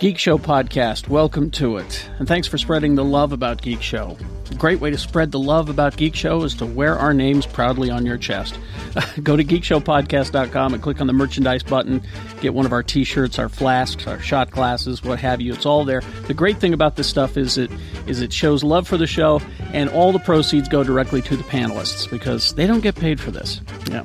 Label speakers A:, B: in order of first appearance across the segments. A: Geek Show Podcast, welcome to it. And thanks for spreading the love about Geek Show. A great way to spread the love about Geek Show is to wear our names proudly on your chest. Go to geekshowpodcast.com and click on the merchandise button. Get one of our t shirts, our flasks, our shot glasses, what have you. It's all there. The great thing about this stuff is it is it shows love for the show, and all the proceeds go directly to the panelists because they don't get paid for this. Yeah.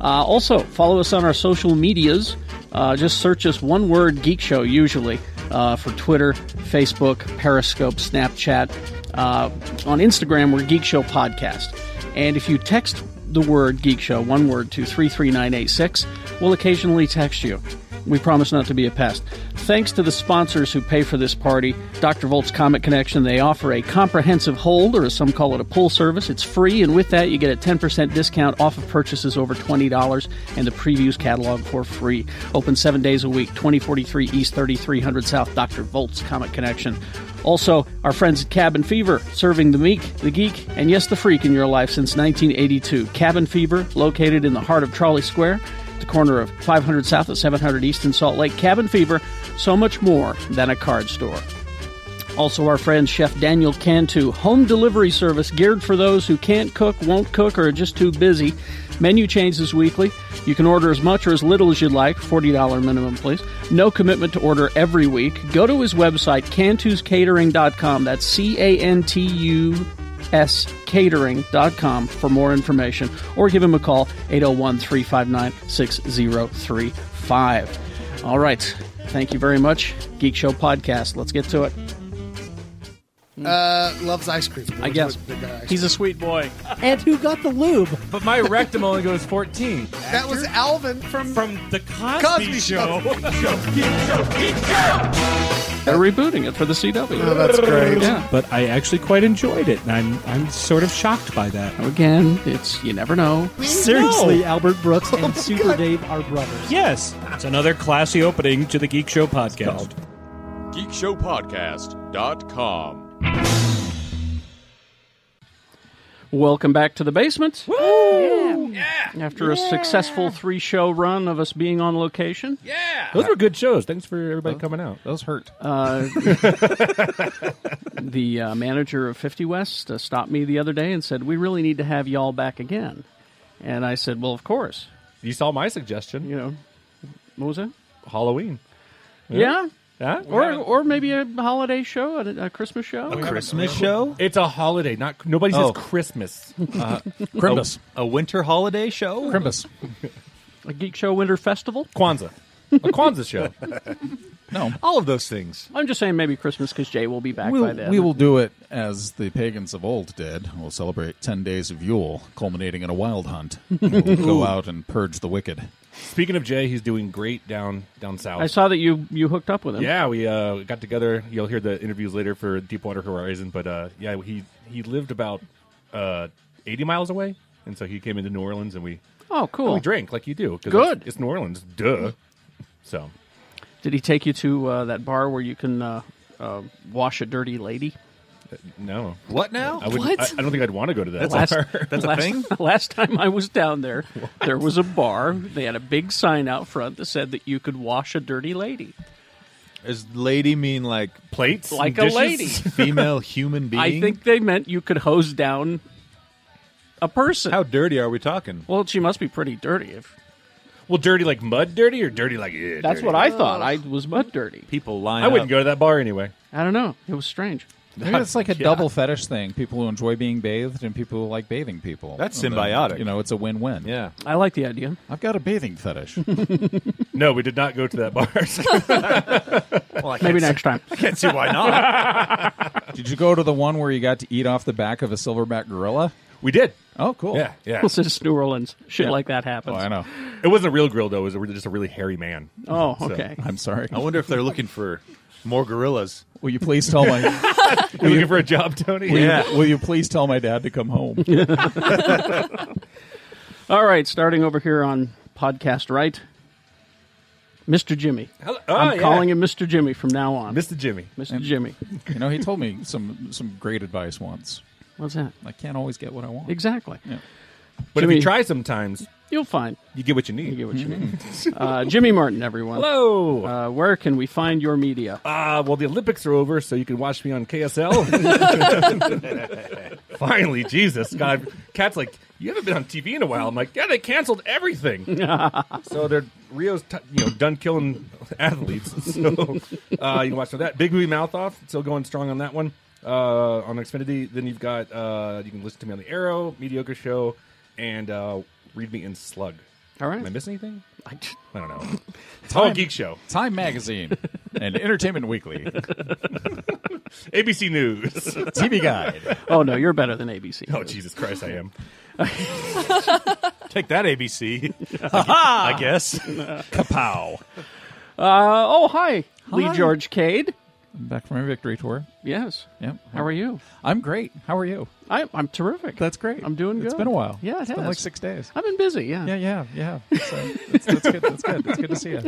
A: Uh, also, follow us on our social medias. Uh, just search us one word Geek Show, usually, uh, for Twitter, Facebook, Periscope, Snapchat. Uh, on Instagram, we're Geek Show Podcast. And if you text the word Geek Show, one word, to 33986, we'll occasionally text you. We promise not to be a pest. Thanks to the sponsors who pay for this party, Dr. Volt's Comic Connection, they offer a comprehensive hold, or as some call it, a pull service. It's free, and with that, you get a 10% discount off of purchases over $20 and the previews catalog for free. Open seven days a week, 2043 East, 3300 South, Dr. Volt's Comic Connection. Also, our friends at Cabin Fever, serving the meek, the geek, and yes, the freak in your life since 1982. Cabin Fever, located in the heart of Trolley Square, the corner of 500 South and 700 East in Salt Lake. Cabin Fever, so much more than a card store. Also, our friend Chef Daniel Cantu, home delivery service geared for those who can't cook, won't cook, or are just too busy. Menu changes weekly. You can order as much or as little as you'd like, $40 minimum, please. No commitment to order every week. Go to his website, cantuscatering.com. That's C A N T U S catering.com for more information or give him a call 801 359 6035. All right. Thank you very much. Geek Show Podcast. Let's get to it.
B: Uh, loves ice cream.
A: I guess. He's a sweet boy.
C: And who got the lube?
D: But my rectum only goes 14.
B: that was Alvin from.
D: From the Cosby,
B: Cosby
D: Show.
B: Show.
A: They're rebooting it for the CW.
B: Oh, that's great.
A: yeah.
D: But I actually quite enjoyed it, and I'm I'm sort of shocked by that.
A: Again, it's you never know.
C: Seriously,
D: No.
C: Albert Brooks and Super Dave are brothers.
D: Yes, it's another classy opening to the Geek Show podcast.
E: GeekShowPodcast.com.
A: Welcome back to the basement. Woo! After a successful three-show run of us being on location,
D: Those were good shows. Thanks for everybody coming out. Those hurt.
A: Uh, the uh, manager of 50 West uh, stopped me the other day and said, "We really need to have y'all back again." And I said, "Well, of course."
D: you saw my suggestion.
A: You know, what was it?
D: Halloween.
A: Yeah.
D: Huh?
A: Or, or maybe a holiday show, a, a Christmas show.
F: Christmas show?
D: it's a holiday. Not nobody says
F: Oh.
D: Christmas. Uh,
F: Crimbus. A, a winter holiday show?
D: Crimbus.
A: A Geek Show Winter Festival.
D: Kwanzaa. A Kwanzaa show.
F: No, all of those things.
A: I'm just saying maybe Christmas because Jay will be back by
G: We'll,
A: then.
G: we will do it as the pagans of old did. We'll celebrate 10 days of Yule, culminating in a wild hunt. We'll go out and purge the wicked.
D: Speaking of Jay, he's doing great down down south.
A: I saw that you you hooked up with him.
D: Yeah, we uh, got together. You'll hear the interviews later for Deepwater Horizon, but uh, yeah, he he lived about uh, eighty miles away, and so he came into New Orleans, and we
A: Oh, cool.
D: we drank like you do. 'cause
A: Good.
D: it's, it's New Orleans, duh. So
A: Did he take you to uh, that bar where you can uh, uh, wash a dirty lady?
D: Uh, no,
F: What now?
D: I would. I, I don't think I'd want to go to that.
A: Last,
D: bar.
F: That's a
A: last,
F: thing?
A: Last time I was down there, there was a bar. They had a big sign out front that said that you could wash a dirty lady.
F: Does lady mean like
D: Plates
A: Like
D: and
A: a
D: dishes?
A: lady.
F: female human being?
A: I think they meant you could hose down a person.
F: How dirty are we talking?
A: well, she must be pretty dirty. If
D: Well, dirty like mud, dirty or dirty like yeah,
A: that's
D: dirty?
A: what I thought. I was mud dirty.
F: People line
D: I wouldn't
F: up.
D: go to that bar anyway.
A: I don't know. It was strange.
G: Maybe it's like a double fetish thing. People who enjoy being bathed and people who like bathing people.
F: That's
G: And then,
F: symbiotic.
G: you know, it's a win-win.
F: Yeah.
A: I like the idea.
G: I've got a bathing fetish.
D: No, we did not go to that bar.
F: Well, I can't
A: Maybe
F: see-
A: next time.
F: Can't see why not.
G: Did you go to the one where you got to eat off the back of a silverback gorilla?
D: we did.
G: Oh, cool.
D: Yeah, yeah.
A: This is New Orleans. Shit like that
G: Oh,
A: happens.
G: I know.
D: It wasn't a real grill though. It was really just a really hairy man.
A: Oh, okay.
G: I'm sorry.
F: I wonder if they're looking for more gorillas.
G: Will you please tell my
D: You looking for a job, Tony?
F: Yeah.
G: Will you please tell my dad to come home?
A: All right, starting over here on podcast right. Mr. Jimmy.
D: Hello-
A: I'm
D: oh, yeah.
A: calling him Mr. Jimmy from now on.
D: Mr. Jimmy.
A: Mr. Jimmy.
G: You know, he told me some some great advice once.
A: What's that?
G: I can't always get what I want.
A: Exactly.
D: But if
A: Jimmy.
D: you try sometimes,
A: You'll find.
D: you get what you need.
A: You get what you mean. Uh, Jimmy Martin, everyone.
D: Hello.
A: Uh, where can we find your media?
D: Ah, well, the Olympics are over, so you can watch me on KSL. Finally, Jesus, God, Cat's like, you haven't been on TV in a while. I'm like, yeah, they canceled everything. so they're Rio's, t- you know, done killing athletes. So uh, you can watch that. Big Movie Mouth Off, still going strong on that one uh, on Xfinity. Then you've got uh, you can listen to me on the Arrow, Mediocre Show, and uh, Read Me in Slug.
A: All right.
D: Am I missing anything?
A: I just-
D: I don't know. It's all Geek Show,
G: Time Magazine and Entertainment Weekly,
D: ABC News.
G: TV Guide.
A: Oh, no, you're better than ABC.
D: Oh Jesus Christ, I am.
F: Take that, ABC. I guess. Kapow.
A: Uh, oh, hi, Lee George Cade.
G: I'm back from my victory tour.
A: Yes.
G: Yep.
A: How are you?
G: I'm great. How are you?
A: I, I'm terrific.
G: That's great.
A: I'm doing good.
G: It's been a while.
A: Yeah, it
G: it's been
A: has.
G: like six days.
A: I've been busy, yeah.
G: Yeah, yeah, yeah. So that's, that's good. That's good. It's good to see you.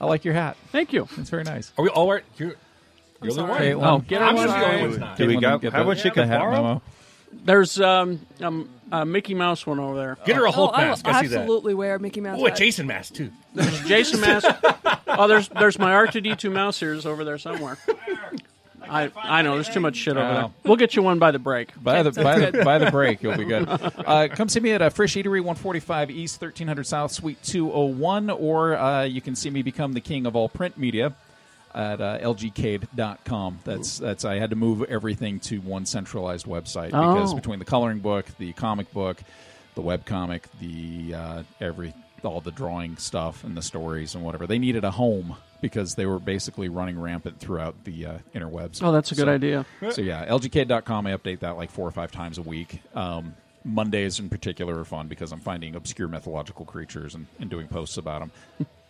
G: I like your hat.
A: Thank you.
G: It's very nice.
D: Are we all right? You're, you're the
G: Hey,
D: one.
G: Lon,
A: get
D: I'm
A: on
D: just the only
A: line.
D: one's not.
F: Do we
G: Caitlin,
F: got-
G: get
F: how
G: the-
F: much she
G: the
F: can
G: hat
F: borrow?
G: memo?
A: There's um, um, uh, Mickey Mouse one over there.
D: Get her a
E: Oh,
D: Hulk
E: I will
D: mask. I see that.
E: absolutely wear a Mickey Mouse.
D: Ooh, a
E: hat.
D: Jason mask too.
A: Jason Mask. oh, there's there's my R2D2 mouse ears over there somewhere. I I know there's too much shit over
F: Oh.
A: there.
G: Wow.
A: We'll get you one by the break.
G: By the
E: sounds
G: by, the
E: good.
G: by the break, you'll be good. Uh, come see me at uh, Fresh Eatery, one forty five East, thirteen hundred South, Suite two hundred one, or uh, you can see me become the king of all print media at uh, lgcade.com. That's that's I had to move everything to one centralized website because
A: Oh.
G: between the coloring book, the comic book, the webcomic, the uh, every all the drawing stuff and the stories and whatever, they needed a home because they were basically running rampant throughout the uh, interwebs.
A: Oh, that's a good
G: So-
A: idea.
G: so yeah, lgkid.com. I update that like four or five times a week. Um, Mondays in particular are fun because I'm finding obscure mythological creatures and, and doing posts about them.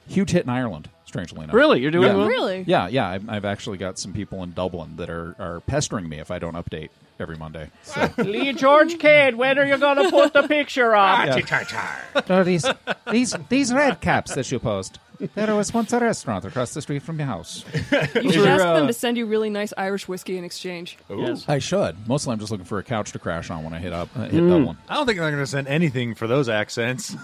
G: Huge hit in Ireland, strangely enough.
A: Really, you're doing
G: Yeah.
A: well?
E: Really?
G: Yeah, yeah. I've, I've actually got some people in Dublin that are, are pestering me if I don't update every Monday. So,
A: Lee George Cade, when are you gonna put the picture
D: Ah,
A: up?
G: these, these these red caps that you post. There was once a restaurant across the street from your house.
E: You should
D: Or,
E: ask
D: uh,
E: them to send you really nice Irish whiskey in exchange.
A: Yes.
G: I should. Mostly, I'm just looking for a couch to crash on when I hit up uh, hit
D: Hmm.
G: Dublin.
F: I don't think they're going to send anything for those accents.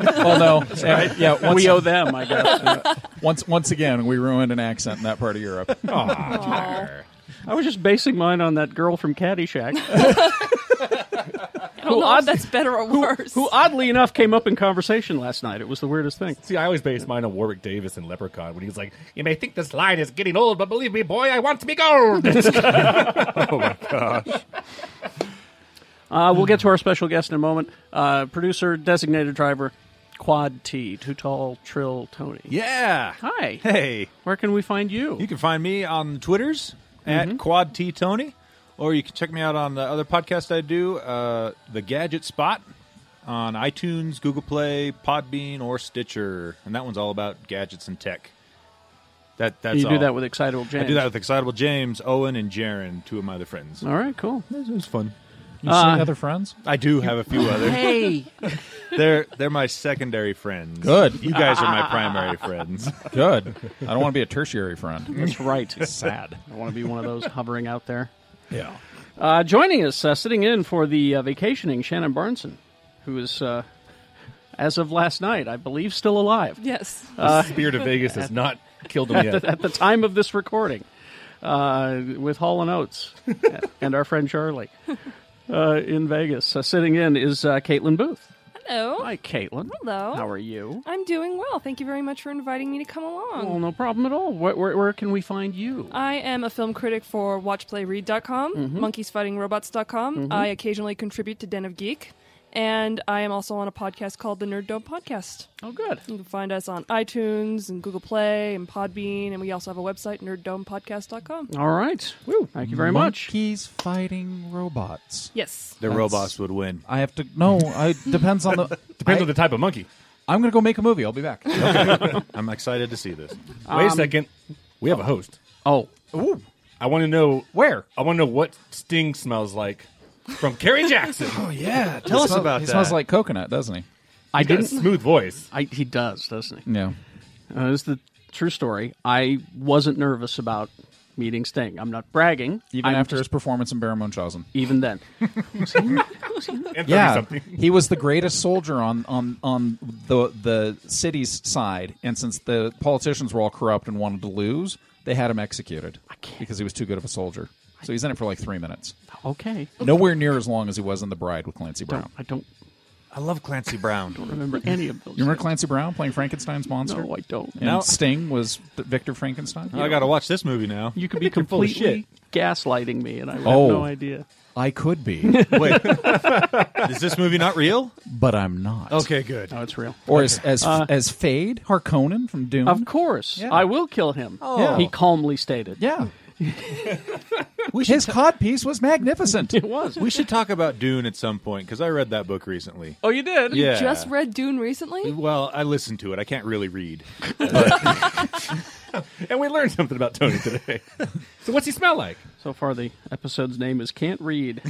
G: Oh no, yeah, yeah, once-
A: We owe them, I guess.
G: Once once again, we ruined an accent in that part of Europe.
E: Aw.
A: I was just basing mine on that girl from Caddyshack,
E: I don't know if that's better or worse.
A: who oddly enough came up in conversation last night. It was the weirdest thing.
D: See, I always base mine on Warwick Davis and Leprechaun when he's like, "You may think this line is getting old, but believe me, boy, I want to be gold."
A: oh
D: Oh.
A: Uh, we'll get to our special guest in a moment. Uh, producer, designated driver, Quad T, Too Tall Trill Tony.
F: Yeah.
A: Hi.
F: Hey.
A: Where can we find you? Mm-hmm.
F: You can find me on the Twitters at Quad T Tony, or you can check me out on the other podcast I do, uh, The Gadget Spot, on iTunes, Google Play, Podbean, or Stitcher, and that one's all about gadgets and tech. That that's
A: You do
F: all.
A: that with Excitable James.
F: I do that with Excitable James, Owen, and Jaron, two of my other friends.
A: All right, cool. Uh,
F: This is fun.
G: You see other friends?
F: I do have a few other.
A: Hey,
F: They're they're my secondary friends.
G: Good.
F: You guys are my primary friends.
G: Good. I don't want to be a tertiary friend.
A: that's right.
G: Sad.
A: I want to be one of those hovering out there.
G: Yeah.
A: Uh, joining us, uh, sitting in for the uh, vacationing, Shannon Barneson, who is, uh, as of last night, I believe, still alive. Uh,
E: yes.
D: the spirit of Vegas has not killed him yet.
A: at the time of this recording uh, with Hall and Oates and our friend Charlie uh, in Vegas. Uh, sitting in is uh, Caitlin Booth.
E: Hello.
A: Hi, Caitlin.
E: Hello.
A: How are you?
E: I'm doing well. Thank you very much for inviting me to come
A: Well,
E: along.
A: no problem at all. Where, where, where can we find you?
E: I am a film critic for WatchPlayRead.com,
A: Mm-hmm.
E: MonkeysFightingRobots.com. I occasionally contribute to Den of Geek, and I am also on a podcast called the Nerd Dome Podcast.
A: oh, good.
E: You can find us on iTunes and Google Play and Podbean, and we also have a website, nerddomepodcast.com.
A: All right. Thank you very much.
G: Monkeys fighting robots.
E: Yes.
F: The robots would win.
G: I have to. No. I depends on the.
D: Depends
G: I,
D: on the type of monkey.
G: I'm gonna go make a movie. I'll be back.
F: I'm excited to see this.
D: Wait a second, we have a host.
A: um, Oh,
D: I want to know
G: Where?
D: I want to know what Sting smells like from Kerry Jackson.
A: oh,
F: Yeah, tell us
G: Smell-
F: about
G: he
F: that.
G: smells like coconut, doesn't he?
A: I
D: Got a
A: didn't.
D: smooth voice.
A: I, he does, doesn't he?
G: No.
A: Uh, is the true story. I wasn't nervous about meeting Sting. I'm not bragging.
G: Even
A: I'm
G: after
A: just-
G: his performance in Baron Munchausen.
A: even then.
D: And
G: Yeah,
D: 30-something.
G: he was the greatest soldier on, on, on the the city's side, and since the politicians were all corrupt and wanted to lose, they had him executed because he was too good of a soldier. So he's in it for like three minutes,
A: Okay.
G: nowhere near as long as he was in The Bride with Clancy Brown.
A: Don't, I don't
F: I love Clancy Brown.
A: remember any of those.
G: You remember Clancy Brown playing Frankenstein's monster?
A: No, I don't.
G: And Sting was th- Victor Frankenstein.
F: I got to watch this movie now.
A: You could be
F: you're full of
A: completely gaslighting me, and I would
G: Oh.
A: have no idea.
G: I could be,
F: Wait, is this movie not real?
G: but I'm not.
F: Okay, good.
A: No, Oh, it's real. Uh,
G: Or as as, as Fade Harkonnen from Doom.
A: Of course, I will kill him.
G: Oh.
A: He calmly stated.
G: Yeah. His codpiece was magnificent.
A: it was.
F: We should talk about Dune at some point because I read that book recently.
A: Oh, you did.
F: Yeah.
E: Just read Dune recently.
F: Well, I listened to it. I can't really read.
D: and we learned something about Tony today. so what's he smell like?
A: So far, the episode's name is Can't Read.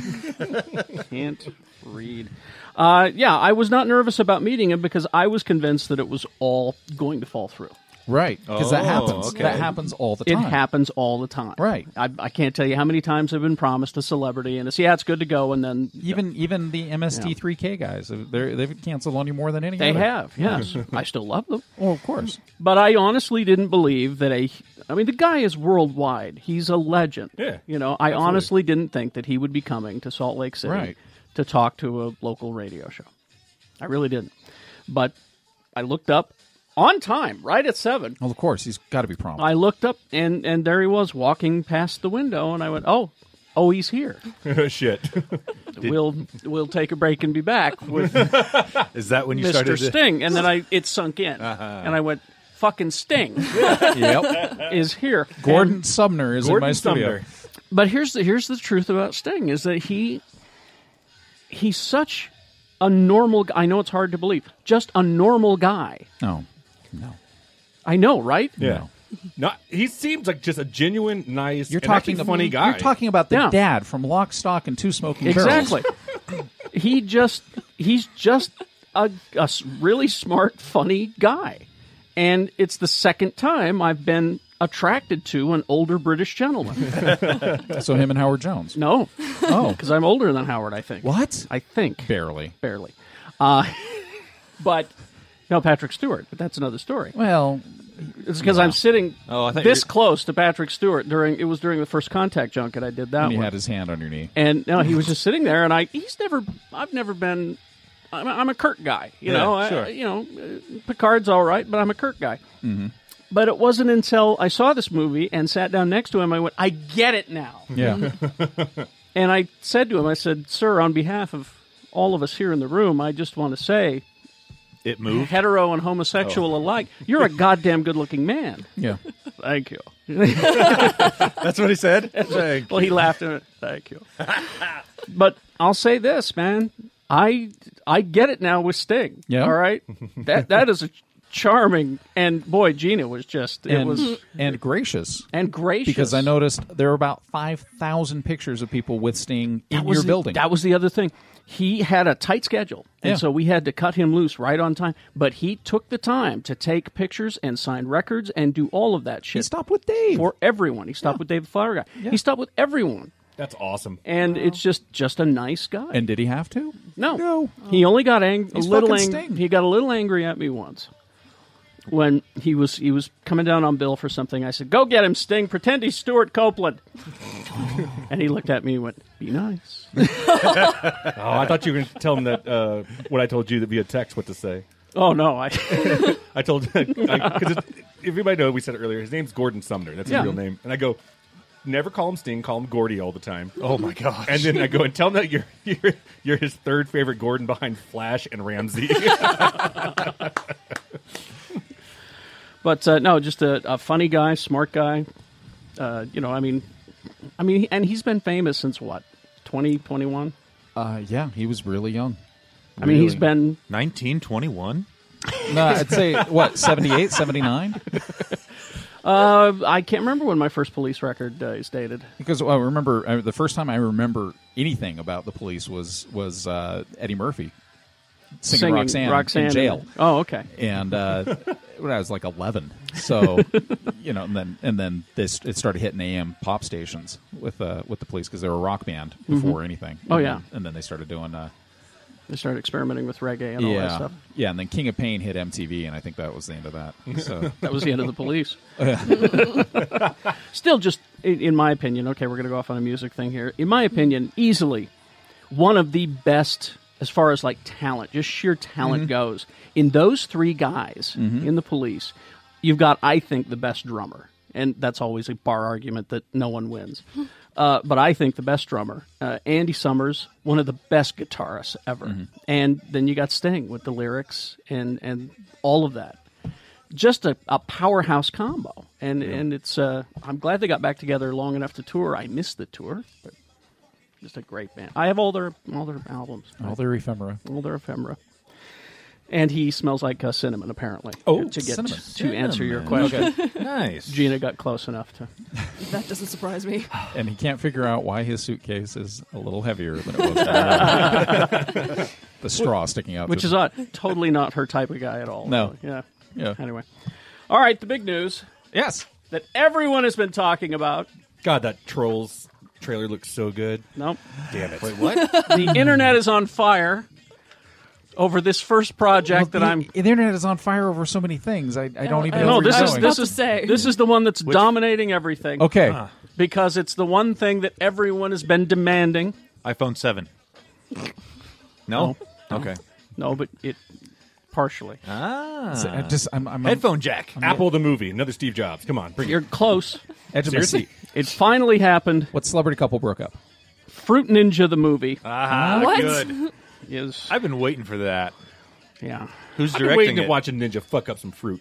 A: Can't Read. Uh, yeah, I was not nervous about meeting him because I was convinced that it was all going to fall through.
G: Right. Because that
F: Oh,
G: happens.
F: okay.
G: That happens all the
A: It
G: time.
A: happens all the time.
G: Right.
A: I, I can't tell you how many times I've been promised a celebrity and it's, yeah, it's good to go. And then
G: Even even the MSD3K guys, uh, they're, they've canceled on you more than any
A: they
G: other.
A: have, yes. I still love them.
G: Well, of course.
A: But I honestly didn't believe that a. I mean, the guy is worldwide. He's a legend.
D: Yeah,
A: You know, I honestly didn't think that he would be coming to Salt Lake City
G: Right.
A: to talk to a local radio show. I really didn't. But I looked up on time, right at seven.
G: Well, of course. He's got to be prompt.
A: I looked up and and there he was walking past the window, and I went, oh. Oh, he's here.
D: Shit.
A: We'll we'll take a break and be back with
F: Is that when you
A: Mr.
F: started? to-
A: Sting. And then I it sunk in, and I went, "Fucking Sting
G: Uh-huh. yep.
A: is here."
G: Gordon Sumner is in my
D: Gordon
G: studio.
D: Sumner.
A: but here's the here's the truth about Sting is that he he's such a normal. g- I know it's hard to believe, just a normal guy.
G: No. No.
A: I know, right?
D: Yeah. No, he seems like just a genuine, nice,
G: You're
D: and actually
G: talking ab-
D: funny guy.
G: You're talking about the
A: Yeah.
G: dad from Lock, Stock, and Two Smoking Barrels.
A: exactly. he just he's just a, a s- really smart, funny guy, and it's the second time I've been attracted to an older British gentleman.
G: So him and Howard Jones.
A: no,
G: Oh.
A: because I'm older than Howard. I think.
G: What?
A: I think.
G: Barely.
A: barely. Uh, but no, Patrick Stewart. But that's another story.
G: Well,
A: It's because I'm sitting
F: Oh, I thought
A: this
F: you-
A: close to Patrick Stewart during it was during the first contact junket I did that
G: he
A: one.
G: had his hand on your knee.
A: and no, he was just sitting there, and I he's never I've never been I'm a, I'm a Kirk guy, you know. I-
F: sure.
A: you know, uh, Picard's all right, but I'm a Kirk guy.
G: Mm-hmm.
A: But it wasn't until I saw this movie and sat down next to him, I went, I get it now. Mm-hmm.
G: Yeah.
A: And I said to him, I said, Sir, on behalf of all of us here in the room, I just want to say
F: It moved.
A: hetero and homosexual alike. You're a goddamn good looking man.
G: yeah.
A: Thank you.
F: That's what he said.
A: Well, he laughed and went, thank you. but I'll say this, man. I I get it now with Sting.
G: Yeah.
A: All right. That that is a charming and boy, Gina was just it
G: And,
A: was
G: and gracious.
A: and gracious.
G: because I noticed there are about 5,000 pictures of people with Sting in
A: was
G: your
A: the-
G: building.
A: That was the other thing. He had a tight schedule, and
G: Yeah.
A: so we had to cut him loose right on time. But he took the time to take pictures and sign records and do all of that shit.
G: he stopped with Dave.
A: for everyone. He stopped with David Flower guy. He stopped with everyone,
D: That's awesome.
A: and it's just just a nice guy.
G: and did he have to?
A: no,
G: No.
A: he only got ang- a
G: He's
A: little
G: fucking
A: angry.
G: Sting.
A: He got a little angry at me once when he was he was coming down on Bill for something. I said, "Go get him, Sting. Pretend he's Stuart Copeland." and he looked at me and went, "Be nice."
D: Oh, I thought you were going to tell him that uh, what I told you that via text what to say.
A: oh no, I
D: I told because everybody know we said it earlier. His name's Gordon Sumner. That's
A: Yeah.
D: his real name. And I go, never call him Sting. Call him Gordy all the time.
F: Oh my gosh!
D: And then I go and tell him that you're you're, you're his third favorite Gordon behind Flash and Ramsey.
A: but uh, no, just a, a funny guy, smart guy. Uh, you know, I mean, I mean, and he's been famous since what twenty twenty one.
G: Uh, yeah, he was really young.
A: I mean, he's been
F: 1921.
G: No, I'd say, what, 78, 79?
A: Uh, I can't remember when my first police record uh, is dated.
G: Because well, I remember uh, the first time I remember anything about the police was was uh, Eddie Murphy. singing,
A: singing
G: Roxanne, in
A: Roxanne
G: jail.
A: Oh, okay.
G: and uh, when I was like 11. So, you know, and then and then this it started hitting AM pop stations with uh, with the police because they were a rock band before anything.
A: Oh,
G: And
A: yeah.
G: then- and then they started doing uh,
A: They started experimenting with reggae and all that
G: yeah,
A: stuff.
G: yeah, and then King of Pain hit MTV, and I think that was the end of that. So
A: That was the end of the police. Still, just in, in my opinion, okay, we're going to go off on a music thing here. In my opinion, easily one of the best as far as like talent, just sheer talent goes. In those three guys in the police, you've got, I think, the best drummer. And that's always a bar argument that no one wins. Uh, but I think the best drummer, uh, Andy Summers, one of the best guitarists ever. And then you got Sting with the lyrics and, and all of that just a, a powerhouse combo. And and it's uh, I'm glad they got back together long enough to tour. I missed the tour, but just a great band. I have all their all their albums,
G: all their ephemera.
A: all their ephemera. And he smells like uh, cinnamon, apparently.
G: Oh,
A: to get
G: cinnamon.
A: to answer your
G: Cinnamon.
A: question,
F: nice.
A: Gina got close enough to.
E: That doesn't surprise me.
G: And he can't figure out why his suitcase is a little heavier than it was. the straw sticking out,
A: Which
G: just-
A: is odd. Totally not her type of guy at all.
G: No.
A: Yeah.
G: Yeah.
A: Anyway, all right. The big news
G: yes.
A: that everyone has been talking about.
D: God, that Trolls trailer looks so good.
A: Nope.
D: Damn it.
A: the internet is on fire over this first project that
G: the,
A: I'm.
G: the internet is on fire over so many things. I, I don't even
E: I
G: know.
A: Uh, No,
G: where
A: this
G: you're
A: is
G: going.
A: this
E: Not to
A: is
E: say.
A: this is the one that's dominating everything.
G: okay.
D: Uh-huh.
A: because it's the one thing that everyone has been demanding.
F: iPhone 7. No? Okay.
A: No, but it partially.
G: So I just I'm, I'm, I'm
F: Headphone jack.
D: Ah. Apple the movie, another Steve Jobs. Come on, bring it.
A: You're close.
G: edge of my
D: Seriously?
G: seat.
A: It finally happened.
G: What celebrity couple broke up?
A: Fruit Ninja the movie
E: what?
F: Good.
A: is
F: I've been waiting for that.
A: yeah.
F: Who's
D: I've been
F: directing
D: waiting
F: it?
D: to watch a ninja fuck up some fruit.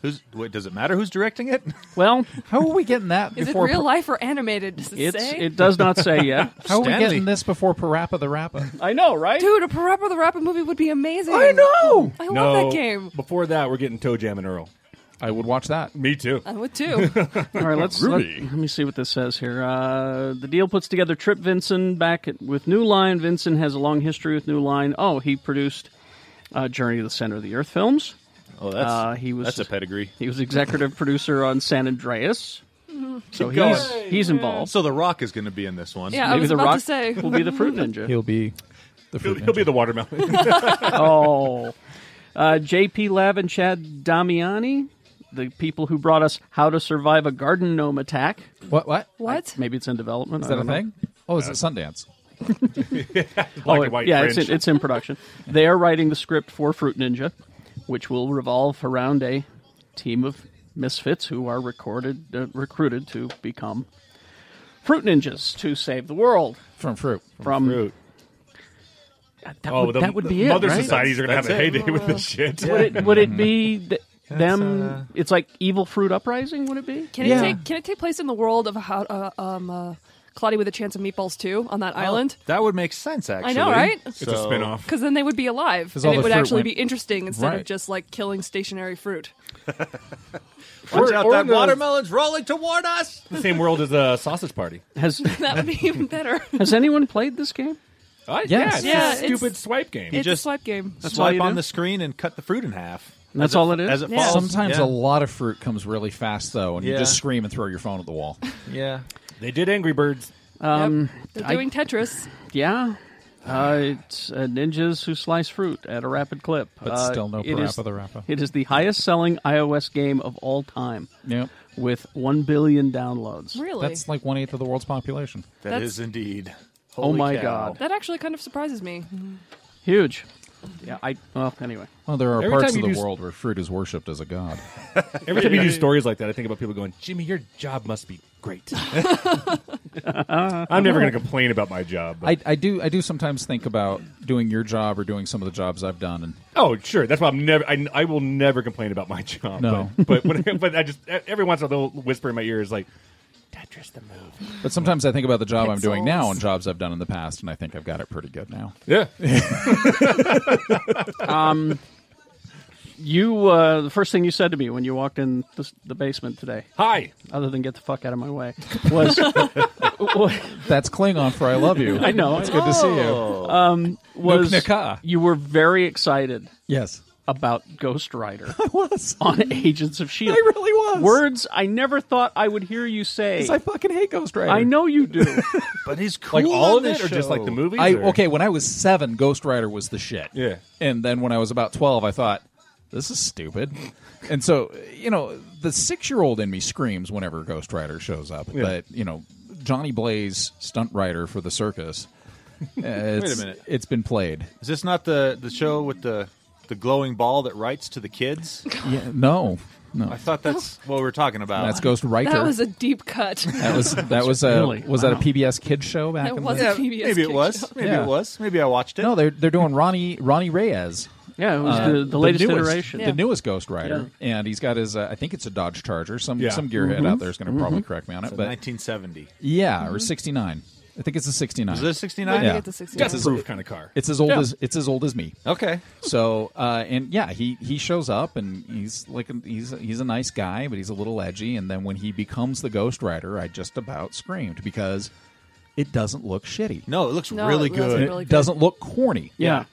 F: Who's, wait, does it matter who's directing it?
A: Well,
G: How are we getting that
E: Is it
G: before?
E: real life or animated? Does it
A: it's
E: say?
A: it does not say yet.
G: How are we
F: Stanley.
G: getting this before Parappa the Rappa?
A: I know, right?
E: Dude, a Parappa the Rappa movie would be amazing.
G: I know.
E: I
D: no,
E: love that game.
D: Before that, we're getting Toe Jam and Earl.
G: I would watch that.
D: Me too.
E: I would too.
A: All right, let's let,
D: Ruby.
A: let me see what this says here. Uh, the deal puts together Trip Vinson back at, with New Line. Vinson has a long history with New Line. Oh, he produced uh, Journey to the Center of the Earth films.
F: Oh, that's,
A: Uh, he was-
F: that's a pedigree.
A: He was executive producer on San Andreas, so he's he's involved.
F: So The Rock is going to be in this one.
E: Yeah, I
A: Maybe
E: was
A: the
E: about
A: Rock
E: to say.
A: will be the Fruit Ninja.
G: He'll be the
D: He'll,
G: fruit.
D: he'll be the watermelon.
A: oh, uh, J.P. Lab and Chad Damiani, the people who brought us How to Survive a Garden Gnome Attack.
G: what? What?
E: What?
A: Maybe it's in development.
G: Is
A: I
G: that a
A: don't know.
G: thing? Oh, is it Sundance?
D: Black
A: Oh,
D: and white
A: yeah,
D: French.
A: it's in, it's in production. they are writing the script for Fruit Ninja, which will revolve around a team of misfits who are recorded, uh, recruited to become fruit ninjas to save the world
G: From fruit.
A: from.
D: fruit.
A: That,
D: Oh,
A: would,
D: the
A: that would be
D: Mother
A: it, right?
D: societies are going to have
F: That's
D: a
F: it.
D: heyday with this shit.
A: Would it would it be th- them?
G: uh,
A: It's like evil fruit uprising. Would it be?
E: Can it take Can it take place in the world of how uh, um uh, Claudia with a Chance of Meatballs too on that island?
F: That would make sense, Oh, actually.
E: know, right?
D: It's a spin-off.
E: Because then they would be alive,
G: 'Cause
E: and
G: all
E: it
G: the
E: would
G: fruit
E: actually
G: went-
E: be interesting instead
G: Right.
E: of just like killing stationary fruit.
F: Watch out,
D: Or- or
F: that
D: the-
F: watermelon's rolling toward us.
D: the same world as a sausage party.
A: Has
E: That would be even better.
A: Has anyone played this game?
G: Oh,
D: Yeah,
G: Yes.
D: it's
E: Yeah,
D: a
E: it's-
D: stupid swipe game.
E: it's
F: just-
E: a swipe game.
A: all
F: Swipe
A: you
F: on
A: do?
F: the screen and cut the fruit in half.
A: That's
F: As it-
A: all it is?
F: As it
E: Yeah.
F: falls.
G: Sometimes
F: yeah.
G: a lot of fruit comes really fast though, and you
F: Yeah.
G: just scream and throw your phone at the wall.
F: Yeah.
D: they did Angry Birds.
E: Um, They're
A: I-
E: doing Tetris.
A: Yeah. Uh, it's uh, ninjas who slice fruit at a rapid clip.
G: But
A: Uh,
G: still no
A: it is-
G: Parappa the Rappa.
A: It is the highest selling iOS game of all time
G: yep.
A: with 1 billion downloads.
E: Really?
G: That's like one eighth of the world's population.
F: That
E: That's-
F: is indeed.
A: Oh
F: Holy
A: my
F: cow.
A: god.
E: that actually kind of surprises me.
A: Huge. Yeah, I. Well, anyway.
G: Well, there are
D: Every
G: parts
D: time
G: of
D: you
G: the
D: do s-
G: world where fruit is worshipped as a god.
D: Every time you do stories like that, I think about people going, "Jimmy, your job must be great." I'm never going to complain about my job. but-
G: I, I do I do sometimes think about doing your job or doing some of the jobs I've done, and
D: oh, sure. That's why I'm never. I, I will never complain about my job.
G: No.
D: but but, when, but I just e, every once in a while they'll whisper in my ears like, "Tetris the move."
G: but sometimes I think about the job I'm doing now
E: Pixels.
G: and jobs I've done in the past, and I think I've got it pretty good now.
D: Yeah,
A: Um, You, uh, the first thing you said to me when you walked in the, the basement today,
D: Hi.
A: other than "get the fuck out of my way," was
G: That's Klingon for I love you.
A: I know Oh. Um,
G: It's good to see you.
A: was
G: Nuknaka.
A: you were very excited
C: Yes.
A: about Ghost Rider
C: Was.
A: on Agents of Shield.
G: I really was.
A: E words I never thought I would hear you say.
G: 'Cause I fucking hate Ghost Rider.
A: I know you do.
F: But he's cool.
D: Like all of
F: on
D: it, or
F: this show.
D: just like the movies?
G: I
D: or-
G: okay. When I was seven, Ghost Rider was the shit.
D: Yeah.
G: And then when I was about twelve, I thought this is stupid. and so you know, the six-year-old in me screams whenever Ghost Rider shows up. But you know, Johnny Blaze, stunt rider for the circus. uh, it's-
F: minute.
G: It's been played.
F: Is this not the the show with the the glowing ball that writes to the kids?
G: Yeah. No.
F: I thought that's what we were talking about.
G: That's Ghost Rider.
E: That was a deep cut.
G: that was that was a
A: Really?
G: was that
A: Wow.
G: a PBS kids show back
E: That
G: in
E: was
G: the
F: yeah,
E: a PBS
F: maybe it
E: kick
F: was.
E: show.
F: Maybe
G: Yeah.
F: it was. Maybe I watched it.
G: No, they're they're doing Ronnie Ronnie Reyes.
A: Yeah, it was
G: Uh,
A: the, the latest
G: newest-
A: iteration.
G: the newest Ghost Rider, and he's got his. Uh, I think it's a Dodge Charger. Some
D: Yeah.
G: some gearhead
A: Mm-hmm.
G: out there is going to
F: Mm-hmm.
G: probably correct me on it,
F: So
G: but
F: 1970.
G: yeah, or sixty nine. I think it's a sixty nine.
F: Was it
E: I
F: 69?
E: think
G: Yeah.
E: it's a 60.
D: Death proof kind of car.
G: It's as old
A: Yeah.
G: as it's as old as me.
F: Okay.
G: So uh, and yeah, he he shows up and he's like a, he's he's a nice guy, but he's a little edgy. And then when he becomes the Ghost Rider, I just about screamed because it doesn't look shitty.
F: No, it looks
E: No,
F: really
E: it
F: good.
E: doesn't.
G: it
E: really good.
G: doesn't look corny.
A: Yeah.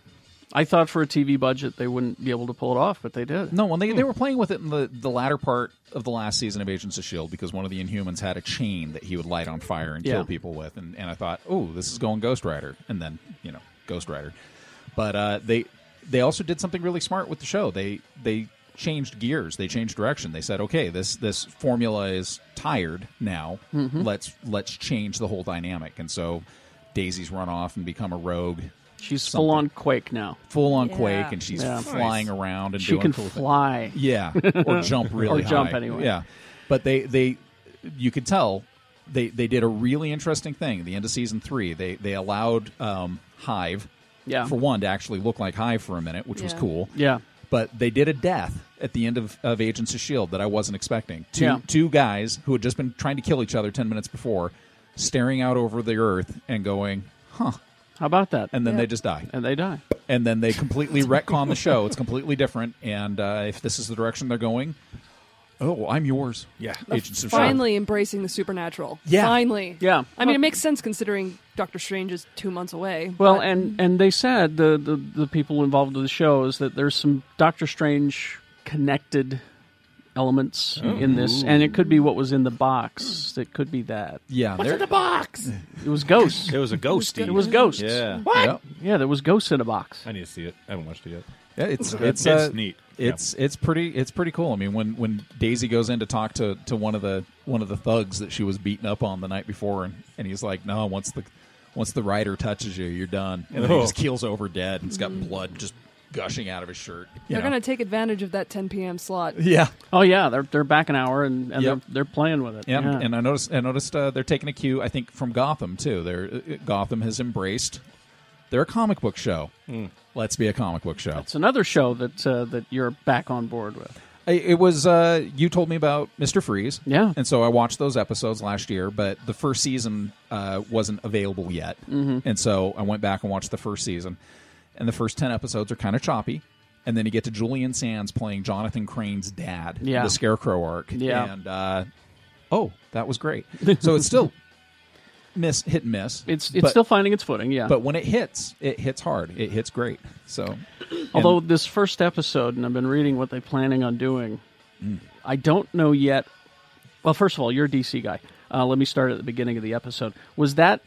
A: I thought for a TV budget they wouldn't be able to pull it off, but they did. Hmm.
G: No, well, they, they were playing with it in the, the latter part of the last season of Agents of S.H.I.E.L.D. E because one of the Inhumans had a chain that he would light on fire and
A: Yeah.
G: kill people with. And, and I thought, oh, this is going Ghost Rider. And then, you know, Ghost Rider. But uh, they they also did something really smart with the show. They they changed gears. They changed direction. They said, okay, this this formula is tired now.
A: Mm-hmm.
G: Let's let's change the whole dynamic. And so Daisy's run off and become a rogue.
A: She's
G: something.
A: full on Quake now.
G: Full on
E: Yeah.
G: Quake, and she's
A: Yeah.
G: flying around and
A: She
G: doing
A: can
G: cool things.
A: fly.
G: Yeah, or jump really
A: Or jump
G: high.
A: anyway.
G: Yeah, but they they you could tell they they did a really interesting thing. At the end of season three, they they allowed um, Hive,
A: Yeah.
G: for one to actually look like Hive for a minute, which was
E: Yeah.
G: cool.
A: Yeah.
G: But they did a death at the end of, of Agents of Shield that I wasn't expecting. Two
A: Yeah.
G: two guys who had just been trying to kill each other ten minutes before, staring out over the Earth and going, "Huh,"
A: How about that?
G: and then
E: Yeah.
G: they just die
A: and they die.
G: and then they completely retcon the show. It's completely different. And uh, if this is the direction they're going, oh, I'm yours.
D: Yeah.
G: Agents of
E: Finally embracing the supernatural.
G: E Yeah.
E: Finally.
A: Yeah.
E: I mean, it makes sense considering Doctor Strange is two months away.
A: Well,
E: but-
A: and and they said the, the the people involved with the show is that there's some Doctor Strange connected elements
G: Oh.
A: in this, and it could be what was in the box. It could be that
G: Shield. Yeah, they're-
D: box?
A: it was ghosts.
F: It was a ghosty.
A: It was ghosts.
F: Yeah.
G: yeah,
A: Yeah, there was ghosts in a box.
D: I need to see it. I haven't watched it yet.
G: yeah, it's
F: It's,
G: it's uh,
F: neat.
G: It's it's pretty it's pretty cool. I mean, when when Daisy goes in to talk to, to one of the one of the thugs that she was beating up on the night before, and, and he's like, no, once the once the rider touches you, you're done. And then he
D: Oh.
G: just keels over dead, and it's got blood just gushing out of his shirt. you
E: they're
G: know?
E: going to take advantage of that 10 p.m. slot.
G: yeah.
A: Oh yeah, they're they're back an hour and, and
G: Yep.
A: they're they're playing with it.
G: Yeah,
A: yeah.
G: and I noticed I noticed uh, they're taking a cue, I think, from Gotham too. They're, uh, Gotham has embraced. They're a comic book show. Let's be a comic book show.
A: it's another show that uh, that you're back on board with.
G: I, it was uh, you told me about Mister Freeze.
A: Yeah.
G: and so I watched those episodes last year, but the first season uh, wasn't available yet,
A: Mm-hmm.
G: and so I went back and watched the first season. And the first ten episodes are kind of choppy, and then you get to Julian Sands playing Jonathan Crane's dad,
A: Yeah.
G: the Scarecrow arc,
A: Yeah.
G: and uh, oh, that was great. So it's still miss hit and miss.
A: It's it's
G: but-
A: still finding its footing. Yeah,
G: But when it hits, it hits hard. It hits great. So,
A: Although this first episode, and I've been reading what they're planning on doing,
G: Mm.
A: I don't know yet. Well, first of all, you're a DC guy. Uh, let me start at the beginning of the episode. Was that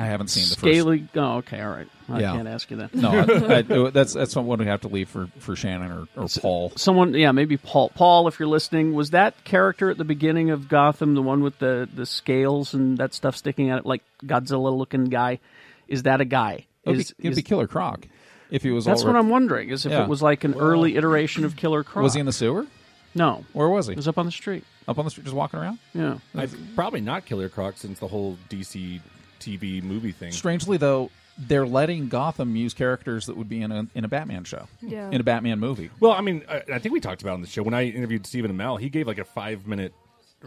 G: I haven't seen the first
A: scaly? Oh, okay, all right. I
G: Yeah.
A: can't ask you that.
G: No, I, I, that's that's not one we have to leave for, for Shannon or, or Paul.
A: Someone, yeah, maybe Paul. Paul, if you're listening, was that character at the beginning of Gotham the one with the the scales and that stuff sticking out, like Godzilla looking guy? Is that a guy?
G: It'd,
A: Is-
G: be, it'd
A: is-
G: be Killer Croc if he was.
A: that's
G: all
A: what
G: ripped-
A: I'm wondering. Is if
G: Yeah.
A: it was like an early iteration of Killer Croc?
G: Was he in the sewer?
A: no?
G: Where was he?
A: It was up on the street.
G: Up on the street, just walking around.
A: Yeah.
D: I've probably not Killer Croc since the whole DC TV movie thing.
G: Strangely though, they're letting Gotham use characters that would be in a in a Batman show,
E: Yeah.
G: in a Batman movie.
D: Well, I mean, I, I think we talked about it on the show when I interviewed Stephen Amell. He gave like a five minute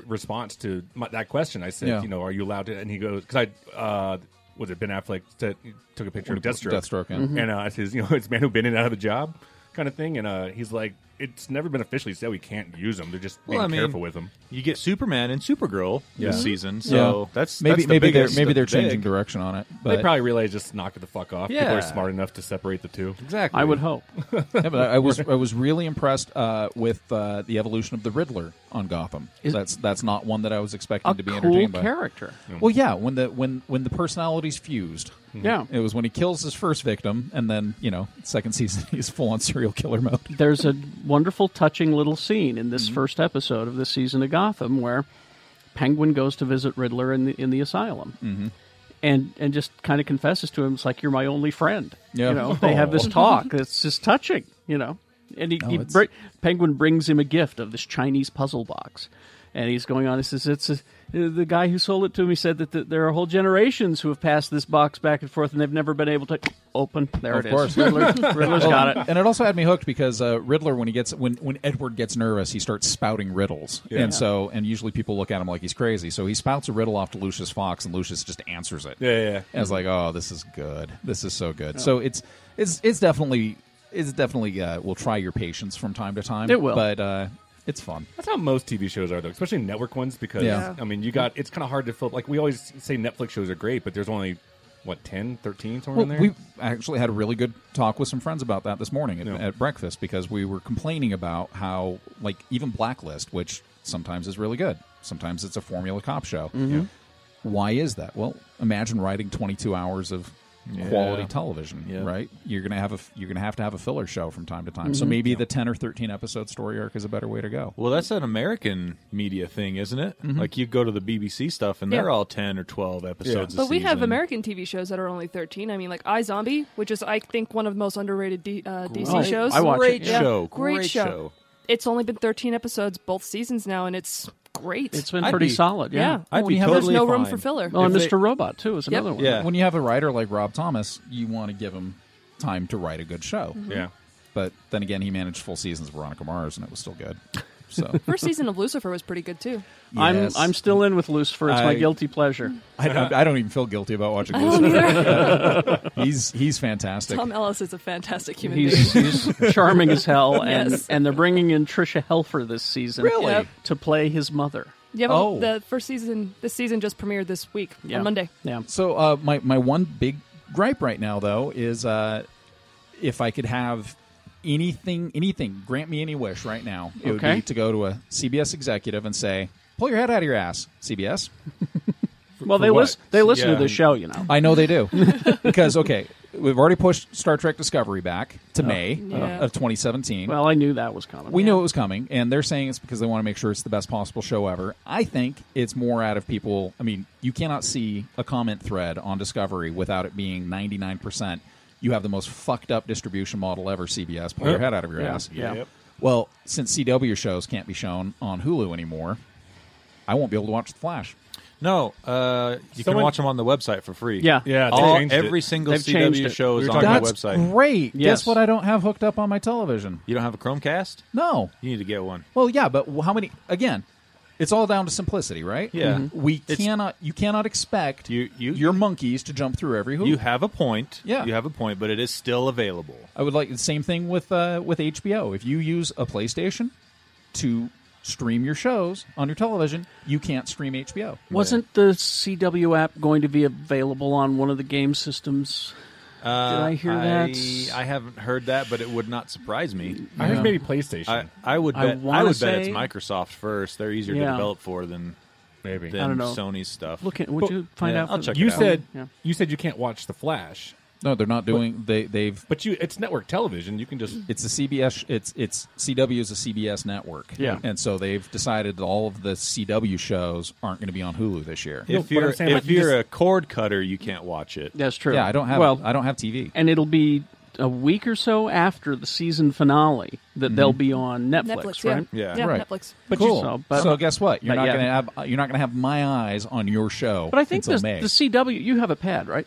D: response to my, that question. I said,
G: Yeah.
D: you know, are you allowed to? And he goes, because I uh, was it Ben Affleck said, took a picture of Deathstroke,
G: Deathstroke, yeah.
D: and uh, I says, you know, it's a man who been in and out of a job. kind of thing. And uh, he's like, it's never been officially said we can't use them. They're just being
F: I mean,
D: careful with them.
F: You get Superman and Supergirl
D: Yeah.
F: this season, so
G: Yeah.
F: that's
G: maybe
F: that's the
G: maybe
F: biggest
G: they're maybe
F: of
G: they're
F: the
G: changing
F: big.
G: direction on it.
D: they
G: But,
D: probably realize just knock it the fuck off. People
F: Yeah.
D: are smart enough to separate the two.
F: Exactly.
A: I would hope.
G: yeah, but I, I was I was really impressed uh, with uh, the evolution of the Riddler on Gotham. that's that's not one that I was expecting
A: A
G: to be
A: cool
G: entertained by.
A: character.
G: Well, yeah, when the when when the personalities fused.
A: Yeah.
G: It was when he kills his first victim, and then you know, second season he's full on serial killer mode.
A: there's a wonderful, touching little scene in
G: Mm-hmm.
A: this first episode of this season of Gotham where Penguin goes to visit Riddler in the in the asylum,
G: Mm-hmm.
A: and and just kind of confesses to him, "It's like you're my only friend."
G: Yeah.
A: You know, they have this
G: Aw.
A: talk. It's just touching. You know, and he, he
G: it's-
A: br- Penguin brings him a gift of this Chinese puzzle box, and he's going on. He says, "It's a, the guy who sold it to me said that th there are whole generations who have passed this box back and forth, and they've never been able to open." There
G: Of
A: it is.
G: course.
A: Riddler, Riddler's got it.
G: And it also had me hooked because uh, Riddler, when he gets when when Edward gets nervous, he starts spouting riddles, and so and usually people look at him like he's crazy. So he spouts a riddle off to Lucius Fox, and Lucius just answers it.
D: Yeah, yeah, yeah.
G: And it's like, oh, this is good. This is so good. So it's it's it's definitely it's definitely uh, will try your patience from time to time.
A: It will.
G: but uh, it's fun.
D: That's how most TV shows are, though, especially network ones, because
G: Yeah.
D: I mean, you got it's kind of hard to fill. Like we always say, Netflix shows are great, but there's only what 10, 13 somewhere
G: Well,
D: in there.
G: we actually had a really good talk with some friends about that this morning at,
D: Yeah.
G: at breakfast because we were complaining about how, like, even Blacklist, which sometimes is really good, sometimes it's a formula cop show.
D: Mm-hmm.
H: Mm-hmm.
G: Why is that? Well, imagine writing 22 hours of quality television,
F: Yeah.
G: right? You're gonna have a f- you're gonna have to have a filler show from time to time.
D: Mm-hmm.
G: So maybe the 10 or 13 episode story arc is a better way to go.
F: Well, that's an American media thing, isn't it? Like you go to the BBC stuff, and they're
E: Yeah.
F: all ten or twelve episodes.
E: But
F: a
E: we have
F: season.
E: American TV shows that are only 13. I mean, like I Zombie, which is, I think, one of the most underrated D- uh, DC
A: Oh,
E: shows.
A: I watch
F: Great
A: it.
E: Yeah.
F: show,
E: Great,
F: great
E: show.
F: show.
E: It's only been 13 episodes, both seasons now, and it's great.
A: It's been
F: I'd
A: pretty
F: be-
A: solid.
E: yeah.
F: I'd
G: Well,
F: be
G: you have-
F: totally
E: There's no
F: fine.
E: room for filler.
A: Oh, and
F: If they-
A: Mr. Robot too is
E: Yep.
A: another one.
F: Yeah.
G: When you have a writer like Rob Thomas, you want to give him time to write a good show.
E: Mm-hmm.
D: yeah,
F: Mm-hmm.
G: But then again, he managed full seasons of Veronica Mars, and it was still good. So
E: First season of Lucifer was pretty good too.
A: I'm
G: Yes.
A: I'm still in with Lucifer. It's my
G: I-
A: guilty pleasure.
G: I, I, I don't even feel guilty about watching this. He's he's fantastic.
E: Tom Ellis is a fantastic human being.
A: He's, he's charming as hell, and
E: Yes.
A: and they're bringing in Trisha Helfer this season
G: Really?
E: Yep.
A: to play his mother.
E: Yeah, but
G: Oh.
E: the first season, this season just premiered this week
A: Yeah.
E: on Monday.
A: Yeah,
G: So uh, my my one big gripe right now though is uh, if I could have anything anything grant me any wish right now, it would
A: Okay.
G: be to go to a CBS executive and say, "Pull your head out of your ass, CBS."
A: well they
F: what?
A: listen they listen
F: Yeah.
A: to this show, you know.
G: I know they do. because, okay, we've already pushed Star Trek Discovery back to May
E: Yeah.
G: of 2017.
A: Oh. Well, I knew that was coming.
G: we knew it was coming, and they're saying it's because they want to make sure it's the best possible show ever. I think it's more out of people. I mean, you cannot see a comment thread on Discovery without it being 99%. You have the most fucked up distribution model ever, CBS. Pull your head out of your
A: Yeah.
G: ass.
A: Yeah. Yep.
G: Well, since CW shows can't be shown on Hulu anymore, I won't be able to watch The Flash.
F: No, uh, you
D: Someone-
F: can watch them on the website for free.
A: Yeah.
D: Yeah, they
F: All,
D: changed it.
F: every single
A: They've changed
F: CW
A: it.
F: show
D: We
F: is
D: were
F: on
D: talking
F: the
D: about-
G: That's
F: website.
G: great.
A: Yes.
G: Guess what? I don't have hooked up on my television.
F: You don't have a Chromecast?
G: No.
F: You need to get one.
G: Well, yeah, but how many? Again, it's all down to simplicity, right?
F: Yeah.
A: Mm-hmm.
F: Mhm.
G: We
F: It's-
G: cannot. You cannot expect
F: You- you-
G: your monkeys to jump through every hoop.
F: You have a point.
G: Yeah.
F: You have a point, but it is still available.
G: I would like the same thing with uh, with HBO. If you use a PlayStation to stream your shows on your television, you can't stream HBO.
A: Wasn't the CW app going to be available on one of the game systems?
G: Uh,
A: Did I hear that?
F: Uh, I haven't heard that, but it would not surprise me.
D: I think maybe PlayStation.
F: I, I would
A: I
F: bet, I,
A: wanna
F: would bet it's
A: say-
F: Microsoft first. They're easier
A: Yeah.
F: to develop for than,
D: maybe.
F: than
A: don't know.
F: Sony's stuff.
A: Look, at, would you find
F: yeah,
A: out?
F: I'll
A: for
F: check
A: the-
D: you
F: it out.
D: said
A: Yeah.
D: you said you can't watch The Flash,
G: No, they're not doing. they they've.
D: but you it's network television. You can just
G: It's a CBS. It's it's CW is a CBS network.
A: Yeah.
G: and so they've decided that all of the CW shows aren't going to be on Hulu this year.
D: No,
F: If
D: but
F: you're,
D: I'm saying,
F: if
D: like, you
F: you're a cord cutter, you can't watch it.
A: That's true.
G: Yeah, I don't have.
A: Well,
G: I don't have TV.
A: and it'll be a week or so after the season finale that they'll be on Netflix,
E: Netflix, yeah.
A: right?
F: Yeah.
E: yeah,
G: Mm-hmm. Right.
E: Netflix.
A: But
G: cool.
A: So,
G: So,
A: but-
G: guess what? You're
A: but
G: not
A: yeah.
G: gonna have you're not gonna have my eyes on your show.
A: But I think
G: until
A: the,
G: May.
A: the CW, you have a pad, right?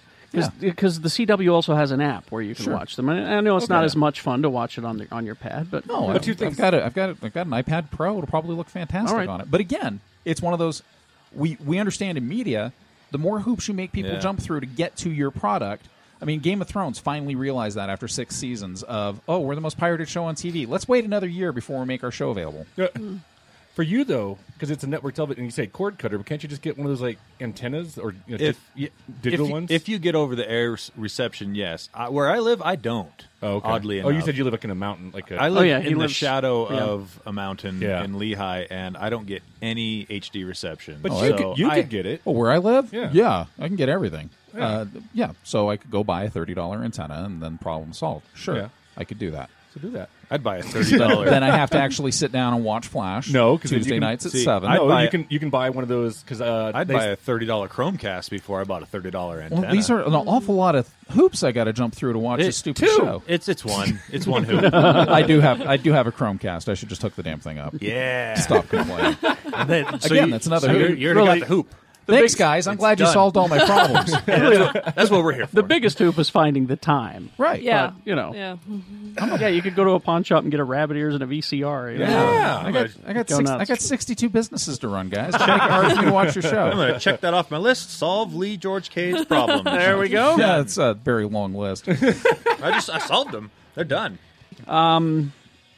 A: Because the CW also has an app where you can watch them. And I know it's not as much fun to watch it on the, on your pad, but
G: no,
D: But
G: I've,
D: you think-
G: I've got a, I've got a, I've got an iPad Pro. It'll probably look fantastic
A: All right.
G: on it. But again, it's one of those we we understand in media, the more hoops you make people
F: Yeah.
G: jump through to get to your product, I mean, Game of Thrones finally realized that after six seasons of, oh, we're the most pirated show on TV. Let's wait another year before we make our show available.
D: For you though, because it's a network television, and you say cord cutter, but can't you just get one of those like antennas or you know,
F: If
D: di-
F: you,
D: digital
F: if you,
D: ones?
F: if you get over the air s- reception, yes. I, where I live, I don't.
D: oh, okay.
F: oddly
D: oh,
F: enough,
D: you said you live like in a mountain, like a
F: I live
A: Oh, yeah, he
F: in the
A: lives-
F: shadow
A: yeah.
F: of a mountain
D: Yeah.
F: in Lehigh, and I don't get any HD reception.
D: But
F: so
D: you could, you
F: I-
D: could get it.
G: Oh, where Oh, I live?
D: Yeah.
G: I can get everything. Yeah. Uh, yeah. So I could go buy a $30 antenna and then problem solved. Sure.
D: Yeah.
G: I could do that.
D: So do that.
F: I'd buy a thirty
G: But
F: dollar.
G: then I have to actually sit down and watch Flash.
D: No, 'cause then you
G: Tuesday
D: can-
G: nights at
F: see,
G: 7.
F: I'd
D: no,
F: buy-
D: you can you can buy one of those because uh,
F: I'd
D: they-
F: buy a thirty dollar Chromecast before I bought a thirty dollar antenna.
G: well, these are an awful lot of hoops I got to jump through to watch
F: It-
G: this stupid
F: two.
G: show.
F: It's it's one. It's one hoop.
G: I do have I do have a Chromecast. I should just hook the damn thing up.
F: yeah.
G: Stop complaining.
F: And then- so
G: Again, that's another
F: so
G: hoop.
F: You, you already
A: Really-
F: got the hoop.
G: Thanks, guys. I'm glad you
F: done.
G: solved all my problems.
F: That's what we're here for.
A: The biggest hoop is finding the time.
G: right.
E: Yeah.
A: But, you know.
E: Yeah.
A: Yeah, you could go to a pawn shop and get a rabbit ears and a VCR. You know?
F: yeah.
G: I got, I got,
A: Go
G: six,
A: nuts.
G: I got 62 businesses to run, guys. It's gonna make it hard for me to watch your
F: I'm
G: show.
F: going to check that off my list. Solve Lee George Cade's problems.
A: There we go.
G: Yeah, it's a very long list.
F: I just I solved them. They're done.
A: Um,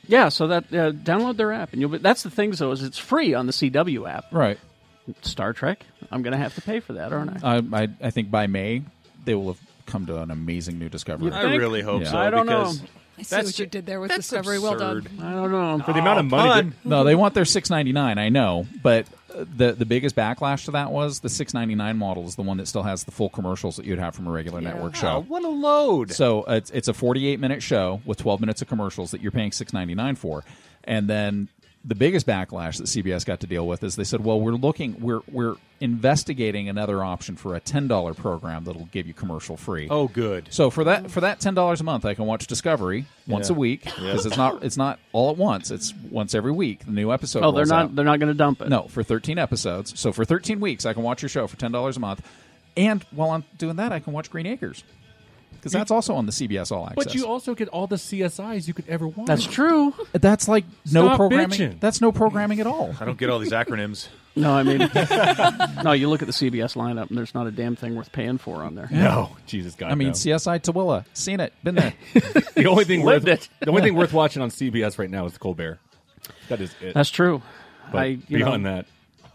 A: Yeah, so that uh, download their app and you'll. Be, that's the thing though is it's free on the CW app.
G: Right.
A: Star Trek. I'm gonna have to pay for that, aren't I?
G: I, I, I think by May, they will have come to an amazing new discovery.
F: I
A: think?
F: really hope
G: Yeah.
F: so.
A: I don't know.
F: because
E: I see
F: That's
E: what you
F: ju-
E: did there with
F: that's
E: Discovery. Well
F: absurd.
E: done.
A: I don't know.
D: for the amount of money.
F: Fun.
G: No, they want their 699. I know, but uh, the the biggest backlash to that was the 699 model is the one that still has the full commercials that you'd have from a regular
E: Yeah.
G: network
F: Oh,
G: show.
F: what a load.
G: So uh, it's it's a 48 minute show with 12 minutes of commercials that you're paying 6.99 for, and then the biggest backlash that CBS got to deal with is they said, well, we're looking, we're we're investigating another option for a ten dollar program that'll give you commercial free.
F: oh, good.
G: So for that for that ten dollars a month, I can watch Discovery once
F: Yeah.
G: a week because it's not it's not all at once. It's once every week. The new episode.
A: Oh, they're
G: rolls
A: not.
G: out.
A: They're not gonna dump it.
G: No, for 13 episodes. So for 13 weeks, I can watch your show for $10 a month. And while I'm doing that, I can watch Green Acres. Because that's also on the CBS All Access.
D: But you also get all the CSIs you could ever want.
A: that's true.
G: that's like no
D: Stop
G: programming.
D: bitching.
G: That's no programming at all.
F: I don't get all these acronyms.
A: No, I mean, no. You look at the CBS lineup, and there's not a damn thing worth paying for on there.
D: No, Jesus God.
G: I mean,
D: no.
G: CSI Tooele, seen it, been there.
D: the only thing worth
A: Lived
D: it. the only thing worth watching on CBS right now is Colbert. That is it.
A: That's true.
D: But
A: I, you
D: beyond
A: know,
D: that,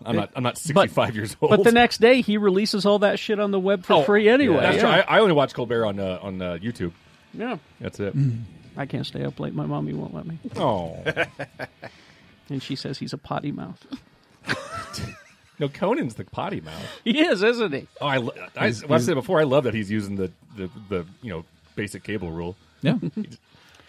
D: I'm not. I'm not 65 years old.
A: But the next day, he releases all that shit on the web for
D: Oh,
A: free anyway.
D: That's
A: yeah.
D: true. I, I only watch Colbert on uh, on uh, YouTube.
A: Yeah.
D: That's it.
G: Mm.
A: I can't stay up late. My mommy won't let me,
D: Oh
A: and she says he's a potty mouth.
D: no, Conan's the potty mouth.
A: he is, isn't he?
D: Oh, I, lo- I, well, I said before. I love that he's using the, the, the you know basic cable rule.
G: Yeah.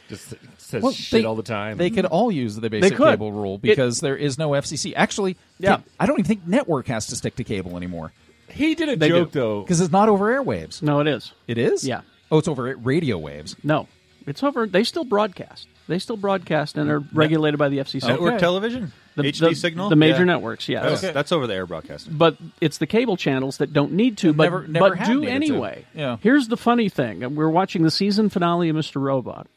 D: Just s- says
G: Well,
D: shit all the time.
G: They could all use the basic
A: could.
G: cable rule because there is no FCC. Actually,
A: Yeah.
G: ca- I don't even think network has to stick to cable anymore
D: he did a
A: They
D: joke
A: do.
D: though.
G: because it's not over airwaves.
A: No, it is.
G: It is?
A: Yeah.
G: Oh, it's over radio waves.
A: No, it's over. They still broadcast. They still broadcast and are regulated by the FCC.
F: Network television?
A: The-
F: HD
A: the-
F: signal?
A: the major
F: Yeah.
A: networks, yes.
F: That's, that's over the air broadcasting.
A: But it's the cable channels that don't need to, but,
G: never- never
A: but
G: have
A: do
G: needed to.
A: anyway.
G: Yeah.
A: Here's the funny thing: we we're watching the season finale of Mr. Robot,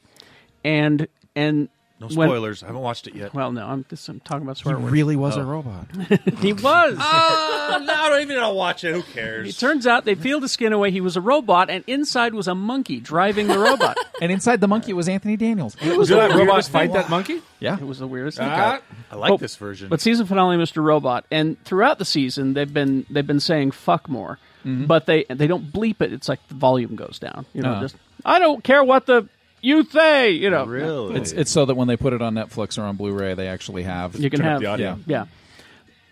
A: and and
F: No
A: when-
F: spoilers. I haven't watched it yet. Oh.
A: well, no, I'm just I'm talking about swear words.
G: Really was a robot.
A: he was.
F: Ah, no, I don't even know. Watch it. Who cares?
A: It turns out they peeled his skin away. He was a robot, and inside was a monkey driving the robot.
G: And inside the monkey was Anthony Daniels. It was
D: did that robot fight that monkey?
G: yeah.
A: it was the weirdest thing.
D: Ah.
F: I like
A: Oh,
F: this version.
A: But season finale, Mr. Robot, and throughout the season, they've been they've been saying "fuck" more, but they they don't bleep it. It's like the volume goes down. You know,
G: Uh-huh.
A: just I don't care what the you say. You know,
F: really?
G: It's, it's so that when they put it on Netflix or on Blu-ray, they actually have.
A: you can
D: Turn up
A: have
D: the audio.
A: yeah.
G: yeah.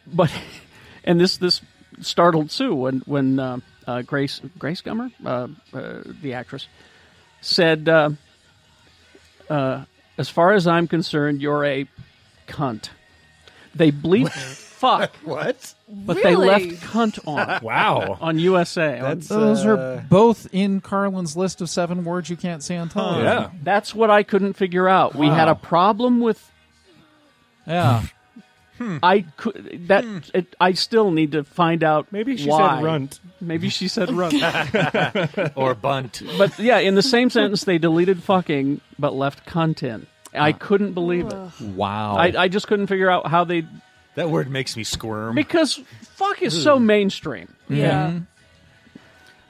A: But and this this startled Sue when when uh, uh, Grace Grace Gummer, uh, uh, the actress, said, uh, uh, "As far as I'm concerned, you're a cunt." They bleeped "fuck."
F: what?
A: but
E: Really?
A: they left cunt on
D: Wow.
A: on USA.
F: That's-
A: On-
G: Those
F: Uh,
G: are both in Carlin's list of seven words you can't say on television.
D: yeah.
A: that's what I couldn't figure out. We had a problem with
G: Yeah.
A: I could that it, I still need to find out.
D: Maybe she
A: why.
D: said runt.
A: Maybe she said runt.
F: Or bunt.
A: but yeah, in the same sentence, they deleted fucking but left cunt in. I
D: Ah.
A: couldn't believe it.
G: Wow.
A: I, I just couldn't figure out how they
F: That word makes me squirm.
A: because fuck is so mainstream.
E: Yeah.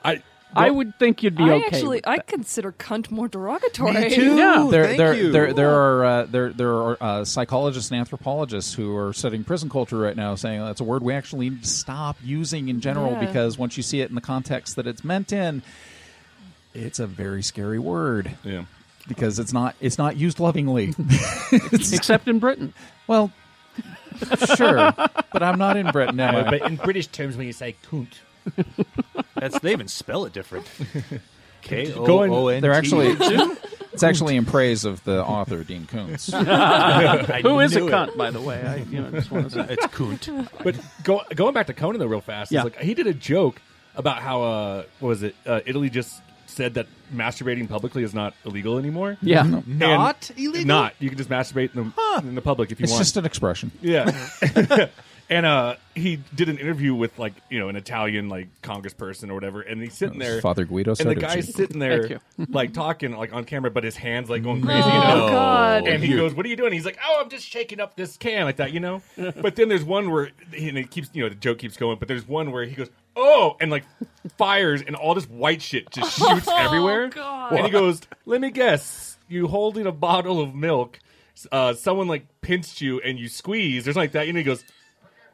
D: I
A: I would think you'd be
E: I
A: okay.
E: actually,
A: with
E: I
A: that.
E: consider cunt more derogatory.
F: Me too.
A: Yeah.
F: There,
G: there,
F: Thank
G: there,
F: you.
G: there, there are uh, there there are uh, psychologists and anthropologists who are studying prison culture right now, saying that's a word we actually need to stop using in general
E: Yeah.
G: because once you see it in the context that it's meant in, it's a very scary word
D: Yeah.
G: because it's not it's not used lovingly.
A: except in Britain.
G: well, sure, but I'm not in Britain, am I?
I: but in British terms, when you say "coont,"
F: That's they even spell it different. K O
D: Going-
F: O N.
G: They're actually it's actually in praise of the author Dean Koontz.
A: Who is a
F: knew it.
A: cunt, by the way? I, you know, just want to say.
F: It's Kunt.
D: But go, going back to Conan though, real fast.
A: Yeah.
D: It's like he did a joke about how uh, what was it? Uh, Italy just said that masturbating publicly is not illegal anymore.
A: Yeah.
D: And-
B: Not illegal?
D: Not you can just masturbate in the, in the public if you
G: It's
D: want.
G: just an expression.
D: yeah. and uh, he did an interview with like you know an Italian like congressperson or whatever, and he's sitting there.
G: Father Guido
D: and the
G: Sarducci.
D: guy's sitting
A: Thank
D: there, like talking, like on camera, but his hands like going crazy.
E: Oh,
D: you know?
E: God.
D: And he goes, "What are you doing?" He's like, "Oh, I'm just shaking up this can like that, you know." but then there's one where he, and it keeps, you know, the joke keeps going. But there's one where he goes, "Oh," and like fires, and all this white shit just shoots everywhere.
E: Oh, God.
D: And he goes, "Let me guess, you holding a bottle of milk? Uh, someone like pinched you and you squeezed or something like that." And he goes,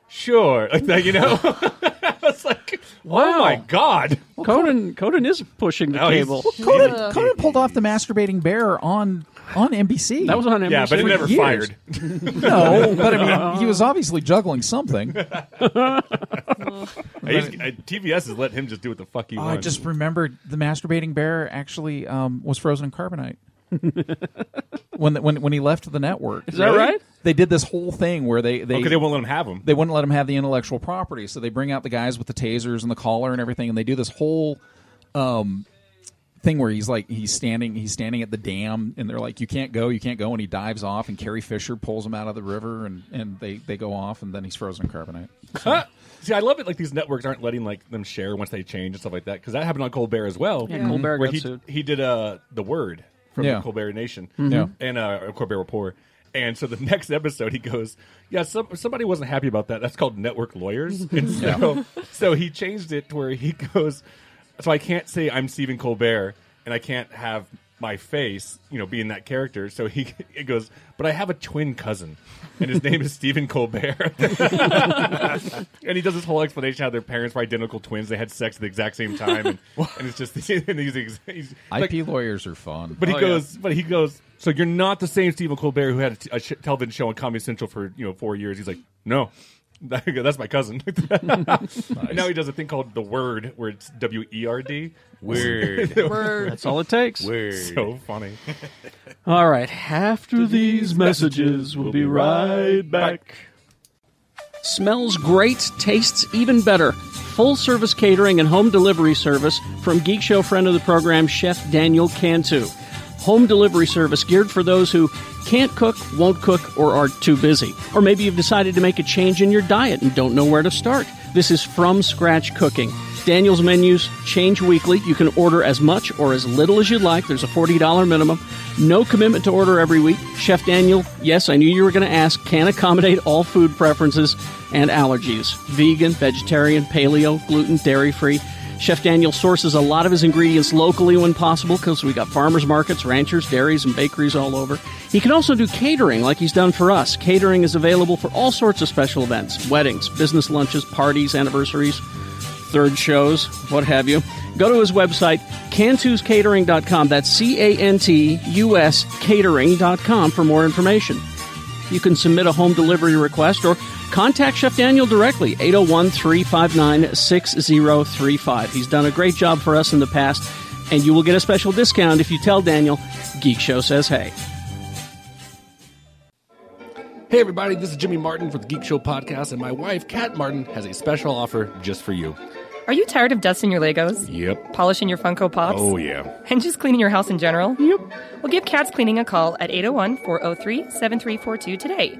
D: "Sure," like that, you know. I was like, "Oh
A: Wow.
D: my god!"
A: Conan Conan is pushing the
D: Oh, he's-
A: cable.
G: Conan, Conan pulled off the masturbating bear on on NBC.
A: That was on NBC.
D: Yeah, but it never
G: years.
D: fired.
G: no, but I mean, he was obviously juggling something.
D: I used- I- TBS has let him just do what the fuck he
G: I
D: wants.
G: just remembered the masturbating bear actually um, was frozen in carbonite. when, the, when when he left the network,
A: Is that right?
G: They did this whole thing where they they
D: okay, Oh, they won't let him have him.
G: they wouldn't let him have the intellectual property. So they bring out the guys with the tasers and the collar and everything, and they do this whole um, thing where he's like he's standing he's standing at the dam, and they're like, "You can't go, you can't go," and he dives off, and Carrie Fisher pulls him out of the river, and and they they go off, and then he's frozen in carbonite.
D: Huh? See, I love it. Like these networks aren't letting like them share once they change and stuff like that because that happened on Colbert as well.
A: Yeah, Mm-hmm. Colbert
D: where
A: got
D: he
A: sued.
D: he did uh the word from
G: Yeah. Mm-hmm.
D: the Colbert Nation,
G: Yeah.
D: and uh Colbert Report. And so the next episode, he goes, "Yeah, some, somebody wasn't happy about that. That's called network lawyers." And so, so he changed it to where he goes, "So I can't say I'm Stephen Colbert, and I can't have my face, you know, being that character." So he it goes, "But I have a twin cousin, and his name is Stephen Colbert." And he does this whole explanation how their parents were identical twins. They had sex at the exact same time, and, and it's just and he's, ex- he's like-
G: IP lawyers are fun.
D: but he
A: Oh, yeah.
D: goes, but he goes. So you're not the same Stephen Colbert who had a, t- a sh- television show on Comedy Central for you know four years. He's like, no, that's my cousin. And now he does a thing called the Word, where it's W E R D.
F: Weird.
E: Word.
A: That's all it takes.
F: Weird.
D: So funny.
A: All right. After these messages, we'll be right back. Smells great, tastes even better. Full service catering and home delivery service from Geek Show friend of the program, Chef Daniel Cantu. Home delivery service geared for those who can't cook, won't cook, or are too busy. Or maybe you've decided to make a change in your diet and don't know where to start. This is from scratch cooking. Daniel's menus change weekly. You can order as much or as little as you'd like. There's a $40 minimum. No commitment to order every week. Chef Daniel, yes, I knew you were going to ask, can accommodate all food preferences and allergies vegan, vegetarian, paleo, gluten, dairy free. Chef Daniel sources a lot of his ingredients locally when possible because we got farmers markets, ranchers, dairies, and bakeries all over. He can also do catering like he's done for us. Catering is available for all sorts of special events weddings, business lunches, parties, anniversaries third shows, what have you, go to his website, cantuscatering.com. That's C A N T U S catering.com for more information. You can submit a home delivery request or contact Chef Daniel directly, 801 359 6035. He's done a great job for us in the past, and you will get a special discount if you tell Daniel Geek Show says hey.
J: Hey, everybody, this is Jimmy Martin for the Geek Show Podcast, and my wife, Kat Martin, has a special offer just for you.
K: Are you tired of dusting your Legos?
J: Yep.
K: Polishing your Funko Pops?
J: Oh, yeah.
K: And just cleaning your house oh in general? Yep. Well, give Cats Cleaning a call at 801 403 7342 today.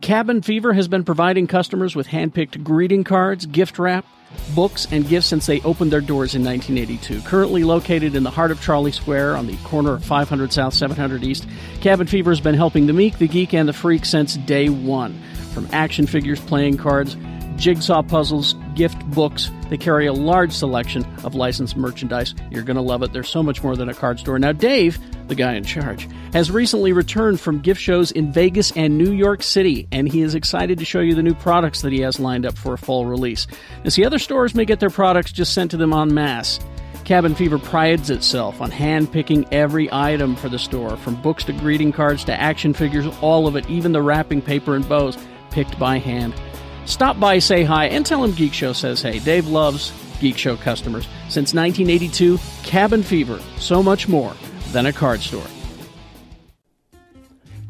A: Cabin Fever has been providing customers with handpicked greeting cards, gift wrap, books, and gifts since they opened their doors in 1982. Currently located in the heart of Charlie Square on the corner of 500 South, 700 East, Cabin Fever has been helping the meek, the geek, and the freak since day one. From action figures, playing cards, jigsaw puzzles, gift books. They carry a large selection of licensed merchandise. You're going to love it. There's so much more than a card store. Now, Dave, the guy in charge, has recently returned from gift shows in Vegas and New York City, and he is excited to show you the new products that he has lined up for a fall release. Now, see, other stores may get their products just sent to them en masse. Cabin Fever prides itself on handpicking every item for the store, from books to greeting cards to action figures, all of it, even the wrapping paper and bows, picked by hand. Stop by, say hi, and tell him Geek Show says hey. Dave loves Geek Show customers. Since 1982, Cabin Fever, so much more than a card store.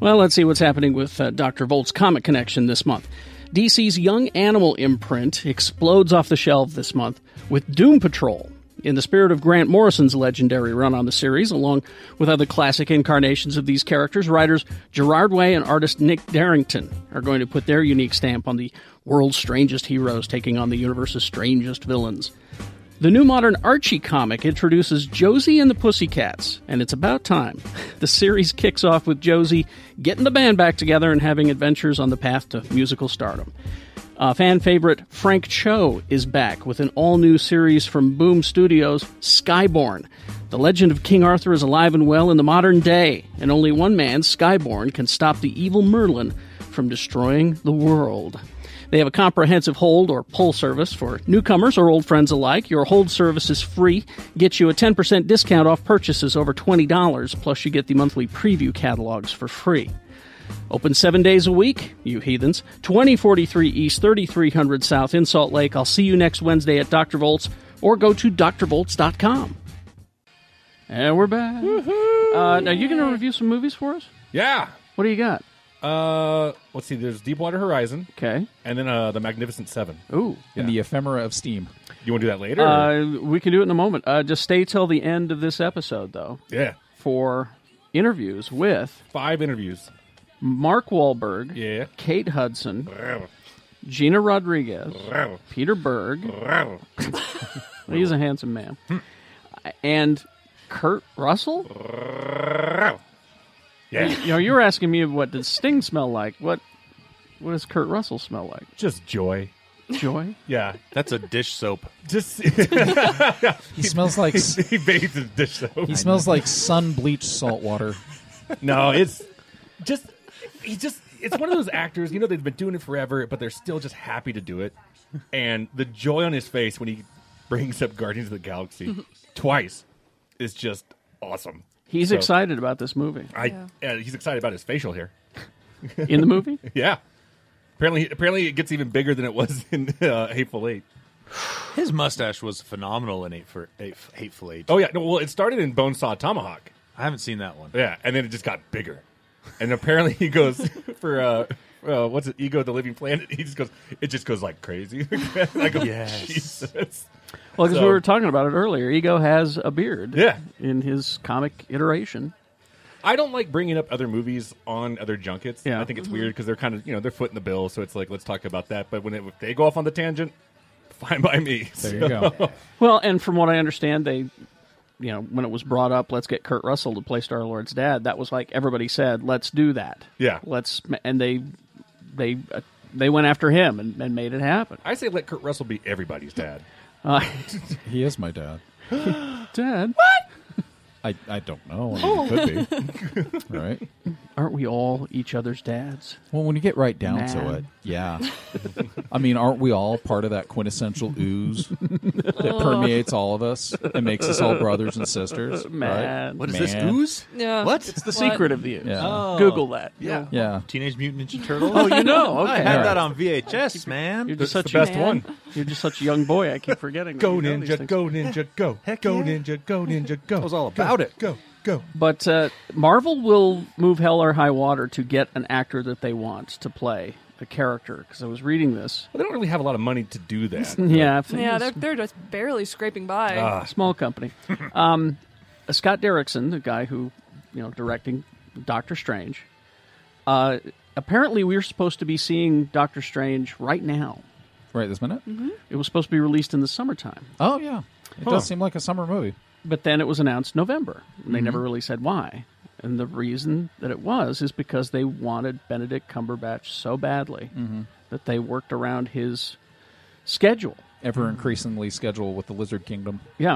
A: Well, let's see what's happening with uh, Dr. Volt's Comic Connection this month. DC's Young Animal imprint explodes off the shelf this month with Doom Patrol. In the spirit of Grant Morrison's legendary run on the series, along with other classic incarnations of these characters, writers Gerard Way and artist Nick Darrington are going to put their unique stamp on the world's strangest heroes taking on the universe's strangest villains. The new modern Archie comic introduces Josie and the Pussycats, and it's about time. The series kicks off with Josie getting the band back together and having adventures on the path to musical stardom. Uh, fan favorite Frank Cho is back with an all new series from Boom Studios, Skyborn. The legend of King Arthur is alive and well in the modern day, and only one man, Skyborn, can stop the evil Merlin from destroying the world. They have a comprehensive hold or pull service for newcomers or old friends alike. Your hold service is free, gets you a 10% discount off purchases over $20, plus you get the monthly preview catalogs for free. Open seven days a week, you heathens. 2043 East, 3300 South in Salt Lake. I'll see you next Wednesday at Dr. Volts or go to drvolts.com. And we're back. Uh, now, you going to review some movies for us?
D: Yeah.
A: What do you got?
D: Uh, let's see. There's Deepwater Horizon.
A: Okay.
D: And then uh, the Magnificent Seven.
A: Ooh.
G: And the ephemera of steam.
D: You want to do that later? or-
A: Uh, we can do it in a moment. Uh, just stay till the end of this episode, though.
D: Yeah.
A: For interviews with
D: five interviews:
A: Mark Wahlberg,
D: Yeah.
A: Kate Hudson, Gina Rodriguez, Peter Berg. Well, he's a handsome man, and Kurt Russell.
D: Yeah.
A: You know, you were asking me what does Sting smell like? What what does Kurt Russell smell like?
D: Just joy.
A: Joy.
D: Yeah.
F: That's a dish soap.
D: Just
C: He smells like s-
D: he bathes in dish soap.
C: he smells like sun bleached salt water.
D: No, it's just he just it's one of those actors, you know they've been doing it forever, but they're still just happy to do it. And the joy on his face when he brings up Guardians of the Galaxy twice is just awesome.
A: He's
D: So,
A: excited about this movie.
D: I uh, he's excited about his facial hair.
A: In the movie,
D: Yeah. Apparently apparently it gets even bigger than it was in uh, Hateful Eight.
F: His mustache was phenomenal in Eight for Eight, Hateful Eight.
D: Oh yeah, no, well it started in Bonesaw Tomahawk.
F: I haven't seen that one.
D: Yeah, and then it just got bigger. And apparently he goes for uh, uh what's it? Ego of the Living Planet. He just goes. It just goes like crazy. I go,
F: Yes.
D: Jesus.
A: well, because
D: So-
A: we were talking about it earlier, Ego has a beard.
D: Yeah.
A: in his comic iteration.
D: I don't like bringing up other movies on other junkets.
A: Yeah.
D: I think
F: Mm-hmm.
D: it's weird because they're kind of you know they're footing the bill, so it's like let's talk about that. But when it, if they go off on the tangent, fine by me. So-
G: There you go.
A: Well, and from what I understand, they, you know, when it was brought up, let's get Kurt Russell to play Star Lord's dad. That was like everybody said, let's do that.
D: Yeah.
A: let's, and they, they, uh, they went after him and, and made it happen.
D: I say let Kurt Russell be everybody's dad.
A: Uh,
G: He is my dad.
A: Dad,
G: I, I don't know. I mean, he could be. right?
A: aren't we all each other's dads?
G: Well, when you get right down to
A: Man.
G: it, yeah. I mean, aren't we all part of that quintessential ooze that permeates all of us and makes us all brothers and sisters?
A: Man.
G: right?
A: What is this,
G: Man.
A: ooze?
E: Yeah.
A: What? It's the
E: What?
A: secret of the ooze.
G: Yeah.
A: Oh. Google that.
F: Yeah.
G: Yeah.
F: Teenage Mutant Ninja Turtles.
A: Oh, you know. Okay.
F: I had
A: All right.
F: that on VHS, man.
A: You're just
F: That's
A: such
F: the
A: a-
F: best one.
A: You're just such a young boy. I keep forgetting. that
D: Go
A: you know these
D: ninja,
A: things.
D: go ninja, go. Heck go ninja, go ninja, go. It was all
F: about it.
D: Go, go.
A: But uh, Marvel will move hell or high water to get an actor that they want to play a character. Because I was reading this.
D: Well, they don't really have a lot of money to do that. Ah.
A: Yeah, I think
E: Yeah,
A: it's-
E: they're, they're just barely scraping by.
A: small company. Um, Scott Derrickson, the guy who, you know, directing Doctor Strange. Uh, apparently, we are supposed to be seeing Doctor Strange right now.
G: Right this minute?
A: It was supposed to be released in the summertime,
G: Oh, yeah. It
A: Huh.
G: does seem like a summer movie.
A: but then it was announced November. And they
G: Mhm.
A: never really said why. And the reason that it was is because they wanted Benedict Cumberbatch so badly
G: Mhm.
A: that they worked around his schedule.
G: Ever increasingly schedule with the Lizard Kingdom.
A: Yeah.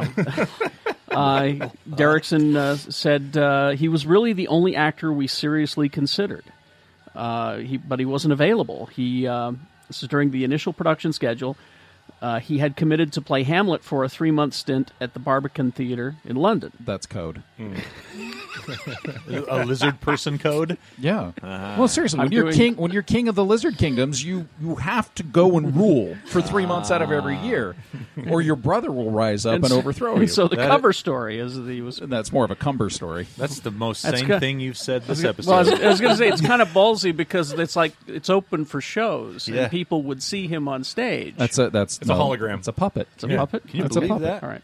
A: uh, Derrickson uh, said uh, he was really the only actor we seriously considered, uh, he, but he wasn't available. He um this is during the initial production schedule. Uh, he had committed to play Hamlet for a three month stint at the Barbican Theatre in London.
G: That's code.
F: a lizard person code.
G: Yeah. well, seriously, when
A: I'm
G: you're
A: doing-
G: king, when you're king of the lizard kingdoms, you you have to go and rule for three months out of every year, or your brother will rise up and,
A: so-
G: overthrow
A: Ah. and
G: you.
A: So the
F: That-
A: cover story is that he was.
G: And that's more of a cumber story.
F: That's the most
A: That's
F: sane
A: good.
F: thing you've said this
A: Well, I was,
F: episode.
A: going to say it's kind of ballsy because it's like it's open for shows
F: Yeah.
A: and people would see him on stage.
G: That's a that's
D: It's a hologram.
G: It's a puppet.
A: it's a puppet.
F: Can you
G: That's a
F: believe
G: puppet.
F: that?
A: All right.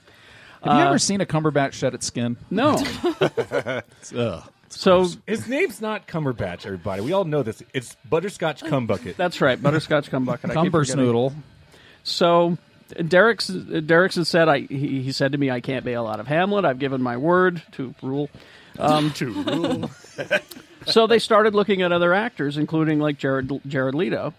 A: Uh,
G: Have you ever seen a Cumberbatch shed its skin?
A: No.
G: Ugh.
A: so
D: His name's not Cumberbatch, everybody. We all know this. It's Butterscotch Cumbucket.
A: That's right, butterscotch cumbucket. I keep forgetting.
G: Cumbersnoodle.
A: So Derek's Derrickson said, I, he, he said to me, I can't bail out of Hamlet. I've given my word to rule.
G: Ah.
A: Um, to rule. so they started looking at other actors, including like Jared Jared Leto,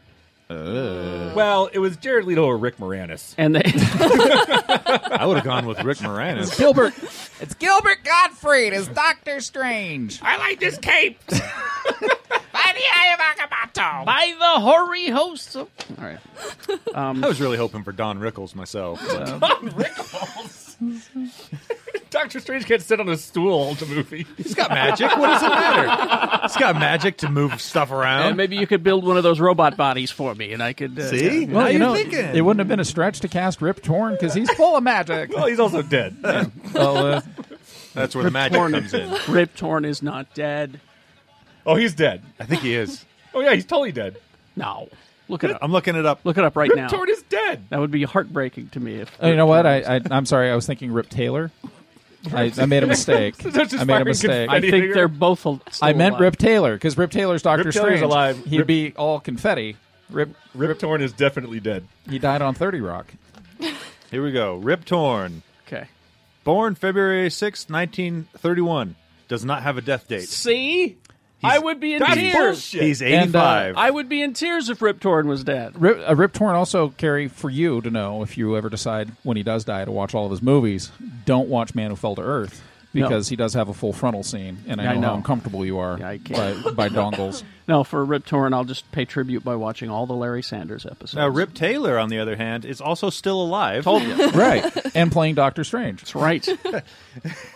D: well, it was Jared Leto or Rick Moranis.
A: and they
F: I would have gone with Rick Moranis.
G: Gilbert. it's Gilbert Gottfried as Doctor Strange.
D: I like this cape.
G: By the eye of Agamotto.
A: by the hoary hosts. Of, all right.
F: I was really hoping for Don Rickles myself.
A: Uh,
D: Doctor Strange can't sit on a stool all the movie.
F: He's got magic. What does it matter? He's got magic to move stuff
A: And
F: around.
A: maybe you could build one of those robot bodies for me, and I could. Uh,
F: See?
G: Well,
F: now
G: you
F: you're
G: know,
F: thinking.
G: it wouldn't have been a stretch to cast Rip Torn because he's full of magic.
D: Well, he's also dead.
G: Well, uh,
F: That's where the magic comes in.
A: Rip Torn is not dead.
D: Oh, he's dead.
F: I think he is.
D: Oh yeah, he's totally dead.
A: No. Look it up.
F: I'm looking it up.
A: Look it up right
D: Rip
A: now.
D: Torn is dead.
A: That would be heartbreaking to me if.
G: oh, you know what? I, I I'm sorry. I was thinking Rip Taylor. I, I made a mistake.
D: That's just
G: I made a
D: firing
G: mistake.
A: I
D: confetti.
A: think they're both. al- still
G: I meant
A: alive.
G: Rip Taylor because Rip Taylor's Doctor
D: Rip
G: Strange.
D: Taylor's alive.
G: He'd
D: Rip-
G: be all confetti. Rip.
D: Rip, Torn is definitely dead.
G: He died on Thirty Rock.
F: Here we go. Rip Torn,
A: Okay.
F: born February sixth, 1931, does not have a death date.
A: See, I would be in tears.
F: He's 85.
G: And, uh,
A: I would be in tears if Rip Torn was dead.
G: Rip, uh, Rip Torn also carry for you to know if you ever decide when he does die to watch all of his movies. Don't watch Man Who Fell to Earth because he does have a full frontal scene, and I
A: Yeah, I
G: know,
A: know.
G: how uncomfortable you are
A: Yeah, I can't.
G: by, by dongles.
A: No, for Rip Torn, I'll just pay tribute by watching all the Larry Sanders episodes.
F: Now, Rip Taylor, on the other hand, is also still alive.
G: right, and playing Doctor Strange.
A: That's right.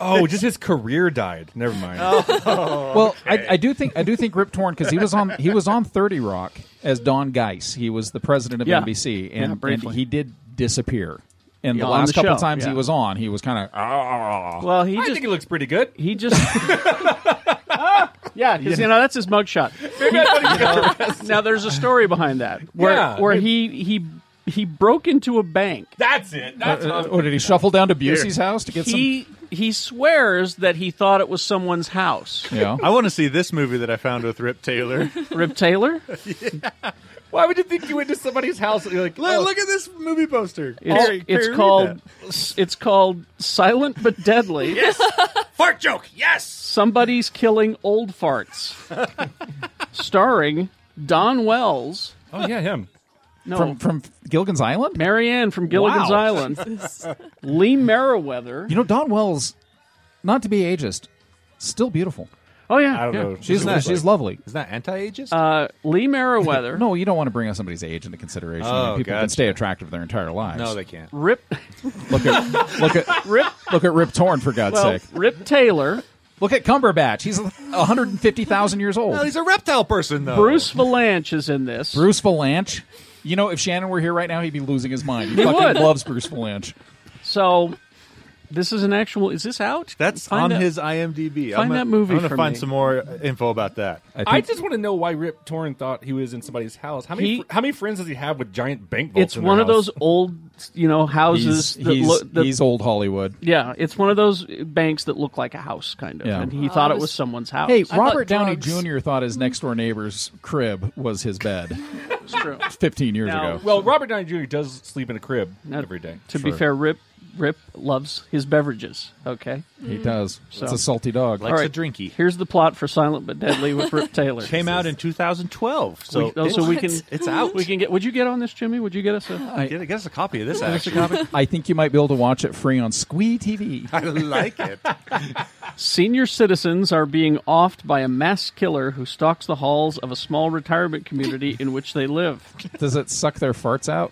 D: Oh, just his career died. Never mind.
A: Oh,
G: Well, I, I do think I do think Rip Torn because he was on he was on Thirty Rock as Don Geiss. He was the president of
A: Yeah.
G: NBC,
A: Yeah,
G: and, and
A: briefly.
G: he did disappear. And
A: Yeah,
G: the
A: on
G: last
A: the
G: couple
A: show,
G: times
A: yeah.
G: he was on, he was "Ah." kind of
A: well, he
D: I
A: just
D: think he looks pretty good.
A: he just. Ah, Yeah, because you know that's his mugshot. now there's a story behind that where
D: Yeah.
A: where he he he broke into a bank.
D: That's it. That's
G: uh, or did he shuffle down to Busey's house to get
A: He he swears that he thought it was someone's house.
G: some? Yeah,
F: I want to see this movie that I found with Rip Taylor.
A: Rip Taylor.
D: Why would you think you went to somebody's house? and You're like,
F: look,
D: oh,
F: look at this movie poster.
A: It's,
F: Carrie-
A: it's
F: Carrie, read
A: called
F: that.
A: it's called Silent but Deadly.
D: fart joke. Yes.
A: Somebody's killing old farts, starring Don Wells.
D: Oh yeah, him.
A: No,
G: from from Gilligan's Island.
A: Marianne from Gilligan's
G: Wow.
A: Island. Lee Merriweather.
G: You know, Don Wells, not to be ageist, still beautiful.
A: Oh yeah,
F: I don't
A: yeah.
F: know.
G: She's not. She's lovely.
F: Is that anti-ageist?
A: Uh, Lee Meriwether.
G: no, you don't want to bring up somebody's age into consideration. I mean,
F: Oh,
G: people can
F: gotcha.
G: stay attractive their entire lives.
F: No, they can't.
A: Rip.
G: Look at look at Rip. Look at Rip Torn for God's
A: Well,
G: sake.
A: Rip Taylor.
G: Look at Cumberbatch. He's 150,000 years old.
F: No, he's a reptile person though.
A: Bruce Valanche is in this.
G: Bruce Valanche. You know, if Shannon were here right now, he'd be losing his mind. He,
A: He
G: fucking
A: would.
G: loves Bruce Valanche.
A: So this is an actual. Is this out?
F: That's
A: Find
F: on
A: out-
F: his IMDb.
A: find
F: I'm gonna,
A: that movie
F: I'm gonna
A: for
F: find
A: me.
F: some more info about that.
D: I just want to know why Rip Torn thought he was in somebody's house. How many
A: He-
D: fr- how many friends does he have with giant bank vaults?
A: It's
D: in their
A: one of
D: house?
A: those old, you know, houses
G: He's,
A: that
G: he's,
A: look. that-
G: he's old Hollywood.
A: yeah, it's one of those banks that look like a house, kind of.
G: Yeah.
A: And he thought
E: I
A: it Oh, was
E: was-
A: someone's house.
G: Oh, Hey,
E: I
G: Robert
E: thought
G: Downey
E: drugs.
G: Jr. thought his next door neighbor's crib was his bed
A: It's true.
G: 15 years
A: No.
G: ago.
D: Well, Robert Downey Jr. does sleep in a crib every day.
A: To be
G: Sure.
A: fair, Rip Rip loves his beverages. Okay. Mm-hmm.
G: He does. It's
A: So-
G: a salty dog.
F: Likes a drinky.
A: Here's the plot for Silent but Deadly with Rip Taylor.
F: Came out in 2012, so
A: We- oh, so we can
F: it's out.
A: we can get. Would you get on this, Jimmy? Would you get us a?
G: I-
F: get, get us a copy of this. Actually,
G: I think you might be able to watch it free on Squee TV.
F: I like it.
A: Senior citizens are being offed by a mass killer who stalks the halls of a small retirement community in which they live.
G: Does it suck their farts out?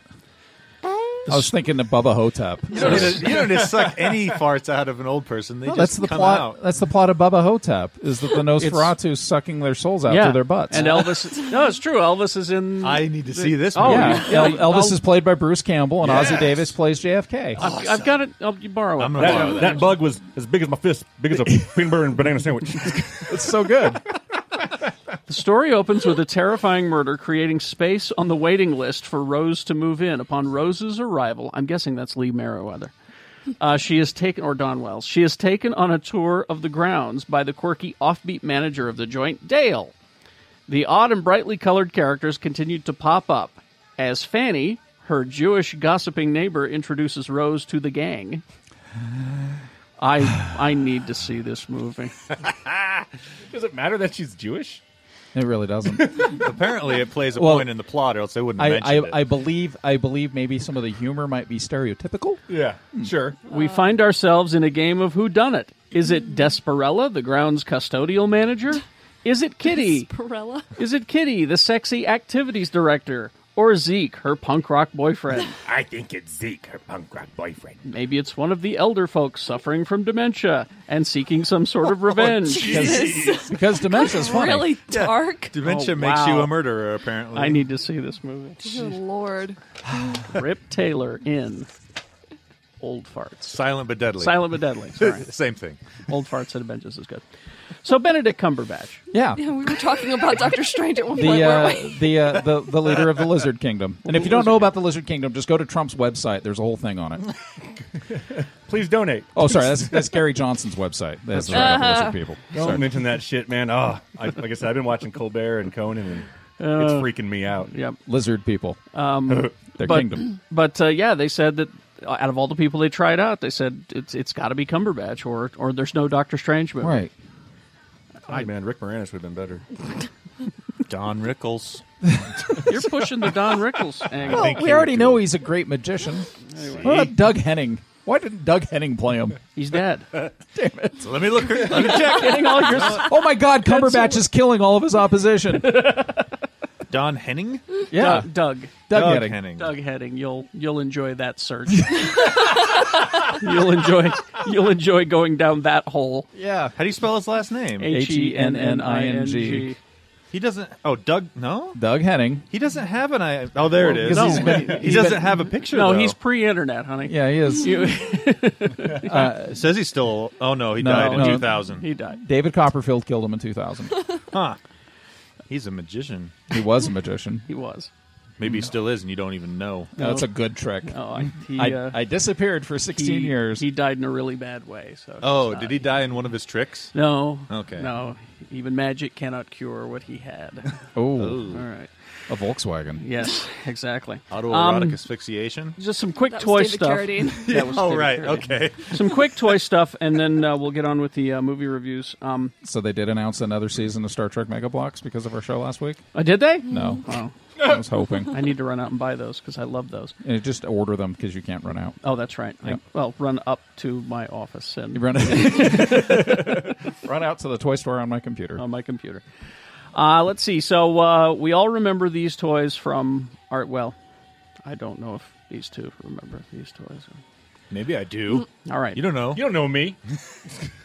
G: I was thinking of Bubba Hotep.
F: You don't, need to, you don't need to suck any farts out of an old person. They
G: that's
F: just
G: the
F: come
G: plot.
F: out.
G: That's the plot of Bubba Hotep. Is that the Nosferatu sucking their souls out through their butts?
A: And Elvis. no, it's true. Elvis is in.
F: I need to see this.
A: Oh,
F: movie.
G: yeah,
A: yeah,
G: El- Elvis
A: I'll-
G: is played by Bruce Campbell, and Ozzie
F: Yes.
G: Davis plays JFK.
A: I've, I've got it. I'll you borrow it.
F: I'm gonna borrow
D: That, that bug was as big as my fist, big as a peanut butter and banana sandwich.
G: It's so good.
A: The story opens with a terrifying murder creating space on the waiting list for Rose to move in. Upon Rose's arrival, I'm guessing that's Lee Merriweather. Uh, she is taken, or Don Wells, she is taken on a tour of the grounds by the quirky offbeat manager of the joint, Dale. The odd and brightly colored characters continued to pop up as Fanny, her Jewish gossiping neighbor, introduces Rose to the gang. I I need to see this movie.
D: Does it matter that she's Jewish?
G: It really doesn't.
F: Apparently, it plays a
G: Well,
F: point in the plot, or else they wouldn't
G: I,
F: mention it.
G: I, I believe. I believe maybe some of the humor might be stereotypical.
D: Yeah,
G: Hmm.
D: sure.
A: We find ourselves in a game of who done it. Is it Desperella, the grounds custodial manager? Is it Kitty?
E: Perella.
A: Is it Kitty, the sexy activities director? Or Zeke, her punk rock boyfriend?
I: I think it's Zeke, her punk rock boyfriend.
A: Maybe it's one of the elder folks suffering from dementia and seeking some sort of revenge.
E: Oh, Jesus.
G: Because dementia's funny.
E: really dark.
F: Dementia
A: Oh,
F: makes you
A: wow.
F: a murderer. Apparently,
A: I need to see this movie.
E: Good lord.
A: Rip Taylor in Old Farts.
F: silent but deadly.
A: Silent but Deadly. Sorry.
F: Same thing.
A: Old Farts and Avengers is good. So Benedict Cumberbatch.
G: Yeah.
E: Yeah, we were talking about Doctor Strange at one point,
G: The
E: weren't
G: uh, the, uh, the the leader of the lizard kingdom. And if you don't know about the lizard kingdom, just go to Trump's website. There's a whole thing on it.
D: Please donate.
G: Oh, sorry, that's that's Gary Johnson's website. That's right. about the lizard people.
D: Don't mention that shit, man. Oh, I, like I said, I've been watching Colbert and Conan, and it's freaking me out.
A: Yep.
G: Lizard people. Um, their
A: but,
G: kingdom.
A: But uh, yeah, they said that uh, out of all the people they tried out, they said it's it's got to be Cumberbatch or or there's no Doctor Strange movie.
G: Right.
D: Ay, man, Rick Moranis would have been better.
F: Don Rickles.
A: You're pushing the Don Rickles angle.
F: think
G: we
F: he would
G: already
F: do
G: know
F: it.
G: he's a great magician. What about Doug Henning? Why didn't Doug Henning play him?
A: He's dead.
F: So let me look. Let me check. Uh,
A: Getting all your
G: Oh my God, Cumberbatch is killing all of his opposition.
F: Don Henning.
G: Yeah,
A: Doug, Doug
G: Doug,
F: Doug
G: Henning.
F: Henning.
A: Doug heading. You'll you'll enjoy that search. you'll enjoy you'll enjoy going down that hole.
G: Yeah,
F: How do you spell his last name?
A: H e n n i n
F: E
A: g.
F: He doesn't. Oh, Doug. No,
G: Doug Henning.
F: he doesn't have an. I. Oh, there it is.
G: Because he's been-
F: he doesn't have a picture.
A: No,
F: though.
A: he's pre-internet, honey.
G: Yeah, he is.
F: It Uh, says he's still. Oh no, he
G: No,
F: died in
G: no.
F: 2000.
A: He died.
G: David Copperfield killed him in 2000.
F: Huh. He's a magician.
G: he was a magician.
A: He was.
F: Maybe he still is, and you don't even know.
G: No, that's a good trick.
A: Oh, I, he,
G: I,
A: uh,
G: I disappeared for 16
A: he,
G: years.
A: He died in a really bad way. So
F: Oh,
A: he's not-
F: did he die in one of his tricks?
A: No.
F: Okay.
A: No. Even magic cannot cure what he had.
G: oh,
A: All right.
G: A Volkswagen.
A: Yes, exactly.
F: Autoerotic
A: Um,
F: asphyxiation.
A: Just some quick
E: That was
A: toy
E: David
A: stuff.
E: Carradine.
A: That was
F: Oh,
A: David
F: right,
A: Carradine.
F: okay.
A: some quick toy stuff, and then uh, we'll get on with the uh, movie reviews. Um,
G: So they did announce another season of Star Trek Mega Blocks because of our show last week.
A: uh, did they?
G: No.
A: Oh.
G: I was hoping.
A: I need to run out and buy those because I love those.
G: And just order them because you can't run out.
A: Oh, that's right. I,
G: Yep.
A: well, run up to my office and
G: You run run out to the toy store on my computer.
A: on my computer. Uh, let's see. So uh, we all remember these toys from Art. Well, I don't know if these two remember these toys.
F: Maybe I do.
A: All right.
F: You don't know.
D: You don't know me.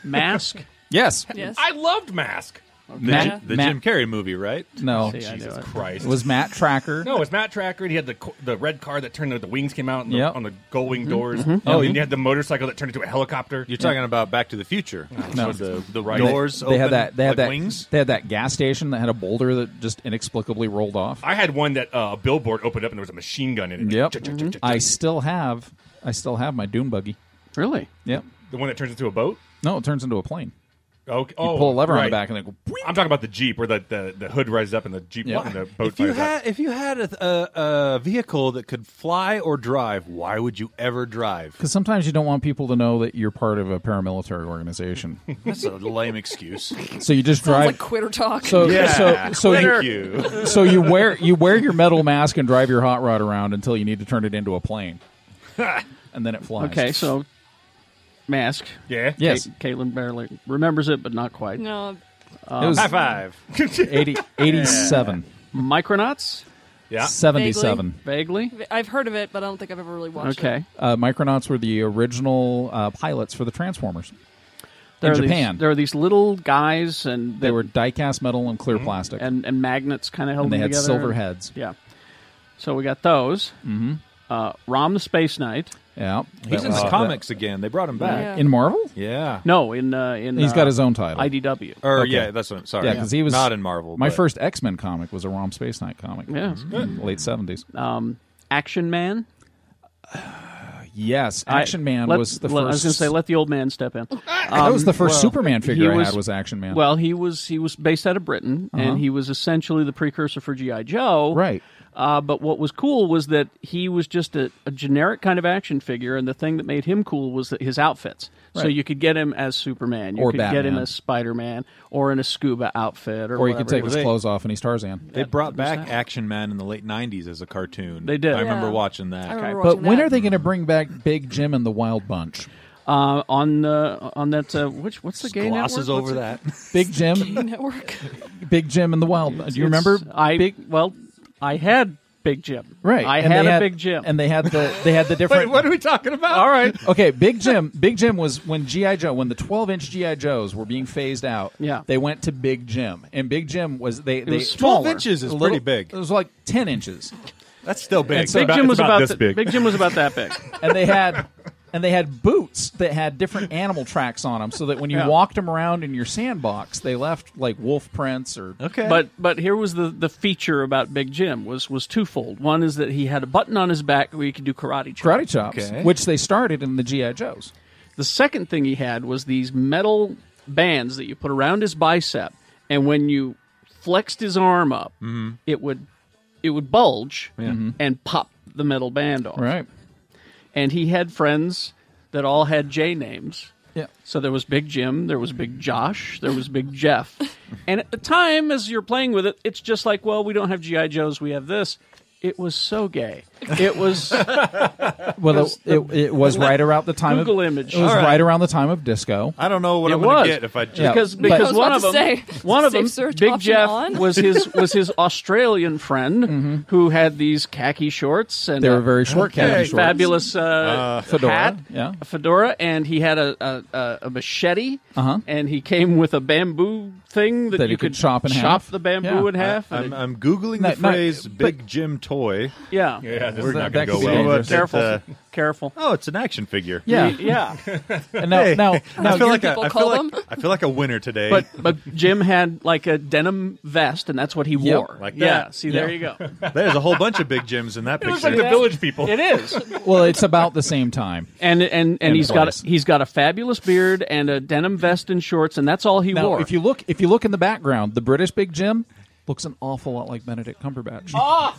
A: Mask.
G: Yes.
E: Yes.
D: I loved Mask.
F: The,
G: Matt-
F: Jim, the
G: Matt-
F: Jim Carrey movie, right?
G: No.
E: Oh,
A: See, I knew
D: Jesus
A: it.
D: Christ.
G: It was Matt Tracker.
D: No, it's Matt Tracker. He had the co- the red car that turned the wings came out and the,
G: Yep. Mm-hmm.
D: on the gold wing doors. Oh, and you had the motorcycle that turned into a helicopter.
F: You're talking about Back to the Future.
G: No.
F: the, the right
G: They-
F: doors.
G: They
F: open,
G: had that. They had
F: like
G: that.
F: Wings.
G: They had that gas station that had a boulder that just inexplicably rolled off.
D: I had one that uh, a billboard opened up and there was a machine gun in it.
G: Yep.
D: Ch- ch-
A: Mm-hmm.
D: ch- ch-
G: I still have. I still have my Doom buggy.
A: Really?
G: Yep.
D: the one that turns into a boat.
G: No, it turns into a plane.
D: Okay.
G: You
D: oh,
G: pull a lever on
D: right.
G: the back and they go. "Bwee!"
D: I'm talking about the jeep where the, the, the hood rises up and the jeep
G: Yeah.
D: and the boat
F: If you
D: flies up.
F: had if you had a, a, a vehicle that could fly or drive, why would you ever drive?
G: Because sometimes you don't want people to know that you're part of a paramilitary organization,
F: That's a lame excuse.
G: so you just
E: Sounds
G: drive.
E: like quitter talk.
G: so
F: Yeah,
G: so so you,
F: thank you.
G: so you wear you wear your metal mask and drive your hot rod around until you need to turn it into a plane, and then it flies.
A: Okay, so mask.
D: yeah.
G: yes,
A: Ca- Caitlin barely remembers it, but not quite. Um,
E: no,
G: it was
F: High five.
G: 80, 87,
A: Micronauts,
D: Yeah.
G: 77.
A: vaguely.
E: I've heard of it, but I don't think I've ever really watched it.
A: Okay.
G: Uh, Micronauts were the original uh, pilots for the Transformers.
A: There
G: in
A: are
G: Japan,
A: These, there are these little guys, and
G: they were die-cast metal and
F: Mm-hmm.
G: clear plastic, and,
A: and, and magnets kind of held
G: they
A: them
G: had
A: together.
G: silver heads.
A: Yeah. So we got those. Mm-hmm. Uh, Rom the Space Knight.
G: Yeah,
F: He's
G: That
F: in
G: was-
F: the comics again. They brought him back.
E: Yeah.
G: in Marvel.
F: Yeah.
A: No, in uh, in
G: He's
A: uh,
G: got his own title.
A: IDW.
F: Or
G: Okay.
F: yeah, that's what I'm sorry.
G: Yeah, because he was
F: not in Marvel.
G: My
F: but-
G: first X Men comic was a Rom Space Knight comic. Mm-hmm.
A: Yeah.
G: in the late seventies.
A: Um, Action Man.
G: yes, Action
A: I-
G: Man
A: let-
G: was the
A: let-
G: first.
A: I was going to say, let the old man step in. Um,
G: that was the first
A: well,
G: Superman
A: he
G: figure I
A: was-
G: had was Action Man. Uh-huh.
A: Well, he was he was based out of Britain, and he was essentially the precursor for GI Joe.
G: Right.
A: Uh, but what was cool was that he was just a, a generic kind of action figure, and the thing that made him cool was that his outfits. So
G: Right.
A: you could get him as Superman, you
G: Or
A: could get him
G: Batman.
A: as Spider Man, or in a scuba outfit, or
G: or he could
A: whatever.
G: take
A: It was-
G: his
F: They-
G: clothes off and he's Tarzan.
F: They brought back Action Man in the late '90s as a cartoon.
A: They did.
F: I remember
E: Yeah.
F: watching that.
E: I remember
G: But
E: watching
G: when
E: that.
G: are they going to bring back Big Jim and the Wild Bunch?
A: uh, on uh, on that uh, which what's the gay
F: Glosses
A: network? What's
F: over
A: it-
F: that.
G: Big Jim,
E: Network.
G: Big Jim and the Wild. Bunch. Do you
A: It's-
G: remember?
A: I well, I had Big Jim.
G: Right,
A: I
G: and
A: had
G: they
A: a Big Jim.
G: and they had the they had the different.
F: are we talking about?
G: All right. Okay, Big Jim. Big Jim was when GI Joe, when the 12-inch GI Joes were being phased out.
A: Yeah.
G: They went to Big Jim, and Big Jim was they they
A: was
G: small
F: 12 inches is pretty big.
G: It was like 10 inches,
F: That's still big.
G: so-
A: Big
G: about-
A: Jim
D: it's
A: was
D: about
A: about
D: this
A: th-
D: big.
A: Big Jim was about that big.
G: and they had and they had boots that had different animal tracks on them, so that when you
A: Yeah.
G: walked them around in your sandbox, they left like wolf prints or
F: okay.
A: But but here was the, the feature about Big Jim was was twofold. One is that he had a button on his back where you could do karate. chop.
G: karate chops,
F: Okay.
G: which they started in the GI Joes.
A: The second thing he had was these metal bands that you put around his bicep, and when you flexed his arm up,
G: Mm-hmm.
A: it would it would bulge and pop the metal band off.
G: Right.
A: And he had friends that all had J names.
G: Yeah.
A: So there was Big Jim, there was Big Josh, there was Big Jeff. And at the time, as you're playing with it, it's just like, well, we don't have G.I. Joes, we have this. It was so gay. It was
G: Well, it, it, it was right around the time
A: Google
G: of
A: image.
G: It was
A: All
G: right.
A: right.
G: around the time of disco.
F: I don't know what
A: It
F: I'm going
A: was.
F: to get if I just.
G: Yeah.
A: because
G: but-
A: because
G: I was
A: one
E: about
A: of
E: to
A: them
E: say,
A: one of
E: safe
A: them
E: search
A: Big
E: option
A: Jeff
E: on. Mm-hmm.
A: was his was his Australian friend who had these khaki shorts and
G: They
A: a
G: were very short,
A: and a
G: khaki shorts.
A: fabulous uh,
G: fedora,
A: hat,
G: yeah.
A: a fedora, and he had a a, a, a machete, uh-huh. and he came with a bamboo thing that,
G: That he
A: you
G: could chop in half.
A: the bamboo
G: Yeah.
A: in half.
F: I'm,
A: and it-
F: I'm googling
G: No,
F: the
G: no,
F: phrase
G: but-
F: "Big Jim Toy."
A: yeah,
D: yeah, this
G: That-
D: is not going
G: that could
D: to go
G: be
D: well.
G: dangerous.
F: Well, what the-
A: careful,
F: uh,
A: careful.
F: Oh, it's an action figure.
G: Yeah.
A: Yeah,
G: And now,
F: Hey,
G: now, now
F: I feel
G: you're-
F: like a,
E: people
F: I
E: call
F: feel like
E: them.
F: I feel like a winner today.
A: but but Jim had like a denim vest, and that's what he
G: Yep.
A: wore.
F: Like
A: yeah,
F: that.
A: see,
G: Yeah.
A: there you go.
F: there's a whole bunch of Big Jims in that
D: It looks
F: picture.
D: like the village people.
A: It is.
G: well, it's about the same time.
A: and and and
G: And
A: he's got
G: place.
A: a, he's got a fabulous beard and a denim vest and shorts, and that's all he
G: Now,
A: wore.
G: if you look, if you look in the background, the British Big Jim,
C: looks an awful lot like Benedict Cumberbatch.
A: Oh.
G: Ah!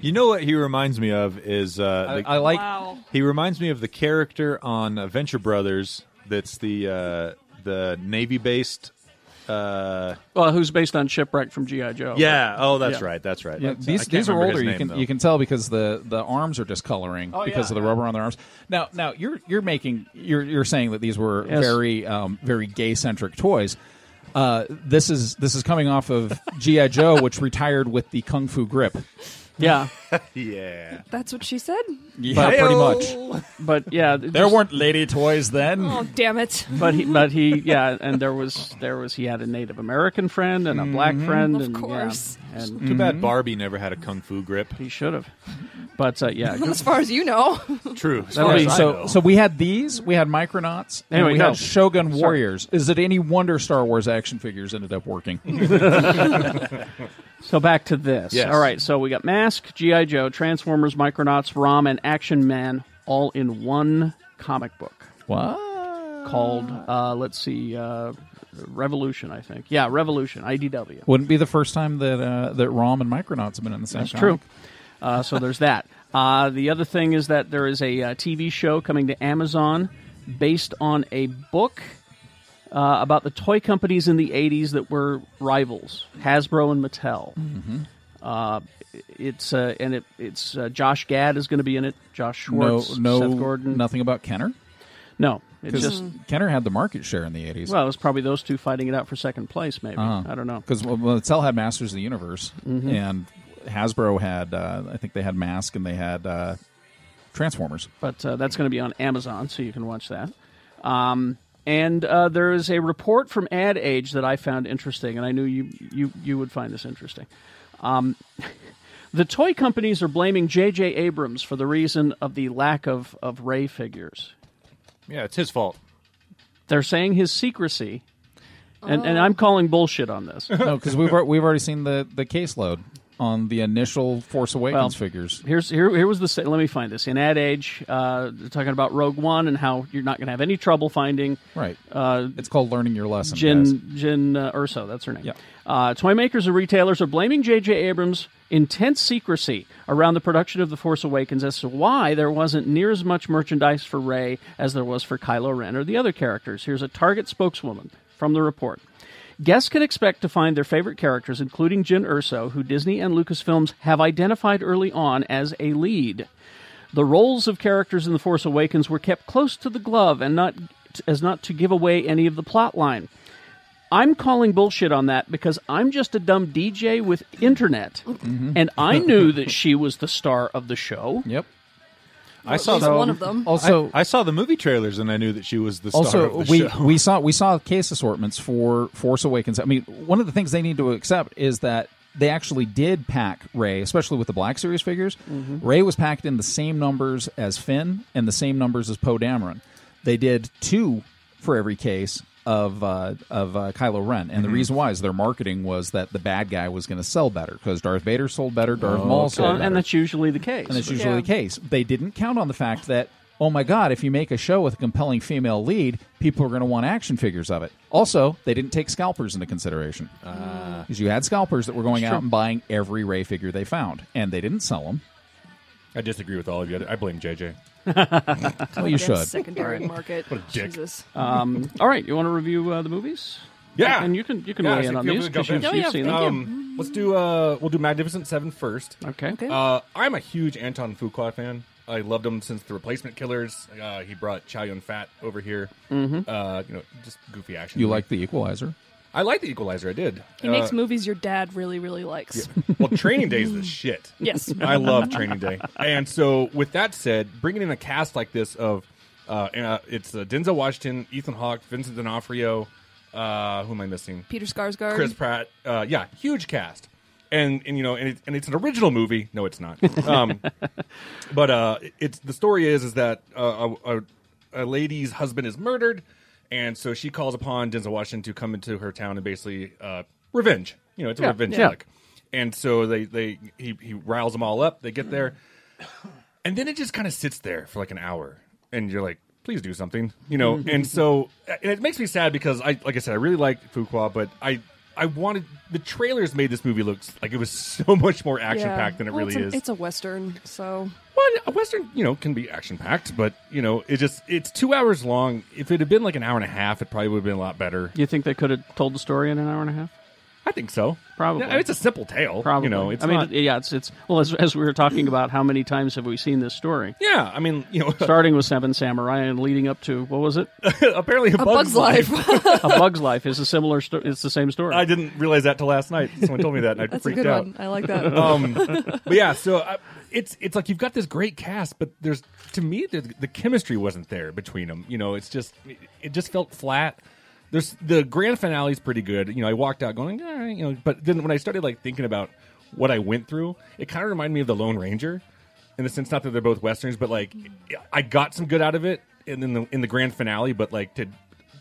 F: You know what he reminds me of is uh,
C: I-
F: the-
C: I like- Wow.
F: He reminds me of the character on uh, Venture Brothers. That's the uh, the Navy based. Uh,
A: Well, who's based on Shipwreck from G.I. Joe.
F: yeah.
A: right?
F: Oh, that's
A: Yeah.
F: right. That's right.
A: Yeah,
F: I
G: These
F: can't
G: these are
F: remember his
G: older. You
F: name,
G: can
F: though.
G: you can tell because the, the arms are discoloring
A: Oh,
G: because
A: yeah.
G: of the rubber on their arms. Now now you're you're making you're you're saying that these were
A: Yes.
G: very um, very gay centric toys. Uh, this is this is coming off of GI Joe, which retired with the kung fu grip.
A: Yeah.
F: yeah.
E: That's what she said.
G: But pretty much.
A: But yeah, th-
G: There
A: just-
G: weren't lady toys then.
E: Oh damn it!
A: But he, but he, yeah, and there was there was he had a Native American friend and a black friend,
E: Of
A: and yeah,
E: course.
A: and
F: Mm-hmm.
A: Mm-hmm.
F: Too bad Barbie never had a kung fu grip.
A: he should have. But uh, yeah,
E: As far as you know,
F: True. As
A: That'll
F: far
A: be-
F: as I
G: So
F: know.
G: so we had these, we had Micronauts, and
A: Anyway,
G: we
A: no.
G: had Shogun
A: Sorry.
G: Warriors. Is it any wonder Star Wars action figures ended up working?
A: So back to this.
F: Yes.
A: All right. So we got Mask, G.I. Joe, Transformers, Micronauts, Rom, and Action Man all in one comic book
G: Wow.
A: called, uh, let's see, uh, Revolution, I think. Yeah, Revolution, IDW.
G: Wouldn't be the first time that uh, that Rom and Micronauts have been in the same.
A: That's true.
G: comic.
A: Uh, so there's that. Uh, the other thing is that there is a uh, TV show coming to Amazon based on a book uh, about the toy companies in the 80s that were rivals Hasbro and Mattel.
G: Mm-hmm.
A: Uh, it's uh, and it, it's uh, Josh Gad is going to be in it. Josh
G: No,
A: Schwartz,
G: no,
A: Seth Gordon.
G: nothing about Kenner.
A: No, it's
G: Because
A: just
G: Kenner had the market share in the eighties.
A: well, it was probably those two fighting it out for second place. Maybe
G: Uh-huh.
A: I don't know. Mm-hmm.
G: Because Mattel had Masters of the Universe, and Hasbro had, uh, I think they had Mask and they had uh, Transformers.
A: but uh, that's going to be on Amazon, so you can watch that. Um, and uh, there is a report from Ad Age that I found interesting, and I knew you you you would find this interesting. Um, the toy companies are blaming J.J. Abrams for the reason of the lack of of Ray figures.
F: yeah, it's his fault.
A: They're saying his secrecy, and and I'm calling bullshit on this.
G: No, because we've al- we've already seen the the caseload on the initial Force Awakens
A: Well,
G: figures.
A: Here's here here was the sa- let me find this in Ad Age. Uh, they're talking about Rogue One and how you're not going to have any trouble finding
G: Right.
A: uh,
G: It's called learning your lesson. guys.
A: Jin Jin uh, Urso, that's her name.
G: Yeah.
A: Uh, toy makers and retailers are blaming J.J. Abrams' intense secrecy around the production of The Force Awakens as to why there wasn't near as much merchandise for Rey as there was for Kylo Ren or the other characters. Here's a Target spokeswoman from the report. Guests can expect to find their favorite characters, including Jin Urso, who Disney and Lucasfilms have identified early on as a lead. The roles of characters in The Force Awakens were kept close to the glove and not as not to give away any of the plot line. I'm calling bullshit on that because I'm just a dumb DJ with internet,
D: Mm-hmm.
A: and I knew that she was the star of the show.
G: Yep.
F: I saw
E: Oh. at least
F: the,
E: one of them.
G: Also,
F: I saw the movie trailers and I knew that she was the star
G: also
F: of the
G: we
F: show.
G: we saw we saw case assortments for Force Awakens. I mean, one of the things they need to accept is that they actually did pack Ray, especially with the Black Series figures.
D: Mm-hmm.
G: Ray was packed in the same numbers as Finn and the same numbers as Poe Dameron. They did two for every case of uh, of uh, Kylo Ren, and the
F: Mm-hmm.
G: reason why is their marketing was that the bad guy was going to sell better because Darth Vader sold better, Darth
F: Oh,
D: Oh,
G: Maul sold
A: Uh,
G: better,
A: and that's usually the case.
G: and that's usually
E: Yeah.
G: the case. They didn't count on the fact that, oh my God, if you make a show with a compelling female lead, people are going to want action figures of it. Also, they didn't take scalpers into consideration.
D: Uh,
G: Because you had scalpers that were going out and buying every Ray figure they found, and they didn't sell them.
D: I disagree with all of you. I blame JJ.
G: Well, Oh,
E: Goddamn
G: you should.
E: secondary market.
D: dick.
E: Jesus.
A: Um, all right, you want to review uh, the movies?
D: Yeah.
A: and you can you can
D: Yeah,
A: weigh
D: so
A: in on
D: if you
A: these
D: wanna jump
A: because
D: in.
A: you've,
E: Oh,
A: you've
E: yeah,
A: seen
E: thank
A: them.
D: Um, let's do. Uh, we'll do Magnificent Seven first.
A: Okay.
E: Okay.
D: Uh, I'm a huge Anton Fuqua fan. I loved him since the Replacement Killers. Uh, he brought Chow Yun Fat over here.
A: Mm-hmm.
D: Uh, you know, just goofy action.
G: You like The Equalizer?
D: I like the Equalizer. I did. Uh,
E: He makes movies your dad really, really likes.
D: well, Training Day is the shit.
E: Yes.
D: I love Training Day. And so, with that said, bringing in a cast like this of uh, uh, it's uh, Denzel Washington, Ethan Hawke, Vincent D'Onofrio. Uh, who am I missing?
E: Peter Skarsgård.
D: Chris Pratt. Uh, yeah, huge cast. And, and you know, and, it, and it's an original movie. No, it's not. Um, but uh, it's the story is is that uh, a, a, a lady's husband is murdered, and so she calls upon Denzel Washington to come into her town and basically uh, revenge. You know, it's a
A: Yeah,
D: revenge
A: yeah.
D: flick. And so they they he, he riles them all up. They get there, and then it just kind of sits there for like an hour, and you're like, please do something, you know. and so and it makes me sad because I, like I said, I really like Fuqua, but I I wanted the trailers made this movie look s- like it was so much more action packed
E: Yeah.
D: than it
E: Well,
D: really
E: it's a,
D: is.
E: It's a western, so
D: well, a western, you know, can be action packed, but you know, it just it's two hours long. If it had been like an hour and a half, it probably would have been a lot better.
A: You think they could have told the story in an hour and a half?
D: I think so.
A: Probably.
D: Yeah, it's a simple tale.
A: Probably.
D: You know, it's
A: I mean,
D: not-
A: it- yeah, it's it's well as as we were talking about how many times have we seen this story?
D: Yeah, I mean, you know,
A: starting with Seven Samurai and leading up to what was it?
D: apparently, a, Bug's Life.
A: a Bug's Life is a similar. Sto- it's the same story.
D: I didn't realize that till last night. Someone told me that, and I
E: That's a
D: freaked
E: good
D: out.
E: one. I like that.
D: Um, but yeah, so I, it's it's like you've got this great cast, but there's to me the, the chemistry wasn't there between them. You know, it's just it, it just felt flat. There's the grand finale's pretty good. You know, I walked out going, all right, you know, but then when I started like thinking about what I went through, it kind of reminded me of the Lone Ranger, in the sense not that they're both westerns, but like I got some good out of it, and then the, in the grand finale, but like to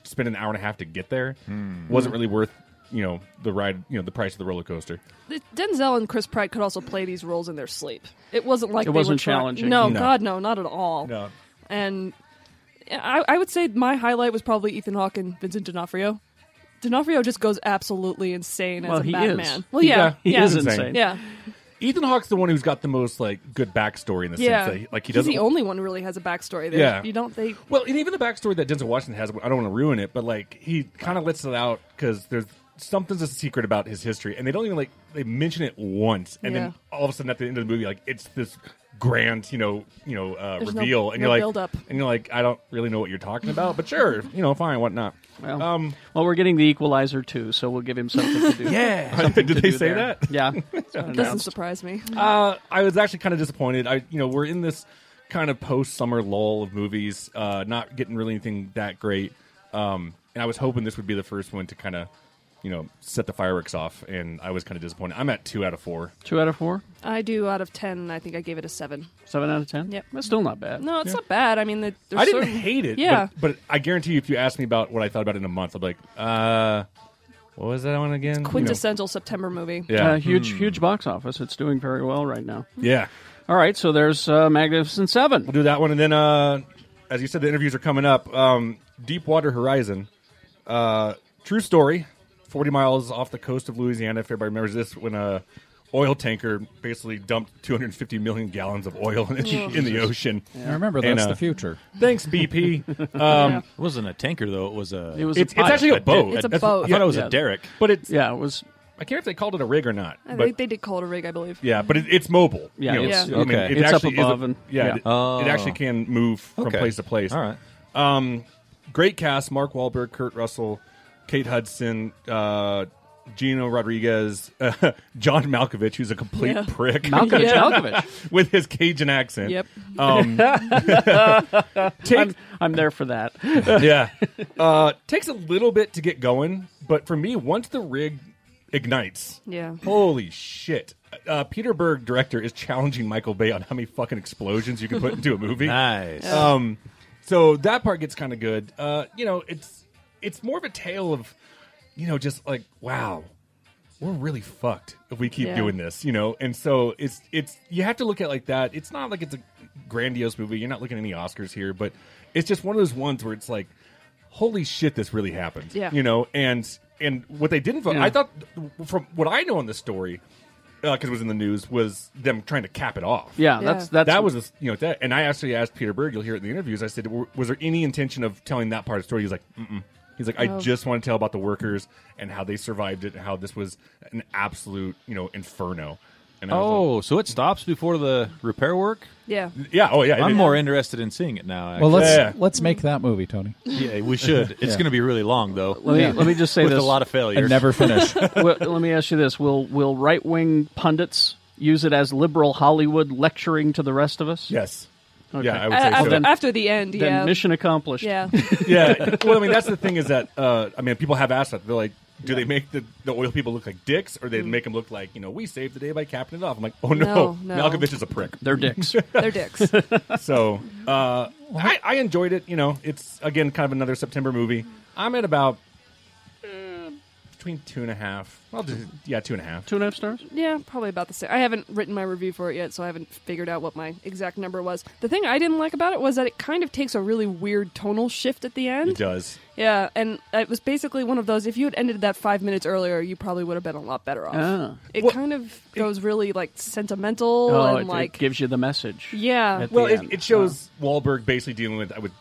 D: spend an hour and a half to get there
I: Hmm.
D: wasn't really worth you know the ride you know the price of the roller coaster
E: The- Denzel and Chris Pratt could also play these roles in their sleep. It wasn't
D: It
E: like they were
D: wasn't
E: trying-
D: challenging.
E: No,
D: No.
E: God, no, not at all.
D: No.
E: And I, I would say my highlight was probably Ethan Hawke and Vincent D'Onofrio. D'Onofrio just goes absolutely insane as
A: Well,
E: a
A: he
E: Batman.
A: is.
E: Well, yeah,
D: He
E: yeah.
D: is insane.
E: Yeah,
D: Ethan Hawke's the one who's got the most like good backstory in the
E: yeah.
D: sense that like he
E: He's
D: doesn't.
E: the only one who really has a backstory. There.
D: Yeah.
E: you don't. They
D: well, and even the backstory that Denzel Washington has, I don't want to ruin it, but like he kind of lets it out because there's something's a secret about his history, and they don't even like they mention it once, and
E: Yeah.
D: then all of a sudden at the end of the movie, like it's this grand, you know, you know, uh,
E: There's no-
D: reveal, and
E: no
D: you're like,
E: build-up.
D: and you're like, I don't really know what you're talking about, Oh, but sure, you know, fine, whatnot. Um,
A: Well, well, we're getting the Equalizer too, so we'll give him something to do.
D: Yeah.
A: Something
D: Did
A: to
D: they
A: do
D: say
A: there.
D: that?
A: Yeah,
E: doesn't surprise me.
D: Uh, I was actually kind of disappointed. I, you know, we're in this kind of post-summer lull of movies, uh, not getting really anything that great. Um, and I was hoping this would be the first one to kind of, you know, set the fireworks off. And I was kind of disappointed. I'm at two out of four.
A: Two out of four,
E: I do out of ten. and I think I gave it a seven.
A: seven out of ten. Yep, that's still not bad.
E: No, it's not bad. I mean, the, there's
D: I didn't
E: certain-
D: hate it.
E: Yeah,
D: but, but I guarantee you, if you asked me about what I thought about it in a month, I'd be like, uh, what was that one again? You know.
E: quintessential September movie.
D: Yeah.
A: Uh, huge,
D: Hmm.
A: huge box office. It's doing very well right now.
D: Yeah.
A: All right, so there's uh, Magnificent Seven. We'll
D: do that one, and then uh, as you said, the interviews are coming up. Um, Deepwater Horizon, uh, true story. Forty miles off the coast of Louisiana. If everybody remembers this, when a oil tanker basically dumped 250 million gallons of oil in, the- in the ocean.
G: I remember
D: And,
G: that's
D: uh,
G: the future.
D: Thanks, BP. Um,
F: it wasn't a tanker though. It was a.
A: It was
D: it's, it's actually a boat.
E: It's a
D: That's- I
E: boat.
F: I
D: thought
F: thought it was a derrick.
D: But it's
A: yeah, it was.
D: I can't remember if they called it a rig or not.
E: I
D: Hmm. but-
E: think they did call it a rig, I believe.
D: Yeah, but it, it's mobile.
A: Yeah,
D: You know,
A: it's-
D: I mean,
A: okay.
D: it
A: It's up
D: actually is
A: above and-
D: yeah,
A: yeah.
D: It,
A: Oh.
D: it actually can move from
A: Okay.
D: place to place.
A: All right.
D: Um, great cast: Mark Wahlberg, Kurt Russell, Kate Hudson, uh, Gino Rodriguez, uh, John Malkovich, who's a complete
A: Yeah.
D: prick.
A: Malkovich, Yeah. Malkovich.
D: with his Cajun accent.
A: Yep.
D: Um, take-
A: I'm, I'm there for that.
D: yeah. Uh, takes a little bit to get going, but for me, once the rig ignites,
E: Yeah.
D: holy shit. Uh, Peter Berg, director, is challenging Michael Bay on how many fucking explosions you can put into a movie.
F: Nice.
D: Um, so that part gets kind of good. Uh, you know, it's it's more of a tale of, you know, just like wow, we're really fucked if we keep
F: Yeah.
D: doing this, you know. And so it's it's you have to look at it like that. It's not like it's a grandiose movie. You're not looking at any Oscars here, but it's just one of those ones where it's like, holy shit, this really happened,
F: Yeah.
D: you know. And and what they didn't, fo-
F: Yeah.
D: I thought from what I know on the story. Because it was in the news, was them trying to cap it off.
A: Yeah, that's- Yeah. that's-
D: that was a, you know that. And I actually asked Peter Berg. You'll hear it in the interviews. I said, "W- was there any intention of telling that part of the story? He's like, Mm-mm. he's like, I
F: Oh.
D: just want to tell about the workers and how they survived it, and how this was an absolute you know inferno. And I was like,
F: Oh, so it stops before the repair work?
E: Yeah.
D: Yeah, oh, yeah, it
F: I'm
D: is.
F: more interested in seeing it now.
G: Well, let's
F: actually.
G: let's make that movie, Tony.
F: Yeah, we should. It's
G: Yeah.
F: going to be really long though.
G: Let me- Yeah.
A: Let me just say
F: With
A: this:
F: a lot of failures.
G: And never finish.
A: well, let me ask you this: Will will right wing pundits use it as liberal Hollywood lecturing to the rest of us?
D: Yes.
A: Okay.
D: Yeah, I would say
E: after,
D: so. Then-
E: after the end,
A: then
E: yeah.
A: mission accomplished.
E: Yeah.
D: yeah. Well, I mean, that's the thing is that uh, I mean, people have asked that. They're like, do they make the, the oil people look like dicks, or they make them look like you know we saved the day by capping it off? I'm like, oh no,
E: Mm. No, no.
D: Malkovich is a prick.
A: They're dicks.
E: They're dicks.
D: so uh, I, I enjoyed it. You know, it's again kind of another September movie. I'm at about uh, between two and a half. Well, just, yeah, two and a half.
A: Two and a half stars.
E: Yeah, probably about the same. I haven't written my review for it yet, so I haven't figured out what my exact number was. The thing I didn't like about it was that it kind of takes a really weird tonal shift at the end.
D: It does.
E: Yeah, and it was basically one of those. If you had ended that five minutes earlier, you probably would have been a lot better off.
A: Ah.
E: It kind of goes really like sentimental
A: Oh, it,
E: and
A: it
E: like
A: gives you the message.
E: Yeah.
A: at the
D: Well, it,
A: end.
D: it shows Wahlberg basically dealing with I would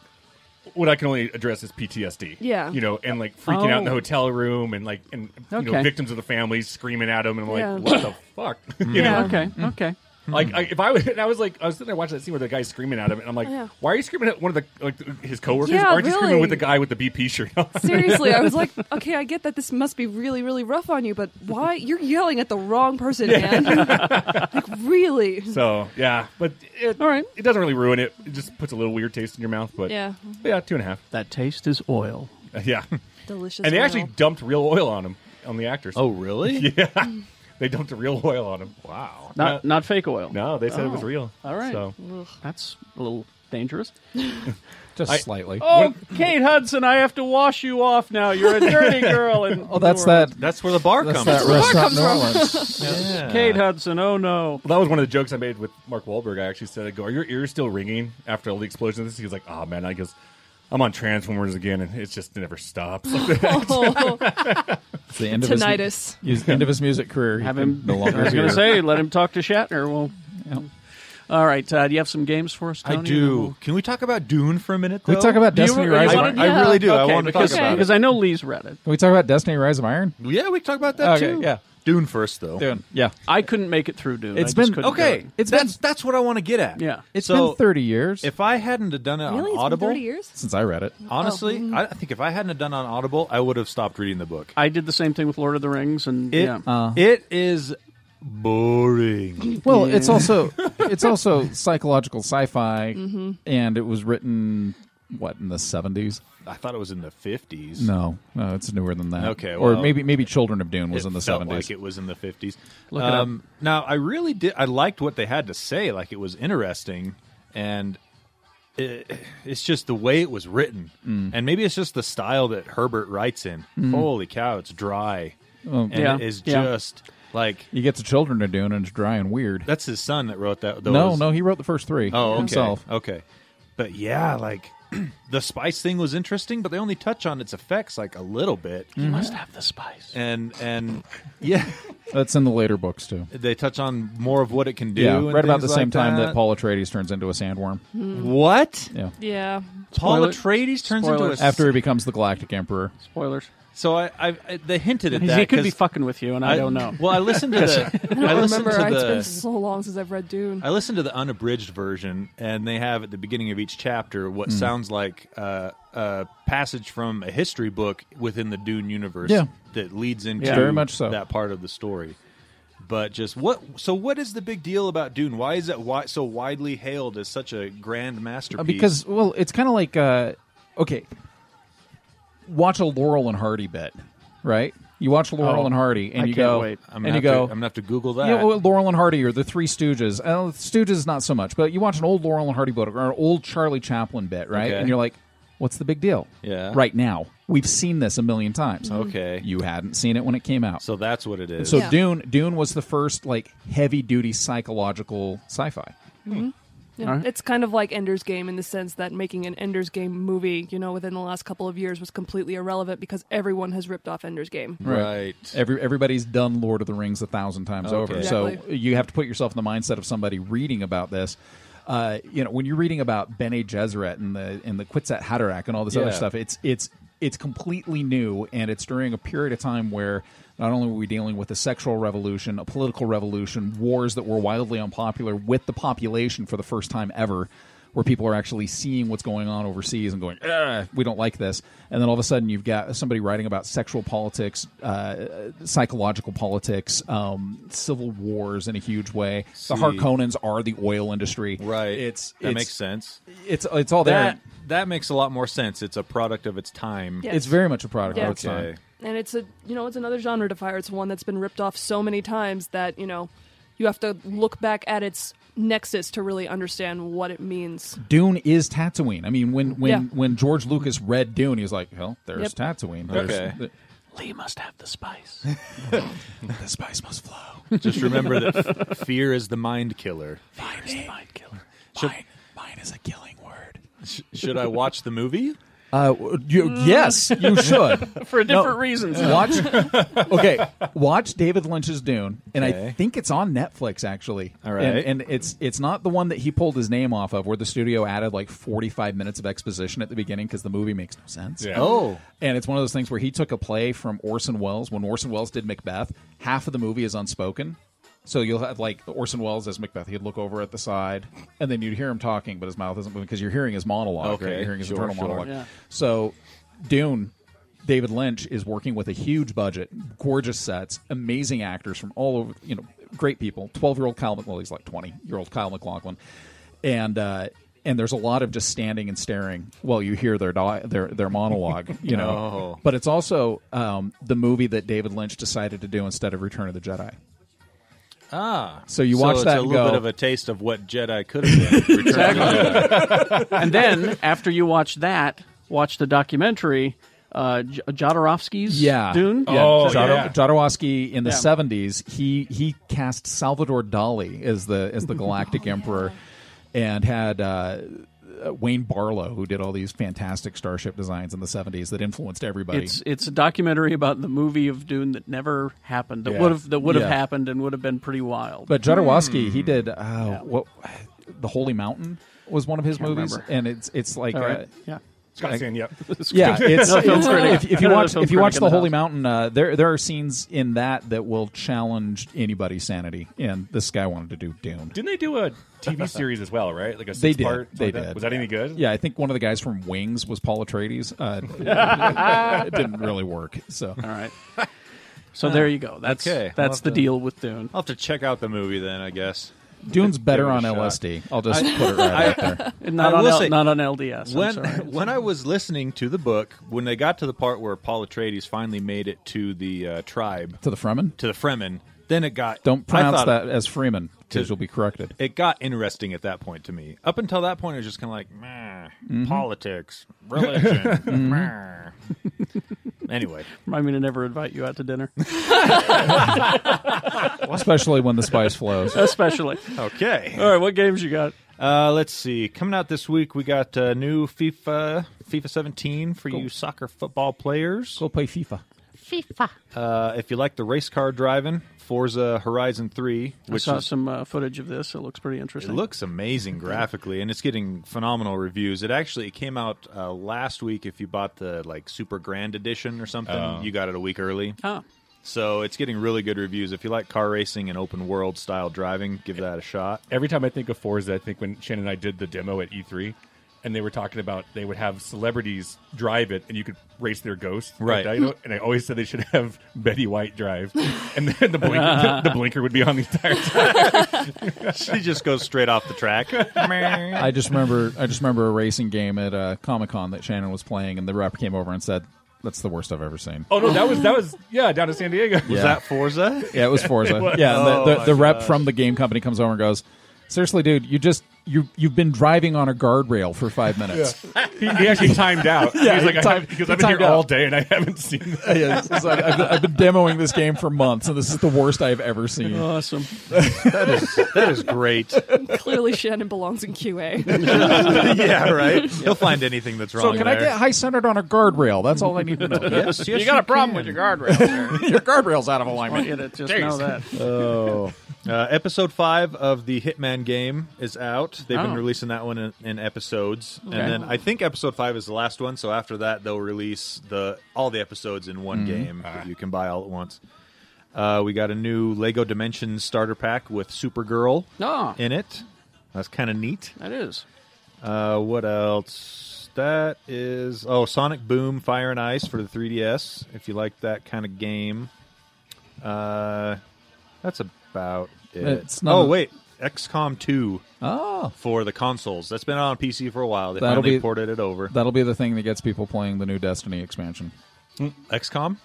D: what I can only address is PTSD.
E: Yeah.
D: you know, and like freaking out in the
A: Oh.
D: hotel room and like and you
A: Okay.
D: know victims of the family screaming at him and I'm
A: Yeah.
D: like what the fuck. you
A: Yeah,
D: know?
A: okay, okay.
D: Like I, if I was, and I was like, I was sitting there watching that scene where the guy's screaming at him, and I'm like,
E: Oh, yeah.
D: why are you screaming at one of the like his coworkers?
E: Yeah,
D: why aren't you
E: really.
D: screaming with the guy with the BP shirt? on?
E: Seriously, I was like, okay, I get that this must be really, really rough on you, but why? You're yelling at the wrong person, man. like, really?
D: so yeah, but it, all right, it doesn't really ruin it. It just puts a little weird taste in your mouth, but
E: Yeah.
D: yeah, two and a half.
A: That taste is oil.
D: Uh, yeah,
E: Delicious
D: And they actually
E: oil.
D: dumped real oil on him on the actors.
F: Oh, really?
D: yeah, they dumped real oil on him. Wow,
A: Not not fake oil.
D: No, they said it was
A: Oh.
D: real.
A: All right.
D: So.
A: That's a little dangerous.
G: Just
A: I-
G: slightly.
A: Oh, Kate Hudson, I have to wash you off now. You're a dirty girl. And
G: Oh, that's that.
F: That's where the bar
G: that's
F: comes.
G: that
F: from.
G: restaurant New Orleans.
D: Yeah.
A: Kate Hudson. Oh no.
D: Well, that was one of the jokes I made with Mark Wahlberg. I actually said, "I go, are your ears still ringing after all the explosions?" of This, he was like, "Oh man," I goes, "I'm on Transformers again, and it just never stops."
G: It's the end of his-
E: Tinnitus.
G: His, end of his music career. He
A: Have
G: can
A: him.
G: no longer.
A: I was going
G: hear.
A: to say, let him talk to Shatner. Well, all right. Uh, do you have some games for us?
F: I
A: Tony?
F: do. Can we talk about Dune for a minute?
G: Can we
F: though?
G: talk about
A: Do you
G: Destiny
A: really
G: Rise? of
A: wanna
G: Iron?
A: do
F: I
A: that?
F: really do. I
A: Okay,
F: wanted to talk
A: because,
F: about it.
A: because I know Lee's read it.
G: Can we talk about Destiny Rise of Iron?
F: Yeah, we can talk about that
G: Okay,
F: too.
G: yeah.
F: Dune first though.
G: Dune. Yeah.
A: I couldn't make it through Dune.
G: It's
A: I just
G: been-
A: couldn't do
F: Okay,
A: it.
G: It's
F: that's that's what I want to get at.
A: Yeah.
G: It's
F: So-
G: been 30 years
F: If I hadn't have done it
E: Really? It's
F: on
E: been
F: Audible,
E: 30 years? Oh, mm-hmm.
G: since I read it.
F: honestly, I I think if I hadn't have done it on Audible, I would have stopped reading the book.
A: I did the same thing with Lord of the Rings, and
F: It
A: yeah.
F: it is boring.
G: Uh. Well, it's also it's also psychological sci-fi, and it was written what in the seventies?
F: I thought it was in the fifties.
G: No, no, it's newer than that.
F: Okay,
G: or
F: well,
G: maybe maybe Children of Dune was
F: it
G: in the
F: felt
G: seventies.
F: Like it was in the fifties. Um,
A: Look it up.
F: Now, I really did. I liked what they had to say. Like it was interesting, and it, it's just the way it was written,
G: Mm.
F: and maybe it's just the style that Herbert writes in. Holy cow, it's dry,
G: Oh.
F: and
A: yeah,
F: it is
A: yeah.
F: just like
G: you get the Children of Dune, and it's dry and weird.
F: that's his son that wrote that.
G: No,
F: those-
G: no, he wrote the first three
F: Oh, okay.
G: himself.
F: Okay. But yeah, like the spice thing was interesting, but they only touch on its effects like a little bit.
G: Mm-hmm.
A: you must have the spice.
F: And and yeah,
G: That's in the later books too.
F: they touch on more of what it can do.
G: yeah,
F: and
G: right about the
F: things
G: same
F: like
G: time that.
F: that
G: Paul Atreides turns into a sandworm.
F: What?
G: Yeah,
E: Yeah.
F: Paul
A: Spoiler-
F: Atreides turns
A: spoilers.
F: into a
G: after he becomes the Galactic Emperor.
A: Spoilers.
F: So I, I, I they hinted at that.
A: He could
F: 'cause
A: be fucking with you, and I, don't know.
F: Well, I listened to the. I,
E: I
F: listened
E: remember
F: to
E: it's
F: the.
E: been so long since I've read Dune.
F: I listened to the unabridged version, and they have at the beginning of each chapter what
G: Hmm.
F: sounds like uh, a passage from a history book within the Dune universe
G: Yeah.
F: that leads into
A: Yeah. Very
G: much so.
F: that part of the story. But just what? So what is the big deal about Dune? Why is it wi- so widely hailed as such a grand
G: Uh,
F: masterpiece?
G: because well it's kind of like uh, okay watch a laurel and hardy bit right you watch laurel
A: Oh,
G: and hardy and
A: I
G: you
A: can't
G: go
A: wait.
F: I'm
G: and
F: gonna have
G: you go
F: to, I'm gonna have to Google that.
G: you know, well, Laurel and Hardy or the Three Stooges. Uh, Stooges, not so much, but you watch an old Laurel and Hardy book or an old Charlie Chaplin bit, right?
F: Okay.
G: And you're like, "What's the big deal?"
F: Yeah. Mm-hmm.
G: Right now, we've seen this a million times.
F: Okay.
G: You hadn't seen it when it came out.
F: so that's what it is.
G: So
E: Yeah.
G: Dune, Dune was the first like heavy duty psychological sci-fi.
E: Mm-hmm. Yeah. It's kind of like Ender's Game in the sense that making an Ender's Game movie, you know, within the last couple of years was completely irrelevant because everyone has ripped off Ender's Game.
F: right.
G: Every everybody's done Lord of the Rings a thousand times
F: Okay.
G: over, so
E: Exactly.
G: you have to put yourself in the mindset of somebody reading about this. Uh, you know, when you're reading about Bene Gesserit and the and the Quetzal Haderach and all this other
F: Yeah.
G: stuff, it's it's it's completely new, and it's during a period of time where not only were we dealing with a sexual revolution, a political revolution, wars that were wildly unpopular with the population for the first time ever. Where people are actually seeing what's going on overseas and going, "Ugh, we don't like this, and then all of a sudden you've got somebody writing about sexual politics, uh, psychological politics, um, civil wars in a huge way. The
F: See.
G: Harkonnens are the oil industry,
F: Right.
G: It's
F: that
G: it's,
F: makes sense.
G: It's it's all there.
F: That that makes a lot more sense. It's a product of its time.
E: Yeah.
G: It's very much a product
E: Yeah.
G: of its time.
F: Okay.
E: And it's a, you know, it's another genre defier. It's one that's been ripped off so many times that, you know, you have to look back at its nexus to really understand what it means.
G: Dune is Tatooine. I mean, when when
E: Yeah.
G: when George Lucas read Dune, he was like, "Hell, there's
E: Yep.
G: Tatooine." There's
F: Okay.
G: the-
A: Lee must have the spice.
G: the spice must flow.
F: Just remember that f- fear is the mind killer.
A: Fire is the mind killer.
G: Mine, mine is a killing word.
F: Sh- should I watch the movie?
G: Uh, w- you, yes, you should.
A: Mm. For
G: No.
A: different reasons.
G: Watch. Okay, watch David Lynch's Dune, and I
F: Okay.
G: think it's on Netflix actually. All
F: right.
G: and, and it's it's not the one that he pulled his name off of, where the studio added like forty five minutes of exposition at the beginning because the movie makes no sense.
F: Yeah. Oh.
G: and it's one of those things where he took a play from Orson Welles when Orson Welles did Macbeth. Half of the movie is unspoken. So you'll have like Orson Welles as Macbeth. He'd look over at the side, and then you'd hear him talking, but his mouth isn't moving because you're hearing his monologue. right?
F: Okay,
G: You're hearing his
F: sure,
G: internal
F: sure.
G: monologue.
A: Yeah.
G: So, Dune, David Lynch is working with a huge budget, gorgeous sets, amazing actors from all over, you know, great people. 12 year old Kyle, Mc- well, he's like 20 year old Kyle McLaughlin. And, uh, and there's a lot of just standing and staring while you hear their di- their their monologue, you know.
F: Oh.
G: But it's also um, the movie that David Lynch decided to do instead of Return of the Jedi.
F: Ah,
G: So you watch
F: it's
G: that
F: a
G: and
F: little
G: go-
F: bit of a taste of what Jedi could have been. Return of the Jedi.
A: and then after you watch that, watch the documentary, uh, J- Jodorowsky's
G: yeah.
A: Dune.
G: Yeah.
D: Oh,
G: Jodor-
D: yeah.
G: Jodorowsky in the
A: Yeah.
G: seventies, he he cast Salvador Dali as the as the Galactic Emperor, and had. Uh, uh, Wayne Barlow, who did all these fantastic starship designs in the '70s that influenced everybody,
A: It's it's a documentary about the movie of Dune that never happened. That
F: Yeah.
A: would have that would have
G: Yeah.
A: happened and would have been pretty wild.
G: But Jodorowsky,
A: Hmm.
G: he did uh, what? The Holy Mountain was one of his movies,
A: remember.
G: and it's it's like
A: All right.
G: uh,
A: yeah.
D: Scott's saying, yep.
G: yeah, it's,
A: No film
G: it's-
A: critic.
G: if, if you
A: No, no
G: watch
A: film
G: if you watch
A: critic in
G: the
A: the
G: Holy
A: house.
G: Mountain, uh, there there are scenes in that that will challenge anybody's sanity, and this guy wanted to do Dune.
D: Didn't they do a TV series as well, right? Like a six
G: They did.
D: part?
G: They
D: like that?
G: did.
D: Was that any good?
G: Yeah, I think one of the guys from Wings was Paul Atreides. Uh, it didn't really work. So
A: All right. So there you go. That's
F: Okay. I'll
A: that's
F: have
A: the
F: to-
A: deal with Dune.
F: I'll have to check out the movie then, I guess.
G: Dune's better
F: it a
G: on
F: shot.
G: LSD. I'll just put it right out there.
A: And Not
F: I
A: on
F: will
A: L-
F: say-
A: not on LDS. I'm
F: when
A: sorry.
F: when I was listening to the book, when they got to the part where Paul Atreides finally made it to the uh, tribe,
G: To the Fremen,
F: to the Fremen, then it got
G: don't
F: I
G: pronounce
F: thought
G: that as Freeman because you'll be corrected.
F: It got interesting at that point to me. Up until that point, it was just kind of like meh,
G: Mm-hmm.
F: politics, Hmm. religion. meh. anyway,
A: Remind me to never invite you out to dinner,
G: Especially when the spice flows.
A: especially.
F: okay.
A: All right, what games you got?
F: Uh, let's see. Coming out this week, we got uh, new FIFA, FIFA 17 for you soccer football players.
G: Go play FIFA.
F: Uh, if you like the race car driving, Forza Horizon 3,
A: I
F: which
A: saw
F: is,
A: some uh, footage of this. It looks pretty
F: it
A: interesting.
F: looks amazing graphically, and it's getting phenomenal reviews. It actually it came out uh, last week. If you bought the like Super Grand Edition or something, you got it a week early.
A: Ah,
F: So it's getting really good reviews. If you like car racing and open world style driving, give that a shot.
D: Every time I think of Forza, I think when Shannon and I did the demo at E3, and they were talking about they would have celebrities drive it, and you could race their ghosts.
F: Right.
D: And I, and I always said they should have Betty White drive, and then the blinker, the blinker would be on the entire time.
F: she just goes straight off the track.
G: I just remember I just remember a racing game at uh, Comic Con that Shannon was playing, and the rep came over and said, "That's the worst I've ever seen."
D: Oh no, that was that was yeah down to San Diego.
F: Was that Forza?
G: Yeah, it was Forza. Yeah, and
F: Oh
G: the, the,
F: my
G: the rep from the game company comes over and goes, "Seriously, dude, you just you you've been driving on a guardrail for five minutes."
D: He, he actually timed out.
G: Yeah,
D: he was like,
G: he
D: I have,
G: timed-
D: because
G: he
D: I've been here
G: timed out.
D: all day and I haven't seen that.
G: Yeah, it's like, I've, I've been demoing this game for months, and this is the worst I've ever seen.
A: awesome.
F: That is great.
E: Clearly, Shannon belongs in QA.
F: yeah, right. He'll find anything that's
G: So
F: wrong.
G: can I
F: there.
G: get high centered on a guardrail? That's all I need to know.
F: Yes, yes, can.
A: guardrail. There.
G: Your guardrail's out of
A: I want you
G: alignment.
A: to just know that.
F: Uh, episode five of the Hitman game is out. They've
A: Oh.
F: been releasing that one in, in episodes, and then I think episode five is the last one. So after that, they'll release the all the episodes in one
A: Mm-hmm.
F: game
D: Ah.
F: that you can buy all at once. Uh, we got a new Lego Dimensions starter pack with Supergirl
A: Ah.
F: in it. That's kind of neat.
A: That is.
F: Uh, what else? That is oh, Sonic Boom, Fire and Ice for the 3DS. If you like that kind of game, uh, that's about it.
G: It's not
F: oh
G: a-
F: wait, XCOM 2
G: Oh,
F: for the consoles. That's been on PC for a while. They
G: That'll
F: finally
G: be-
F: ported it over.
G: that'll be the thing that gets people playing the new Destiny expansion.
F: XCOM.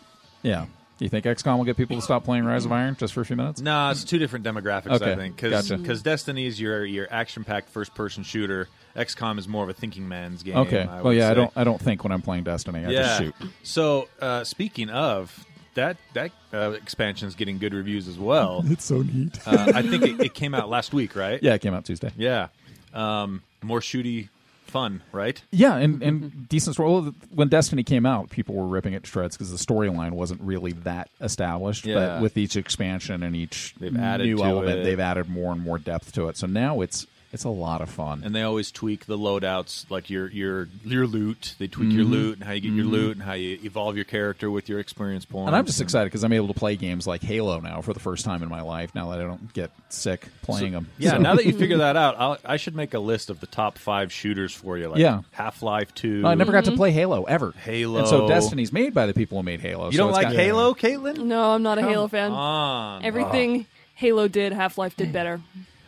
G: Yeah, Do you think XCOM will get people to stop playing Rise of Iron just for a few minutes?
F: No, it's two different demographics,
G: Okay,
F: I think. Because
G: gotcha.
F: Destiny is your, your action packed first person shooter. XCOM is more of a thinking man's game.
G: okay.
F: I
G: well,
F: would
G: yeah, I
F: say.
G: don't. I don't think when I'm playing Destiny. I just shoot.
F: So uh, speaking of that, that uh, expansion is getting good reviews as well.
G: It's so neat.
F: uh, I think it, it came out last week, right?
G: Yeah, it came out Tuesday.
F: Yeah. Um, more shooty fun, right?
G: Yeah, and, and decent story. Well, when Destiny came out, people were ripping it to shreds because the storyline wasn't really that established.
F: Yeah.
G: But with each expansion and each
F: They've added
G: new
F: to
G: element,
F: it.
G: they've added more and more depth to it. So now it's it's a lot of fun.
F: Mm-hmm. And they always tweak the loadouts, like your your your loot. They tweak your
G: Mhm.
F: loot and how you get your
G: Mhm.
F: loot and how you evolve your character with your experience points.
G: And I'm just excited because I'm able to play games like Halo now for the first time in my life. Now that I don't get sick playing
F: So-
G: them.
F: Yeah, now that you figure that out, I'll, I should make a list of the top five shooters for you. Like
G: Yeah.
F: Half Life Two.
G: I never got to play Halo ever.
F: Halo.
G: And so Destiny's made by the people who made Halo.
F: You
G: so
F: don't
G: it's
F: like
G: got-
F: Halo, Caitlin?
E: No, I'm not a Halo fan.
F: on.
E: Everything Halo did, Half Life did better.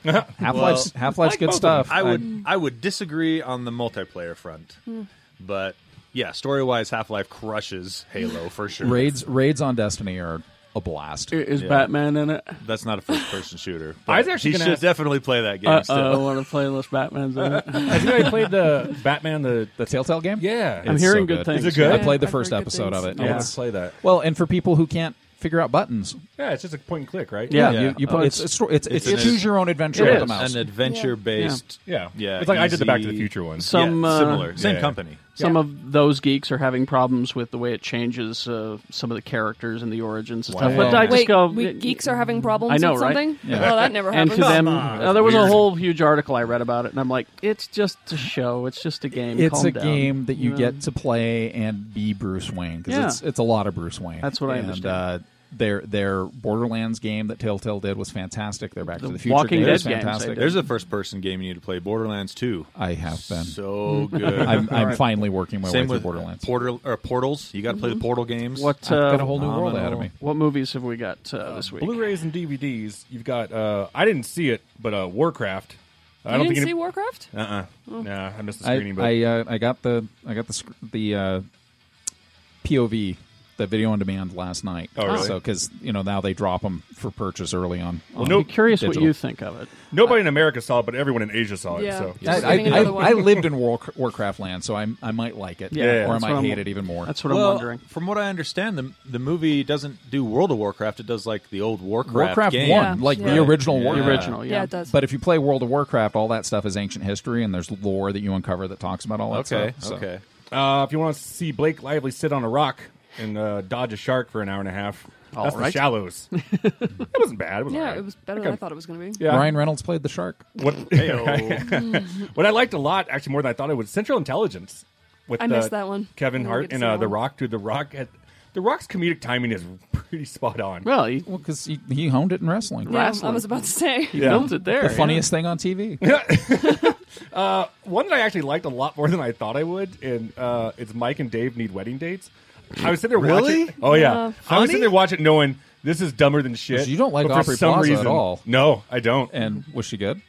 G: Half-Life's- Half-Life's good
F: both of them.
G: stuff.
F: I would
G: I'm-
F: I would disagree on the multiplayer front,
E: Hmm.
F: but yeah, story wise, Half Life crushes Halo for sure.
G: Raids raids on Destiny are a blast.
F: is Yeah. Batman
A: in it?
F: That's not a first person shooter.
A: I was
F: but
A: actually
F: he
A: gonna
F: should
A: ask-
F: definitely play that game.
A: Uh,
F: still.
A: I want to play unless Batman's in it.
D: Have you already played the Batman the
G: the Telltale game?
D: Yeah,
G: I'm hearing good. things.
D: Is it good?
G: I played the first episode of it.
D: I
G: yeah.
D: want to play that.
G: Well, and for people who can't figure out buttons,
D: Yeah, it's just a point and click, right?
G: Yeah, you- you put- it's- it's- it's- it's
F: an-
G: choose your own adventure
F: it
G: with the
F: is.
G: mouse.
F: An adventure based.
D: Yeah.
F: yeah.
D: It's like I did the Back to the
F: easy-
D: Future one.
A: Some
F: yeah,
A: uh,
F: similar, same company.
A: Some of those geeks are having problems with the way it changes uh, some of the characters and the origins and stuff. But I just
E: Wait,
A: go.
E: we geeks are having problems
A: I know,
E: with
A: right?
E: something? Well, that never
A: and
E: happens.
A: to them, uh, there was a
G: weird.
A: whole huge article I read about it, and I'm like, it's just a show. It's just a game.
G: it's
A: Calm
G: a
A: down.
G: game that you
A: know?
G: get to play and be Bruce Wayne because
A: Yeah.
G: it's it's a lot of Bruce Wayne.
A: That's what I
G: and,
A: understand.
G: Uh, their their Borderlands game that Telltale did was fantastic. Their Back
A: The
G: to the Future
A: Walking
G: game was
A: Dead games,
G: fantastic.
F: There's a first person game you need to play. Borderlands Two.
G: I have been Mm-hmm.
F: so good.
G: I'm, I'm finally working my
F: Same
G: way through
F: with
G: Borderlands.
F: Portal or Portals. You got to play the Portal games.
A: What uh,
F: Phenomenal.
A: What movies have we got uh, this week?
D: Blu-rays and DVDs. You've got. Uh, I didn't see it, but uh, Warcraft. I
E: You
D: don't
E: didn't
D: think
E: see Warcraft?
D: Uh uh
E: Oh.
D: Nah, I missed the
G: I
D: screening. but
G: I, uh, I got the I got the sc- the uh, POV the video on demand last night.
D: Oh, really?
G: So because you know now they drop them for purchase early on.
D: Well,
G: on
D: no- I'm curious what
G: digital.
D: you
A: think of it.
D: nobody in America saw it, but everyone in Asia saw it.
G: Yeah.
D: So
G: I, I, I, I lived in War, Warcraft land, so I I might like it,
F: Yeah,
G: or I
F: that's
G: might
F: what I'm-
G: hate it even more.
F: Well, From what I understand, the the movie doesn't do World of Warcraft. It does like the old Warcraft.
G: Warcraft
F: game.
G: One, like the original
F: Yeah.
G: Warcraft.
E: yeah, it does.
G: But if you play World of Warcraft, all that stuff is ancient history, and there's lore that you uncover that talks about all that
D: Okay,
G: stuff. so-
D: okay. Uh, if you want to see Blake Lively sit on a rock and uh, dodge a shark for an hour and a half,
G: All
D: that's the
G: right.
D: Shallows. it wasn't bad. It was
E: Yeah,
D: all right.
E: it was better than I thought it was going to be.
D: Yeah.
G: Ryan Reynolds played the shark.
D: What, what I liked a lot, actually more than I thought it would, Central Intelligence. With
E: I
D: uh,
E: missed that one.
D: Kevin
E: I didn't
D: Hart
E: get to
D: and
E: see
D: uh,
E: that
D: The
E: one.
D: Rock. Dude, The Rock had The Rock's comedic timing is pretty spot on.
A: Well, he,
G: well, because he, he honed it in wrestling.
E: Yeah, I Wrestling. was about to say. He
D: built it there,
G: The
D: yeah.
G: funniest thing on TV.
D: Uh, one that I actually liked a lot more than I thought I would, and uh, it's Mike and Dave need wedding dates. I was sitting there
F: Really?
D: watching. Oh yeah,
F: Uh,
D: I was sitting
F: funny?
D: there watching, knowing this is dumber than shit.
G: You don't like
D: but for
G: Aubrey
D: some
G: Plaza
D: reason,
G: at all.
D: No, I don't.
G: And was she good?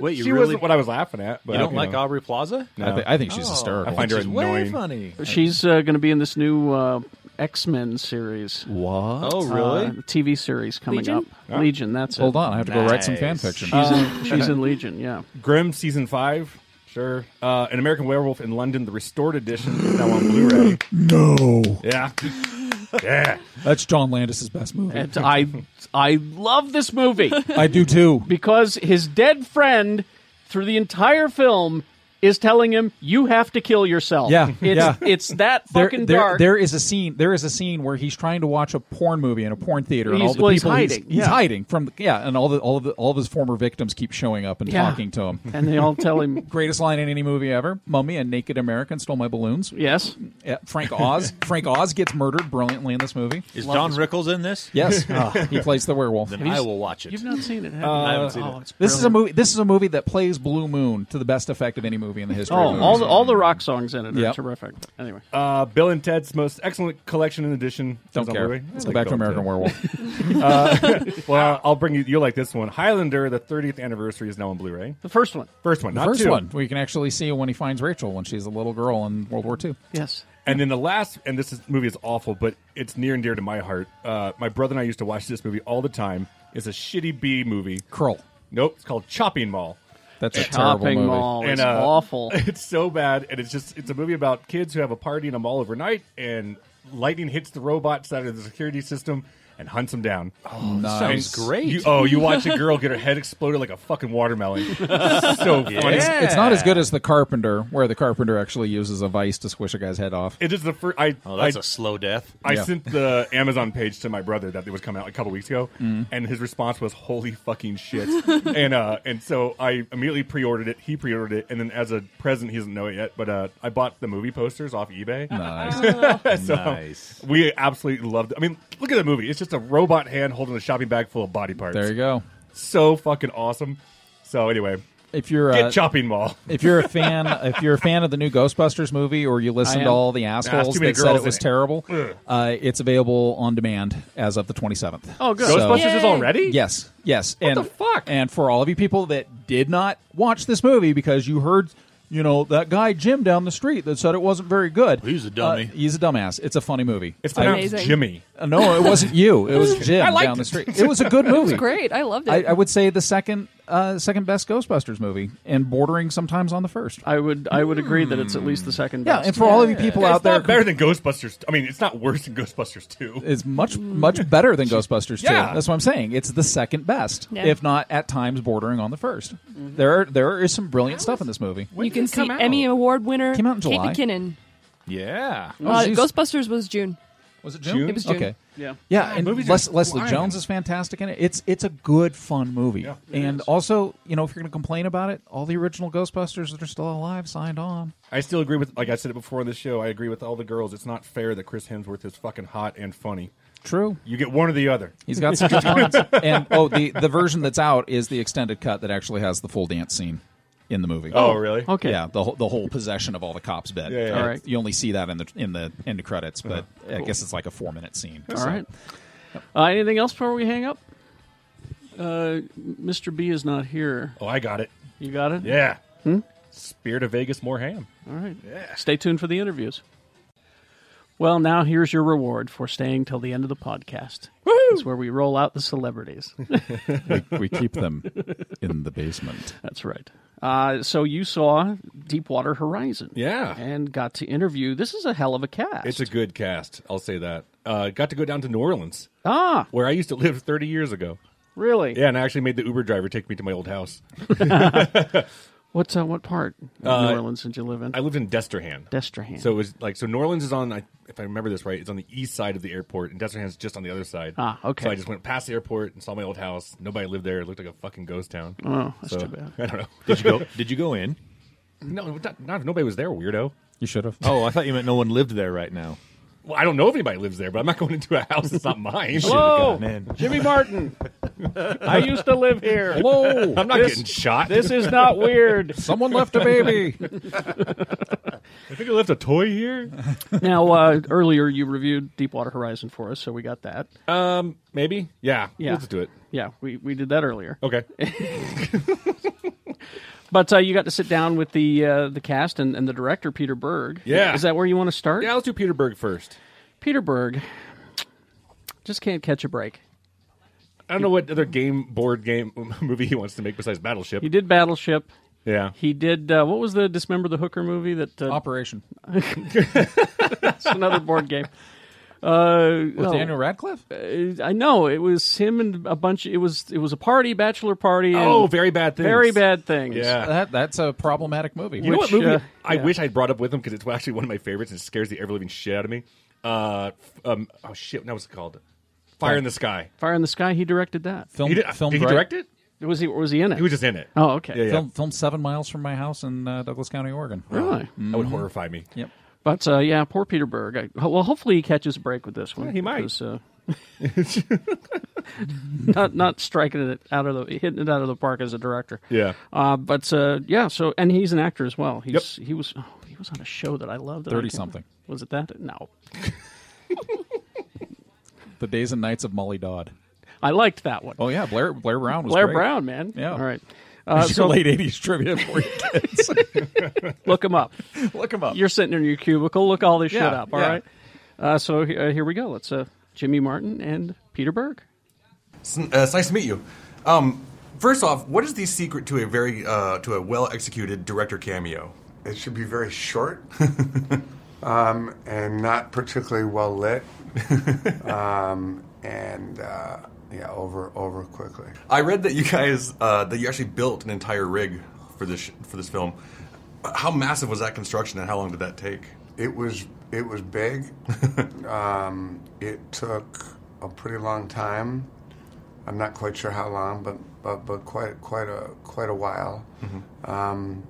F: Wait, you
D: she
F: really-
D: wasn't what I was laughing at. But
F: You don't
D: you
F: like
D: know.
F: Aubrey Plaza?
G: I, thi- I think she's hysterical.
D: I find her
G: She's way
D: annoying.
F: funny.
A: She's uh, going to be in this new uh, X Men series.
G: What?
F: Oh, really?
A: Uh, TV series coming
G: Legion?
A: up.
G: Yeah.
A: Legion. That's it.
G: Hold on, I have to go write some fan Nice. fiction.
A: She's, in, she's in Legion. Yeah.
D: Grimm season five. Sure. Uh, An American Werewolf in London, the restored edition, is now on Blu-ray.
G: No.
D: Yeah. yeah.
G: That's John Landis' best movie.
A: And I I love this movie.
G: I do too.
A: Because his dead friend through the entire film is telling him you have to kill yourself.
G: Yeah,
A: It's
G: yeah.
A: it's that
G: There,
A: fucking
G: there-
A: dark.
G: there is a scene. There is a scene where he's trying to watch a porn movie in a porn theater, and
A: He's-
G: all the
A: well, he's
G: people
A: hiding,
G: he's
A: yeah.
G: hiding from. the- Yeah, and all the all of the, all of his former victims keep showing up and
A: Yeah.
G: talking to him,
A: And they all tell him-
G: greatest line in any movie ever: "Mummy and naked American stole my balloons."
A: Yes,
G: yeah, Frank Oz. Frank Oz gets murdered brilliantly in this movie.
F: Is Don Rickles in this?
G: Yes,
F: Ah.
G: he plays the werewolf.
F: Then I will watch it.
A: You've not seen it. have you? Oh,
F: I haven't seen it.
G: Uh, This is a movie. This is a movie that plays Blue Moon to the best effect of any movie in the history. of
A: Oh,
G: movies.
A: all the, all the rock songs in it are
G: Yep.
A: terrific. Anyway,
D: Uh, Bill and Ted's most excellent collection and edition.
G: Don't
D: Is on
G: care.
D: Blu-ray.
G: Let's
D: I
G: go back to
D: Bill and
G: American
D: Ted. uh, well, I'll bring you. You'll like this one. Highlander, the 30th anniversary, is now on Blu-ray.
A: The first one.
D: First one.
G: The
D: not
G: first
D: two.
G: one, where you can actually see when he finds Rachel when she's a little girl in World War II.
A: Yes.
D: And then the last, and this is, movie is awful, but it's near and dear to my heart. Uh, my brother and I used to watch this movie all the time. It's a shitty B movie.
G: Kroll.
D: Nope, it's called Chopping Mall. uh,
G: That's a terrible Chopping movie. Mall is awful.
D: It's so bad, and it's just it's a movie about kids who have a party in a mall overnight, and lightning hits the robots out of the security system and hunts them down. Oh,
G: Nice. sounds great.
D: You, oh, you watch a girl get her head exploded like a fucking watermelon. It's so funny.
G: It's, it's not as good as The Carpenter, where the carpenter actually uses a vice to squish a guy's head off.
D: It is the first. I,
L: Oh, that's
D: I-
L: a slow death.
D: I
L: Yeah.
D: sent the Amazon page to my brother that it was coming out a couple weeks ago,
L: Mm.
D: and his response was "Holy fucking shit!" and uh, and so I immediately pre-ordered it. He pre-ordered it, and then as a present, he doesn't know it yet, but uh, I bought the movie posters off eBay.
L: Nice.
D: so
L: Nice.
D: We absolutely loved. it. I mean, look at the movie. It's just a robot hand holding a shopping bag full of body parts.
G: There you go.
D: So fucking awesome. So anyway,
G: if you're
D: get
G: uh,
D: chopping mall,
G: if you're a fan, if you're a fan of the new Ghostbusters movie, or you
D: I
G: listened
D: am.
G: to all the
D: Nah, it's too
G: assholes
D: many
G: that said
D: girls
G: it was
D: in it.
G: terrible,
D: Ugh.
G: uh, it's available on demand as of the 27th.
D: Oh, good. Ghostbusters is Yay. already?
G: Yes, yes.
D: What
G: and
D: the fuck?
G: And for all of you people that did not watch this movie because you heard. You know that guy Jim down the street that said it wasn't very good. He's a
L: dummy.
G: he's a dumbass. It's a funny movie.
D: It's
G: I-
D: pronounced Amazing. Jimmy.
G: Uh, no, it wasn't you. It was Jim
D: I liked
G: down the
D: it.
G: street. It was a good
D: It was
G: movie.
E: Great, I loved it.
G: I, I would say the second uh, second best Ghostbusters movie, and bordering sometimes on the first. Hmm.
A: I would I would agree that it's at least the second.
G: Yeah,
A: best.
G: and for all of you people
D: it's
G: out there,
D: not better than Ghostbusters. I mean, it's not worse than Ghostbusters Two.
G: it's much much better than Ghostbusters
D: Yeah.
G: two. That's what I'm saying. It's the second best,
D: Yeah.
G: if not at times bordering on the 1st
A: Mm-hmm.
E: Mhm.
G: There are, there is some brilliant stuff in this movie.
E: you can see Emmy Award winner
G: Came out in
E: Kate
G: July.
E: McKinnon.
G: Yeah,
E: Uh, Ghostbusters was June.
G: Was it
E: It was June.
G: Okay.
A: Yeah.
G: Yeah,
E: God,
G: and
E: movies
G: Les-
E: are
G: Leslie
E: flying.
G: Jones is fantastic in it. It's it's a good fun movie. and also, you know, if you're going to complain about it, all the original Ghostbusters that are still alive signed on.
D: I still agree with, like I said it before on the show. I agree with all the girls. It's not fair that Chris Hemsworth is fucking hot and funny.
G: True.
D: You get one or the other.
G: He's got some good lines. And oh, the the version that's out is the extended cut that actually has the full dance scene in the movie.
D: Oh, really? Okay.
G: Yeah, the whole, the whole possession of all the cops' bed.
D: Yeah, yeah, Oh, yeah. All right.
G: You only see that in the in the end credits, but
A: Uh-huh.
G: I
A: Cool.
G: guess it's like a four minute scene.
A: All
G: So-
A: right. Uh, anything else before we hang up? Uh, Mr. B is not here.
D: Oh, I got it.
A: You got it?
D: Yeah.
A: Hmm?
D: Spirit of Vegas, more ham.
A: All right. Stay tuned for the interviews. Well, now here's your reward for staying till the end of the podcast. Woo! It's where we roll out the celebrities.
G: we, we keep them in the basement.
A: That's right. Uh, so you saw Deepwater Horizon,
D: yeah,
A: and got to interview. This is a hell of a cast.
D: It's a good cast. I'll say that. Uh, got to go down to New Orleans,
A: ah,
D: where I used to live 30 years ago.
A: really?
D: Yeah, and I actually made the Uber driver take me to my old house.
A: What's uh, what part of
D: Uh,
A: New Orleans did you live in?
D: I lived in Destrehan.
A: Destrehan.
D: So it was like so. New Orleans is on, I- if I remember this right, it's on the east side of the airport, and Destrehan's just on the other side.
A: Ah, okay.
D: So I just went past the airport and saw my old house. Nobody lived there. It looked like a fucking ghost town.
A: Oh, that's
D: So,
A: too bad.
D: I don't know.
F: Did you go? Did you go in?
D: No, not, not if nobody was there, weirdo.
G: You should have.
F: Oh, I thought you meant no one lived there right now.
D: Well, I don't know if anybody lives there, but I'm not going into a house that's not mine.
F: should've Hello, gone in.
A: Jimmy Martin. I used to live here.
D: Hello. I'm not This- getting shot. this is not weird.
G: Someone left a baby.
D: I think I left a toy here.
A: now, uh, earlier you reviewed Deepwater Horizon for us, so we got that.
D: Um, maybe. Yeah.
A: Yeah.
D: Let's do it.
A: Yeah, we, we did that earlier.
D: Okay.
A: but uh, you got to sit down with the uh, the cast and, and the director, Peter Berg.
D: Yeah.
A: Is that where you want to start?
D: Yeah, let's do Peter Berg first.
A: Peter Berg just can't catch a break.
D: I don't know what other game board game movie he wants to make besides Battleship.
A: He did Battleship.
D: Yeah.
A: He did, uh, what was the Dismember the Hooker movie that. Uh,
G: Operation.
A: That's another board game. Uh,
G: With Daniel Radcliffe?
A: Uh, I know it was him and a bunch. It was it was a party, bachelor party. and
D: Oh, very bad things.
A: Very bad things.
G: That, that's a problematic movie.
D: You know what
A: Which,
D: movie
A: uh,
D: I
A: yeah.
D: wish I'd brought up with him because it's actually one of my favorites and it scares the ever living shit out of me. Uh, f- um, oh shit, what was it called? Fire in the Sky.
A: Fire in the Sky. He directed that.
G: Film,
D: He did-
G: film
D: did he direct it?
A: Was he was he in it?
D: He was just in it.
A: Oh, okay.
D: Yeah, yeah.
G: Film, filmed seven miles from my house in uh, Douglas County, Oregon. Mm-hmm.
A: Really?
D: That would horrify me.
G: Yep.
A: Mm-hmm. But uh, yeah, poor Peter Berg. I, ho- well, hopefully he catches a break with this one.
D: Yeah, he might.
A: because, uh, not not striking it out of the hitting it out of the park as a director.
D: Yeah.
A: Uh, but uh, yeah, so and he's an actor as well. He's he was oh, he was on a show that I loved. that I
G: 30-something.
A: can't- Was it that? No.
G: The Days and Nights of Molly Dodd.
A: I liked that one.
G: Oh yeah, Blair Blair Brown was
A: Blair
G: great.
A: Brown, man.
G: Yeah.
A: All right. Uh,
G: It's your late 80s trivia for you kids.
A: look them up.
G: Look them up.
A: You're sitting in your cubicle. Look all this shit
G: Yeah,
A: up. All
G: yeah.
A: right. Uh, so he- uh, here we go. Let's uh, Jimmy Martin and Peter Berg.
L: It's, uh, it's nice to meet you. Um, first off, what is the secret to a very uh, to a well executed director cameo?
M: It should be very short um, and not particularly well lit, um, and uh, yeah, over over quickly.
L: I read that you guys uh, that you actually built an entire rig for this sh- for this film. How massive was that construction, and how long did that take?
M: It was it was big. um, it took a pretty long time. I'm not quite sure how long, but but, but quite quite a quite a while. Um,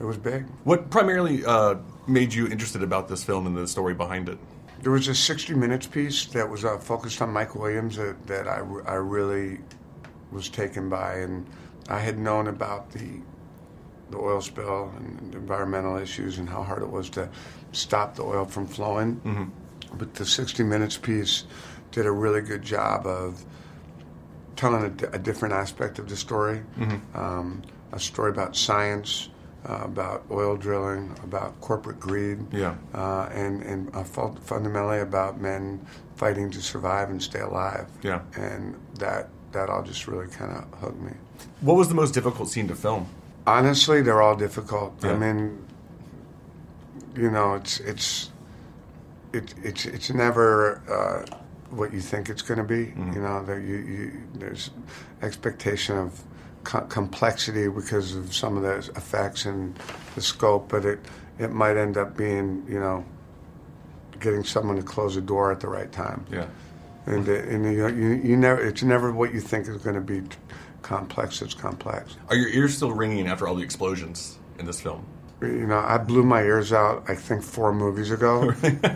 M: it was big.
L: Mm-hmm. What primarily uh, made you interested about this film and the story behind it?
M: There was a 60 Minutes piece that was uh, focused on Mike Williams that, that I, re- I really was taken by. And I had known about the, the oil spill and environmental issues and how hard it was to stop the oil from flowing. But the 60 Minutes piece did a really good job of telling a, di- a different aspect of the story
L: Mhm.
M: um, a story about science, uh, about oil drilling, about corporate greed
L: Yeah.
M: uh, and and uh, fu- fundamentally about men fighting to survive and stay alive.
L: Yeah.
M: and that that all just really kind of hooked me.
L: What was the most difficult scene to film?
M: Honestly, they're all difficult. I
L: Yeah.
M: mean, you know, it's it's it, it's it's never uh, what you think it's going to be.
L: Mm-hmm.
M: You know, that you, you there's expectation of co- complexity because of some of the effects and the scope, but it it might end up being you know getting someone to close a door at the right time.
L: Yeah.
M: And, uh, and you, you, you never it's never what you think is going to be t- complex. It's complex.
L: Are your ears still ringing after all the explosions in this film?
M: You know, I blew my ears out. I think four movies ago.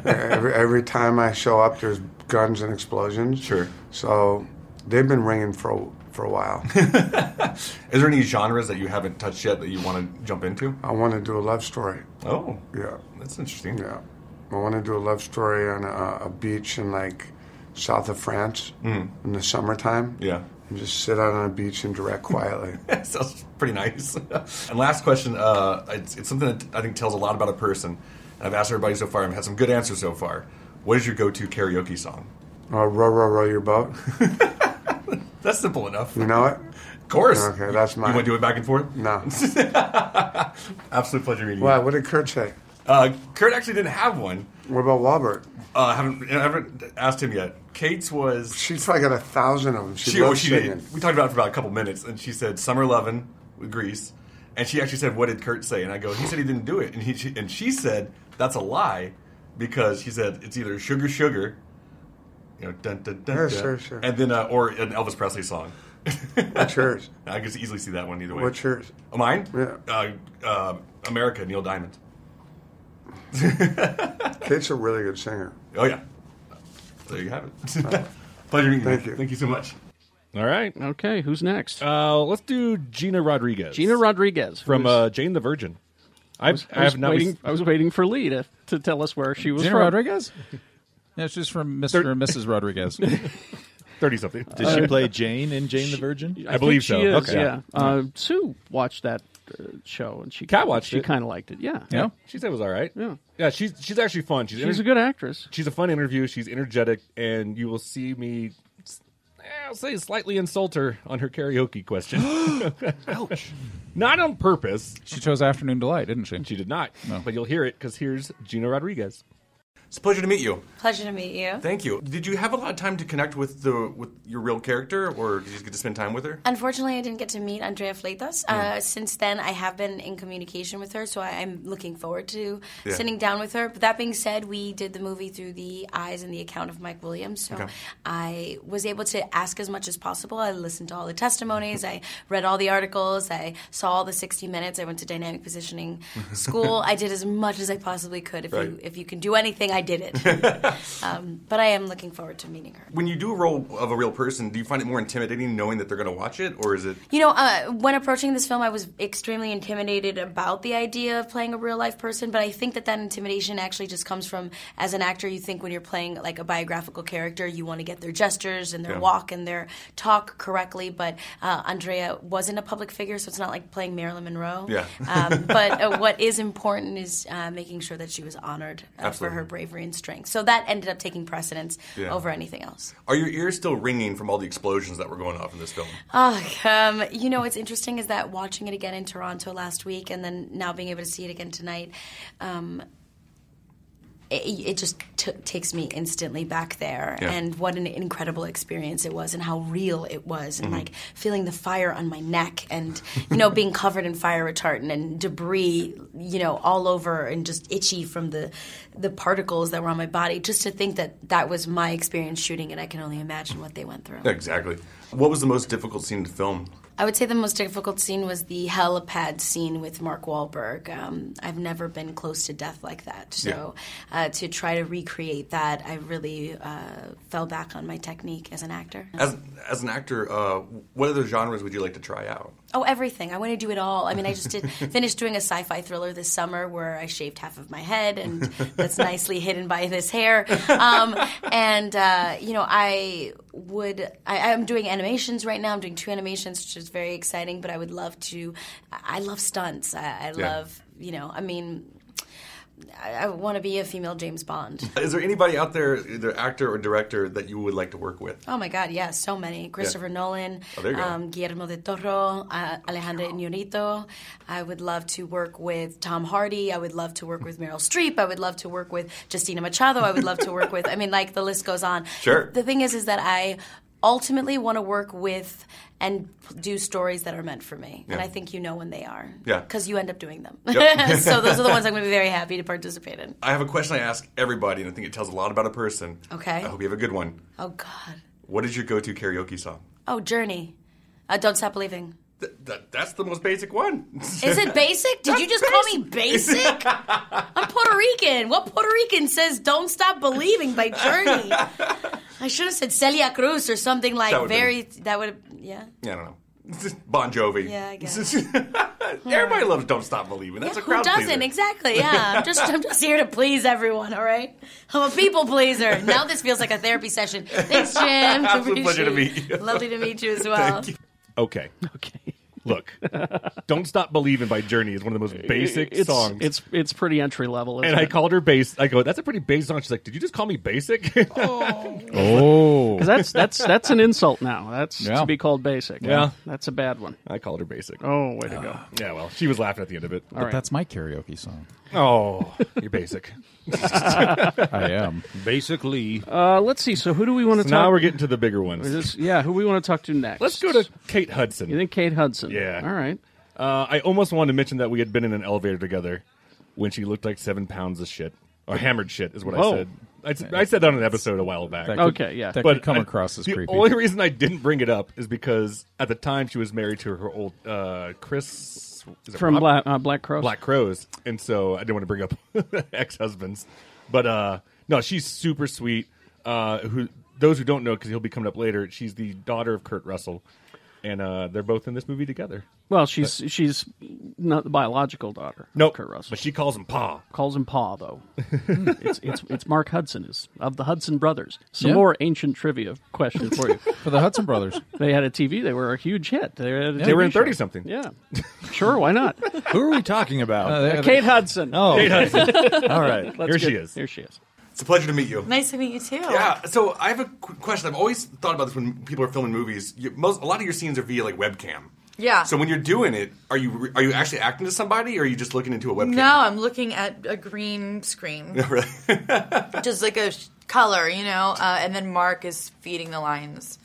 M: every, every time I show up, there's guns and explosions. Sure. So they've been ringing for a- for a while.
L: Is there any genres that you haven't touched yet that you want to jump into?
M: I want to do a love story.
L: Oh,
M: yeah,
L: that's interesting.
M: Yeah, I want to do a love story on a, a beach in like south of France
L: Mm.
M: in the summertime.
L: Yeah.
M: and just sit out on a beach and direct quietly.
L: Sounds pretty nice. and last question, uh, it's, it's something that I think tells a lot about a person. And I've asked everybody so far, I've had some good answers so far. What is your go-to karaoke song?
M: Uh, row, row, row your boat.
L: That's simple enough.
M: You know it?
L: Of course.
M: Okay, that's mine.
L: You want to do it back and forth?
M: No.
L: Absolute pleasure meeting
M: Why?
L: you.
M: What did Kurt say?
L: Uh, Kurt actually didn't have one.
M: What about Walbert?
L: Uh, I haven't, I haven't asked him yet. Kate's was...
M: She's probably got a thousand of them. She,
L: oh,
M: loves
L: she
M: singing.
L: did. We talked about it for about a couple minutes, and she said "Summer Lovin'" with Grease, and she actually said, "What did Kurt say?" And I go, "He said he didn't do it," and he she, and she said, "That's a lie," because she said it's either "Sugar Sugar," you know, dun dun dun,
M: Yeah,
L: dun,
M: sure, sure.
L: and then uh, or an Elvis Presley song.
M: What's yours?
L: I could easily see that one either way.
M: What's yours?
L: Oh, mine?
M: Yeah.
L: Uh, uh, America, Neil Diamond.
M: Kate's a really good singer.
L: Oh yeah. There you have it. Pleasure meeting
M: Thank you.
L: Thank you so much.
D: All right.
A: Okay. Who's next?
D: Uh, let's do Gina Rodriguez.
A: Gina Rodriguez
D: from
A: who's-
D: uh, Jane the Virgin. I,
A: was- I was
D: have not
A: waiting. I was waiting for Lee to, to tell us where she was
D: Gina
A: from.
D: Rodriguez?
G: No, it's just from Mr. and Mrs. Rodriguez.
D: 30 something.
G: Did she play Jane in Jane the Virgin?
A: think she is, Yeah. Uh, Sue watched that uh, show, and she
D: Cat watched
A: She
D: it.
A: kind of liked it. Yeah.
D: she said it was all right. Yeah, yeah. She's she's actually fun. She's,
A: She's a good actress.
D: She's a fun interview. She's energetic, and you will see me. s- eh, I'll say slightly insult her on her karaoke question. Ouch! Not on purpose.
G: She chose Afternoon Delight, didn't she?
D: She did not. But you'll hear it because here's Gina Rodriguez.
L: It's a pleasure to meet you.
N: Pleasure to meet you.
L: Thank you. Did you have a lot of time to connect with the with your real character, or did you just get to spend time with her?
N: Unfortunately, I didn't get to meet Andrea Fleitas. Uh, since then, I have been in communication with her, so I, I'm looking forward to
L: Yeah.
N: sitting down with her. But that being said, we did the movie through the eyes and the account of Mike Williams, so
L: Okay.
N: I was able to ask as much as possible. I listened to all the testimonies,
L: Mm-hmm.
N: I read all the articles, I saw all the 60 minutes. I went to dynamic positioning school. I did as much as I possibly could. If
L: Right.
N: you if you can do anything, I I did it. um, but I am looking forward to meeting her.
L: When you do a role of a real person, do you find it more intimidating knowing that they're going to watch it, or is it?
N: You know, uh, when approaching this film, I was extremely intimidated about the idea of playing a real life person, but I think that that intimidation actually just comes from, as an actor, you think when you're playing like a biographical character, you want to get their gestures and their
O: Yeah.
N: walk and their talk correctly. But uh, Andrea wasn't a public figure, so it's not like playing Marilyn Monroe.
O: Yeah.
N: um, but uh, what is important is uh, making sure that she was honored uh, for
L: Absolutely.
N: her bravery and strength. So that ended up taking precedence
L: Yeah.
N: over anything else.
L: Are your ears still ringing from all the explosions that were going off in this film?
N: Oh, um, you know what's interesting is that watching it again in Toronto last week, and then now being able to see it again tonight, um, it, it just t- takes me instantly back there.
O: Yeah.
N: And what an incredible experience it was, and how real it was, and
O: Mhm.
N: like feeling the fire on my neck, and you know being covered in fire retardant and debris, you know, all over, and just itchy from the the particles that were on my body. Just to think that that was my experience shooting it, I can only imagine what they went through.
L: Exactly. What was the most difficult scene to film?
N: I would say the most difficult scene was the helipad scene with Mark Wahlberg. Um, I've never been close to death like that. So uh, to try to recreate that, I really uh, fell back on my technique as an actor.
L: As as an actor, uh, what other genres would you like to try out?
N: Oh, everything. I want to do it all. I mean, I just did finish doing a sci-fi thriller this summer where I shaved half of my head and that's nicely hidden by this hair. Um, and uh, you know, I would. I, I'm doing animations right now. I'm doing two animations, which is very exciting. But I would love to. I I love stunts. I, I
L: Yeah.
N: love. You know, I mean, I, I want to be a female James Bond.
L: Is there anybody out there, either actor or director, that you would like to work with?
N: Oh my God, yeah, so many. Christopher Nolan,
L: Oh, there you go.
N: um, Guillermo del Toro, uh, Alejandro Inarritu. I would love to work with Tom Hardy. I would love to work with Meryl Streep. I would love to work with Justina Machado. I would love to work with. I mean, like the list goes on.
O: Sure.
N: The thing is, is that I ultimately want to work with and do stories that are meant for me, and
L: Yeah.
N: I think you know when they are.
L: Yeah.
N: Because you end up doing them.
L: Yep.
N: so those are the ones I'm going to be very happy to participate in.
L: I have a question I ask everybody, and I think it tells a lot about a person.
N: Okay.
L: I hope you have a good one.
N: Oh God.
L: What is your go-to karaoke song?
N: Oh, Journey. Uh, don't stop believing.
L: Th- that, that's the most basic one.
N: Is it basic? Did you just call me basic? I'm Puerto Rican. What Puerto Rican says "Don't Stop Believing" by Journey? I should have said Celia Cruz or something like
L: That would've
N: very. That would, yeah,
L: Yeah, I don't know. Bon Jovi.
N: yeah, I guess.
L: Everybody loves "Don't Stop Believing." That's a
N: Who
L: crowd
N: doesn't
L: pleaser.
N: exactly? Yeah, I'm just I'm just here to please everyone. All right, I'm a people pleaser. Now this feels like a therapy session. Thanks, Jim.
D: Absolute pleasure to
N: Appreciate
D: meet
N: it.
D: you.
N: Lovely to meet you as well.
D: Okay. Okay. Look, don't stop believing by Journey is one of the most basic
A: it's,
D: songs.
A: It's it's pretty entry level. Isn't
D: and I
A: it?
D: called her base. I go, that's a pretty basic song. She's like, did you just call me basic?
A: Oh, because that's that's that's an insult now. That's
D: Yeah.
A: to be called basic.
D: Yeah.
A: that's a bad one.
D: I called her basic. Ah,
A: Oh, way to go!
D: Yeah, well, she was laughing at the end of it.
A: All right.
G: That's my karaoke song.
D: Oh, you're basic.
G: I am.
D: Basically.
A: Uh, let's see. So who do we want to
D: So
A: talk?
D: now we're getting to the bigger ones.
A: Is this- yeah, who we want to talk to next?
D: Let's go to Kate Hudson. You
A: think Kate Hudson?
D: Yeah.
A: All right.
D: Uh, I almost wanted to mention that we had been in an elevator together when she looked like seven pounds of shit. Or hammered shit is what
A: Whoa.
D: I said. I s- I, said that on an episode a while back.
G: That could- Okay, yeah. that could come
D: I-
G: across as
D: the
G: creepy.
D: only reason I didn't bring it up is because at the time she was married to her old uh, Chris is it
A: From
D: Rob?
A: Black- uh, Black Crows?
D: Black Crows, and so I didn't want to bring up ex-husbands. But uh, no, she's super sweet. Uh, who those who don't know because he'll be coming up later. She's the daughter of Kurt Russell, and uh, they're both in this movie together.
A: Well, she's she's not the biological daughter.
D: No, Kurt Russell. But she calls him Pa.
A: Calls him Pa though. Hmm, it's, it's it's Mark Hudson is of the Hudson brothers. Some
G: Yeah.
A: more ancient trivia question for you.
G: For the Hudson brothers.
A: They had a TV. They were a huge hit. They, had a
G: Yeah.
A: TV
G: They were in
A: show.
G: 30-something.
A: Yeah, sure. Why not?
G: Who are we talking about?
A: Uh, Kate Hudson.
G: Oh. Kate Hudson.
A: All
G: right.
A: Let's
G: Here
A: get-
G: she is.
A: Here she is.
L: It's a pleasure to meet you.
N: Nice to meet you too.
H: Oh.
L: Yeah. So I have a qu- question. I've always thought about this when people are filming movies. You, most a lot of your scenes are via like webcam.
H: Yeah.
L: So when you're doing it, are you re- are you actually acting to somebody, or are you just looking into a webcam?
H: No, I'm looking at a green screen,
L: Really?
H: just like a sh- color, you know. Uh, and then Mark is feeding the lines.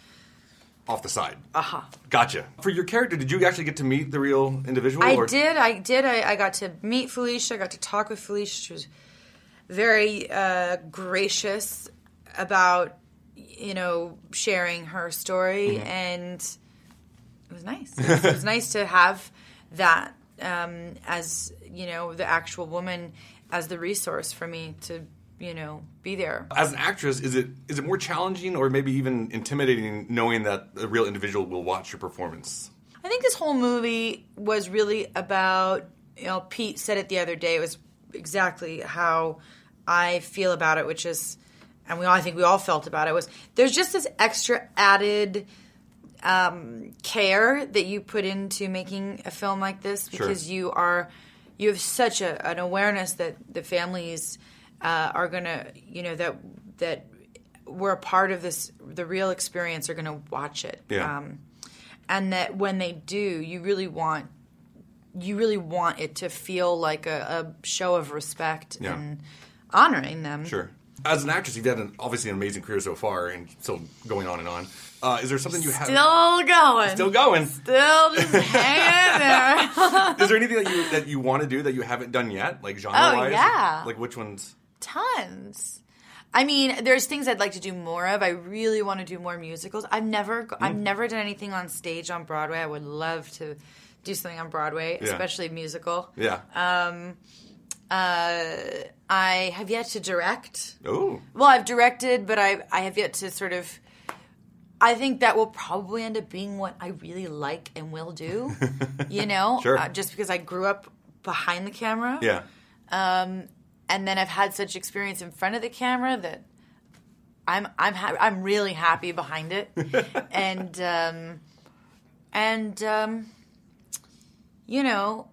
L: Off the side.
H: Aha.
L: Gotcha. For your character, did you actually get to meet the real individual?
H: I
L: or-
H: did. I did. I, I got to meet Felicia. I got to talk with Felicia. She was very uh, gracious about you know sharing her story,
O: Mhm.
H: and it was nice. It was, it was nice to have that um, as you know the actual woman as the resource for me to you know, be there.
L: As an actress, is it is it more challenging or maybe even intimidating knowing that a real individual will watch your performance?
H: I think this whole movie was really about, you know, Pete said it the other day. It was exactly how I feel about it, which is, and we all, I think we all felt about it was there's just this extra added um, care that you put into making a film like this
O: Sure.
H: because you are you have such a, an awareness that the families uh, are gonna, you know, that that we're a part of this, the real experience are gonna watch it.
O: Yeah.
H: Um, and that when they do you really want you really want it to feel like a, a show of respect
L: Yeah.
H: and honoring them
L: Sure. As an actress, you've had an, obviously an amazing career so far and still going on and on. Uh, is there something you have
H: still going
L: still going?
H: still just hanging in there
L: is there anything that you that you want to do that you haven't done yet, like genre wise?
H: Oh, yeah.
L: Like which ones?
H: tons i mean there's things i'd like to do more of i really want to do more musicals i've never go- i've
O: Mm.
H: never done anything on stage on broadway i would love to do something on broadway
O: Yeah.
H: especially musical
O: Yeah.
H: um uh i have yet to direct
L: Oh.
H: Well, I've directed, but I I have yet to sort of. I think that will probably end up being what I really like and will do. you know,
O: Sure.
H: Uh, just because I grew up behind the camera,
O: Yeah.
H: um, and then I've had such experience in front of the camera that I'm I'm ha- I'm really happy behind it, and um, and um, you know,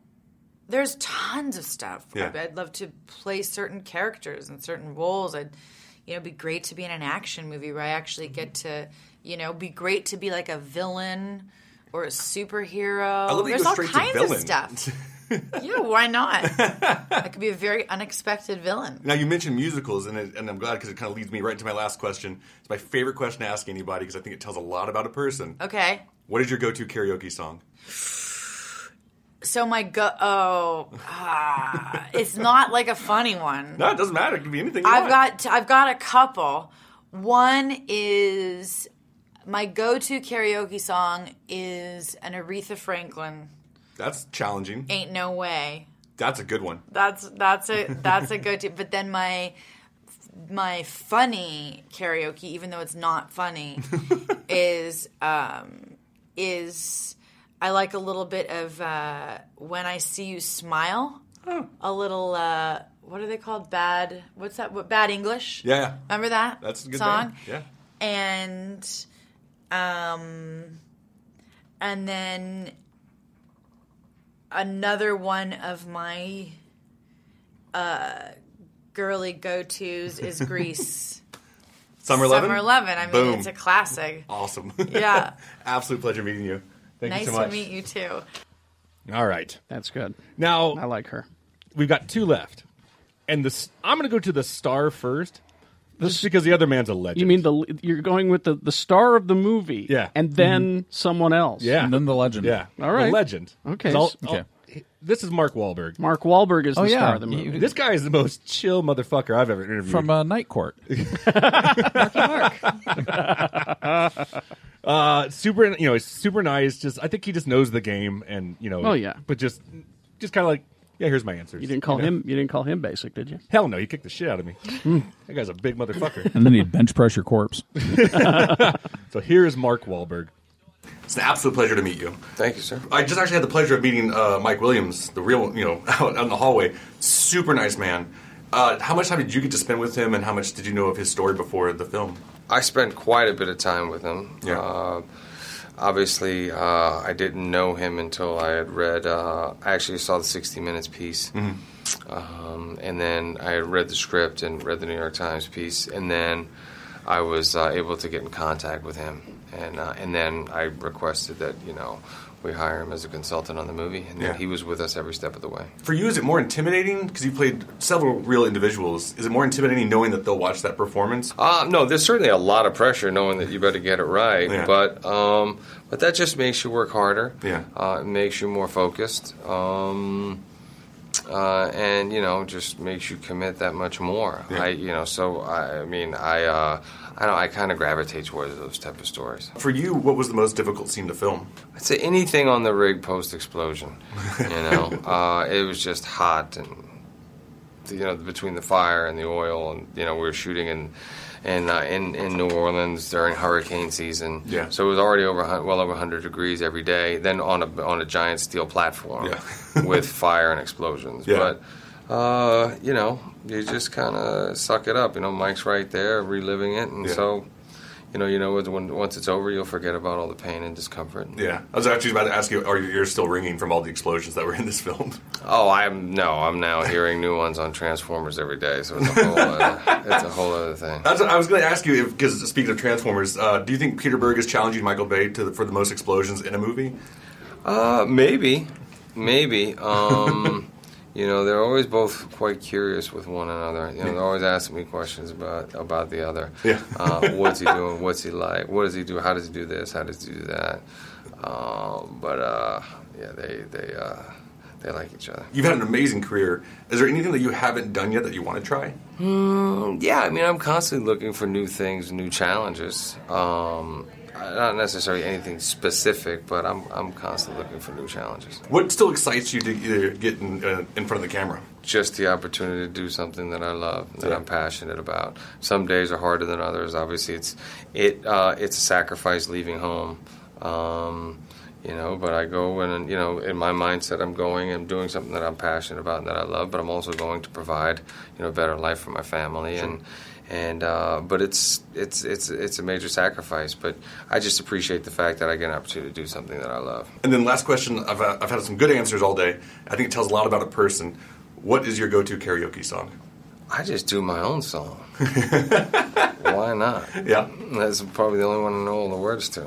H: there's tons of stuff.
O: Yeah.
H: I'd, I'd love to play certain characters and certain roles. I'd you know it'd be great to be in an action movie where I actually get
O: Mm-hmm.
H: to you know be great to be like a villain or a superhero.
O: I love that you
H: there's
O: go
H: all
O: straight to
H: kinds of
L: villain.
H: stuff. yeah, why not? I could be a very unexpected villain.
L: Now you mentioned musicals, and it, and I'm glad because it kind of leads me right into my last question. It's my favorite question to ask anybody because I think it tells a lot about a person.
H: Okay.
L: What is your go-to karaoke song?
H: So my go oh, ah, it's not like a funny one.
L: No, it doesn't matter. It can be anything. You
H: I've
L: want.
H: got I've got a couple. One is my go-to karaoke song is an Aretha Franklin
L: That's challenging.
H: "Ain't No Way."
L: That's a good one.
H: That's that's a that's a go-to. But then my my funny karaoke, even though it's not funny, is um, is I like a little bit of uh, when I see you smile. A little uh, what are they called? Bad what's that? What bad English?
L: Yeah.
H: Remember that
L: That's a good
H: song?
L: band. Yeah.
H: And um, and then another one of my uh, girly go tos is Grease.
L: Summer Eleven.
H: Summer Eleven. I mean,
L: Boom.
H: it's a classic.
L: Awesome.
H: Yeah.
L: Absolute pleasure meeting you. Thank
H: nice
L: you so much.
H: to meet you too.
D: All right.
A: That's good.
D: Now
A: I like her.
D: We've got two left, and this I'm going to go to the star first, just because the other man's a legend.
A: You mean the you're going with the the star of the movie,
D: Yeah.
A: and
G: Mm-hmm.
A: then someone else,
D: Yeah. And then
A: Mm-hmm. the legend,
D: Yeah.
A: All right,
D: The legend.
A: Okay,
D: It's all-
A: okay.
D: all- this is Mark Wahlberg.
A: Mark Wahlberg
G: Oh,
A: is the star of the movie.
D: Oh, This guy is the most chill motherfucker I've ever interviewed.
C: From uh, Night Court.
D: uh, super, you know, he's super nice. Just, I think he just knows the game, and you know,
A: Oh, yeah.
D: but just, just kind of like, yeah, here's my answers.
A: You didn't call
D: know?
A: him. You didn't call him basic, did you? Hmm.
D: Hell no, he kicked the shit out of me. that guy's a big motherfucker.
C: and then he'd bench press your corpse.
D: so here is Mark Wahlberg.
L: It's an absolute pleasure to meet you.
M: Thank you, sir.
L: I just actually had the pleasure of meeting uh, Mike Williams, the real, you know, out in the hallway. Super nice man. Uh, how much time did you get to spend with him, and how much did you know of his story before the film?
P: I spent quite a bit of time with him. Yeah. Uh, obviously, uh, I didn't know him until I had read. Uh, I actually saw the 60 Minutes piece,
L: Mhm.
P: um, and then I had read the script and read the New York Times piece, and then I was uh, able to get in contact with him, and uh, and then I requested that you know we hire him as a consultant on the movie, and
L: Yeah.
P: then he was with us every step of the way.
L: For you, is it more intimidating because you played several real individuals? Is it more intimidating knowing that they'll watch that performance?
P: Uh, no, there's certainly a lot of pressure knowing that you better get it right,
L: Yeah.
P: but um, but that just makes you work harder.
L: Yeah.
P: uh, it makes you more focused, um, uh, and you know, just makes you commit that much more. I, you know, so I, I mean, I, uh, I don't, I kind of gravitate towards those type of stories.
L: For you, what was the most difficult scene to film?
P: I'd say anything on the rig post explosion. You know, uh, it was just hot and you know between the fire and the oil, and you know we were shooting in in uh, in, in New Orleans during hurricane season.
L: Yeah.
P: So it was already over hun- well over 100 degrees every day. Then on a on a giant steel platform with fire and explosions.
L: Yeah.
P: But uh, you know, you just kind of suck it up. You know, Mike's right there reliving it, and
L: Yeah.
P: so. You know, you know, when, once it's over, you'll forget about all the pain and discomfort.
L: Yeah, I was actually about to ask you: Are your ears still ringing from all the explosions that were in this film?
P: Oh, I'm no, I'm now hearing new ones on Transformers every day, so it's a whole, uh, it's a whole other thing.
L: That's what I was going to ask you because speaking of Transformers, uh, do you think Peter Berg is challenging Michael Bay to the, for the most explosions in a movie?
P: Uh, maybe, maybe. Um, you know, they're always both quite curious with one another. You know, they're always asking me questions about about the other.
L: Yeah.
P: Uh, what's he doing? What's he like? What does he do? How does he do this? How does he do that? Um, but uh, yeah, they they uh, they like each other.
L: You've had an amazing career. Is there anything that you haven't done yet that you want to try?
P: Hmm, yeah, I mean, I'm constantly looking for new things, new challenges. Um, not necessarily anything specific, but I'm, I'm constantly looking for new challenges.
L: What still excites you to either get in, uh, in front of the camera?
P: Just the opportunity to do something that I love, that
L: Yeah.
P: I'm passionate about. Some days are harder than others. Obviously, it's it uh, it's a sacrifice leaving home. Um, you know, but I go and you know, in my mindset, I'm going and doing something that I'm passionate about and that I love. But I'm also going to provide you know a better life for my family and and uh, but it's it's it's it's a major sacrifice. But I just appreciate the fact that I get an opportunity to do something that I love.
L: And then last question: I've, uh, I've had some good answers all day. I think it tells a lot about a person. What is your go-to karaoke song?
P: I just do my own song. Why not?
L: Yeah,
P: that's probably the only one I know all the words to.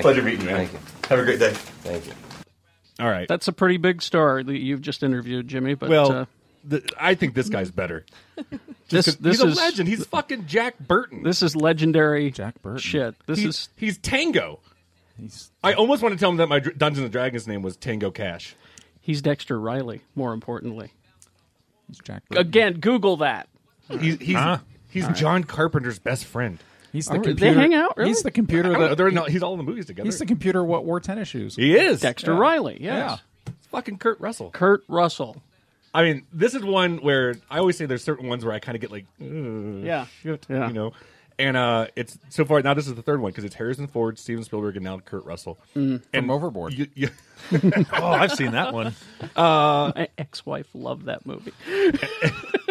L: Pleasure meeting you, man.
P: Thank you.
L: Have a great day.
P: Thank you.
D: All right.
A: That's a pretty big star that you've just interviewed, Jimmy. But
D: well,
A: uh,
D: th- I think this guy's better.
A: This-
D: Just 'cause
A: this
D: he's
A: is-
D: a legend. He's fucking Jack Burton.
A: this is legendary Jack
D: Burton.
A: shit. This
D: He-
A: is
D: he's Tango. I almost want to tell him that my Dr- Dungeons and Dragons name was Tango Cash.
A: he's Dexter Riley. More importantly,
D: He's Jack.
A: again, Google that.
D: He's he's,
A: Huh?
D: he's
A: All right.
D: John Carpenter's best friend.
C: He's
A: the Are- they computer- hang out, really?
C: He's the computer.
D: I don't know.
C: That,
D: They're in all- he's all in the movies together.
C: He's the computer. What wore tennis shoes?
D: He is
A: Dexter Riley. Yes.
D: It's fucking Kurt Russell.
A: Kurt Russell.
D: I mean, this is one where I always say there's certain ones where I kind of get like, "Ugh,
A: Yeah.
D: shit,
A: Yeah.
D: you know. And uh, it's so far now. This is the third one because it's Harrison Ford, Steven Spielberg, and now Kurt Russell.
A: Mm.
D: And
A: From Overboard.
D: you- you-
A: Oh, I've seen that one.
D: Uh,
A: My ex-wife loved that movie.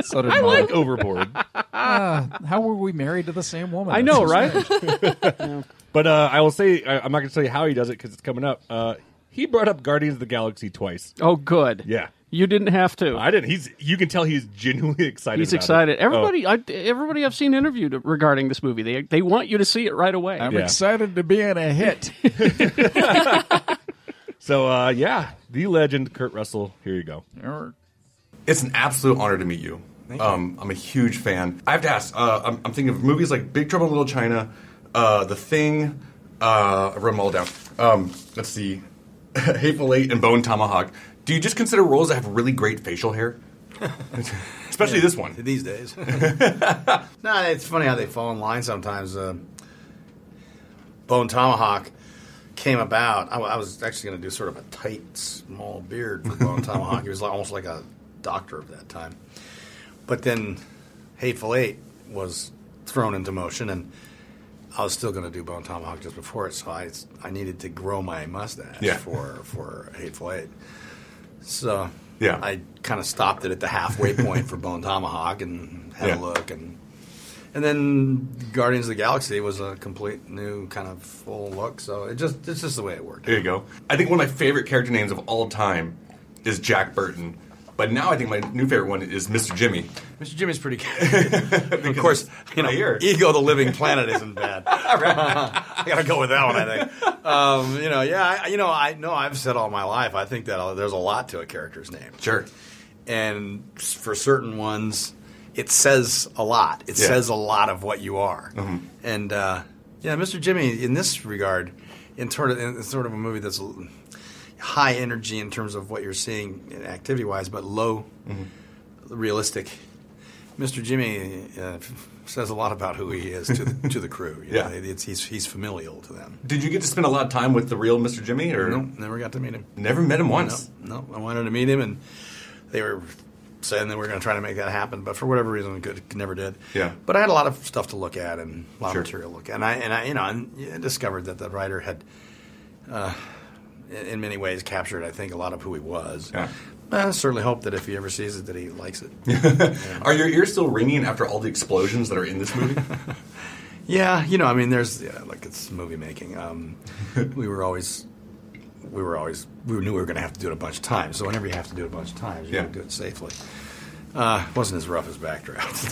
C: So did
A: I
C: mine.
A: like
D: Overboard.
C: Ah, how were we married to the same woman?
D: I know,
C: That's
D: right?
C: strange.
D: But uh, I will say, I, I'm not going to tell you how he does it because it's coming up. Uh, he brought up Guardians of the Galaxy twice.
A: Oh, good.
D: Yeah,
A: you didn't have to.
D: I didn't. He's. You can tell he's genuinely excited.
A: He's
D: about it.
A: excited.
D: Oh.
A: Everybody, I, everybody I've seen interviewed regarding this movie, they they want you to see it right away.
D: I'm Yeah.
C: excited to be in a hit.
D: So uh, yeah, the legend Kurt Russell. Here you go.
L: It's an absolute honor to meet you.
D: Thank you.
L: Um, I'm a huge fan. I have to ask. Uh, I'm, I'm thinking of movies like Big Trouble in Little China, uh, The Thing. Uh, I wrote them all down. Um, let's see, Hateful Eight and Bone Tomahawk. Do you just consider roles that have really great facial hair? Especially this one.
O: These days. no, it's funny how they fall in line sometimes. Uh, Bone Tomahawk came about. I, w- I was actually going to do sort of a tight, small beard for Bone Tomahawk. He was like, almost like a doctor of that time. But then Hateful Eight was thrown into motion, and I was still going to do Bone Tomahawk just before it, so I, I needed to grow my mustache
L: Yeah.
O: for, for Hateful Eight. So
L: Yeah.
O: I kind of stopped it at the halfway point for Bone Tomahawk and had
L: Yeah.
O: a look and and then Guardians of the Galaxy was a complete new kind of full look. So it just it's just the way it worked.
L: There you go. I think one of my favorite character names of all time is Jack Burton. But now I think my new favorite one is Mr. Jimmy.
O: Mr. Jimmy's pretty good. of course, you know, Ego the Living Planet isn't bad. I gotta go with that one. I think. Um, you know, yeah, I, you know, I know I've said all my life. I think that uh, there's a lot to a character's name.
L: Sure.
O: And s- for certain ones, it says a lot. It
L: Yeah. Mm-hmm.
O: says a lot of what you are. And uh, yeah, Mr. Jimmy, in this regard, in sort of in sort of a movie that's l- high energy in terms of what you're seeing activity wise, but low
L: Mm-hmm.
O: realistic. Mr. Jimmy uh, says a lot about who he is to the, to the crew. you know.
L: Yeah.
O: it's, he's he's familial to them.
L: Did you get to spend a lot of time with the real Mr. Jimmy? Or
O: No, never got to meet him.
L: Never met him once.
O: No, no, I wanted to meet him, and they were So, and then we are going to try to make that happen, but for whatever reason, we could, never did.
D: Yeah.
O: But I had a lot of stuff to look at and a lot
D: Sure.
O: of material to look at, and I and I you know and yeah, discovered that the writer had, uh, in- in many ways, captured I think a lot of who he was.
D: Yeah.
O: I certainly hope that if he ever sees it, that he likes it.
D: Are your ears still ringing after all the explosions that are in this movie?
O: Yeah, you know, I mean, there's yeah, like it's movie making. Um, we were always, we were always, we knew we were going to have to do it a bunch of times. So whenever you have to do it a bunch of times, you
D: Yeah.
O: got to do it safely. Uh, it wasn't as rough as Backdraft.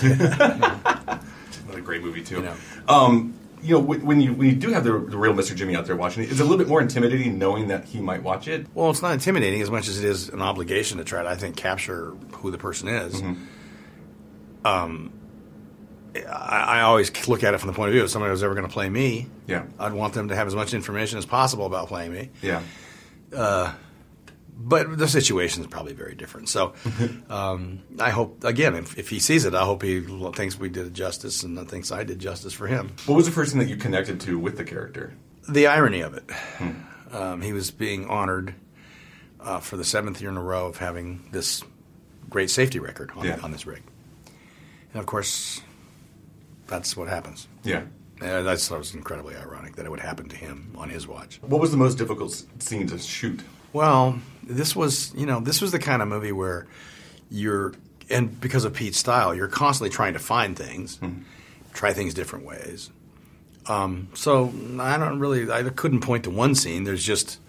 D: Another great movie too. Um, you know, wh- when you when you do have the, the real Mr. Jimmy out there watching it, it's a little bit more intimidating knowing that he might watch it.
O: well, it's not intimidating as much as it is an obligation to try to, I think, capture who the person is.
D: Mm-hmm.
O: Um, I, I always look at it from the point of view of somebody who's ever going to play me.
D: Yeah.
O: I'd want them to have as much information as possible about playing me.
D: Yeah.
O: Uh, but the situation is probably very different. So um, I hope, again, if, if he sees it, I hope he lo- thinks we did justice and thinks I did justice for him.
D: What was the first thing that you connected to with the character? Hmm.
O: The irony of it. Um, he was being honored uh, for the seventh year in a row of having this great safety record on,
D: Yeah.
O: on this rig. And of course, that's what happens.
D: Yeah.
O: Uh, that's that was incredibly ironic that it would happen to him on his watch.
D: What was the most difficult s- scene to shoot?
O: Well, this was you know this was the kind of movie where you're and because of Pete's style, you're constantly trying to find things,
D: Hmm.
O: try things different ways. Um, so I don't really I couldn't point to one scene. There's just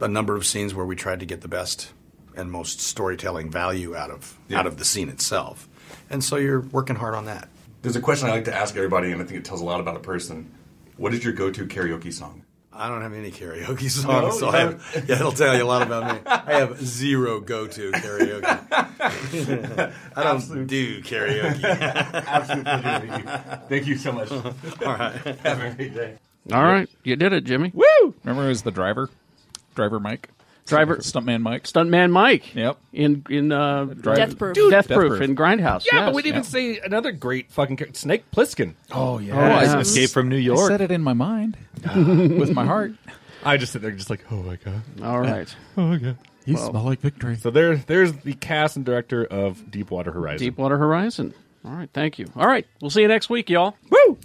O: a number of scenes where we tried to get the best and most storytelling value out of out of the scene itself, and so you're working hard on that.
D: There's a question I like to ask everybody, and I think it tells a lot about a person. What is your go-to karaoke song?
O: I don't have any karaoke
D: No,
O: songs, so
D: you
O: I
D: don't?
O: have, yeah, it'll tell you a lot about me. I have zero go-to karaoke. I don't do karaoke.
D: Absolute pleasure meeting you. Thank you so much. All
O: right.
D: Have a great day.
A: All right, you did it, Jimmy.
G: Woo! Remember, it was the driver, driver Mike,
A: driver
G: stuntman Mike,
A: stuntman Mike.
G: Yep.
A: In in uh,
G: Death Proof.
A: Dude, Death,
G: Death
A: Proof
G: Proof.
A: in Grindhouse.
F: Yeah,
A: yes.
F: but we'd even say another great fucking character, Snake Plissken.
G: Oh yeah,
F: I
G: Escape from New York. I said it in my mind with my heart.
F: I just sit there, just like, oh my god.
A: All right.
G: Oh yeah, you
F: Well.
G: smell like victory.
F: So there, there's the cast and director of Deepwater Horizon.
A: Deepwater Horizon. All right, thank you. All right, we'll see you next week, y'all.
F: Woo!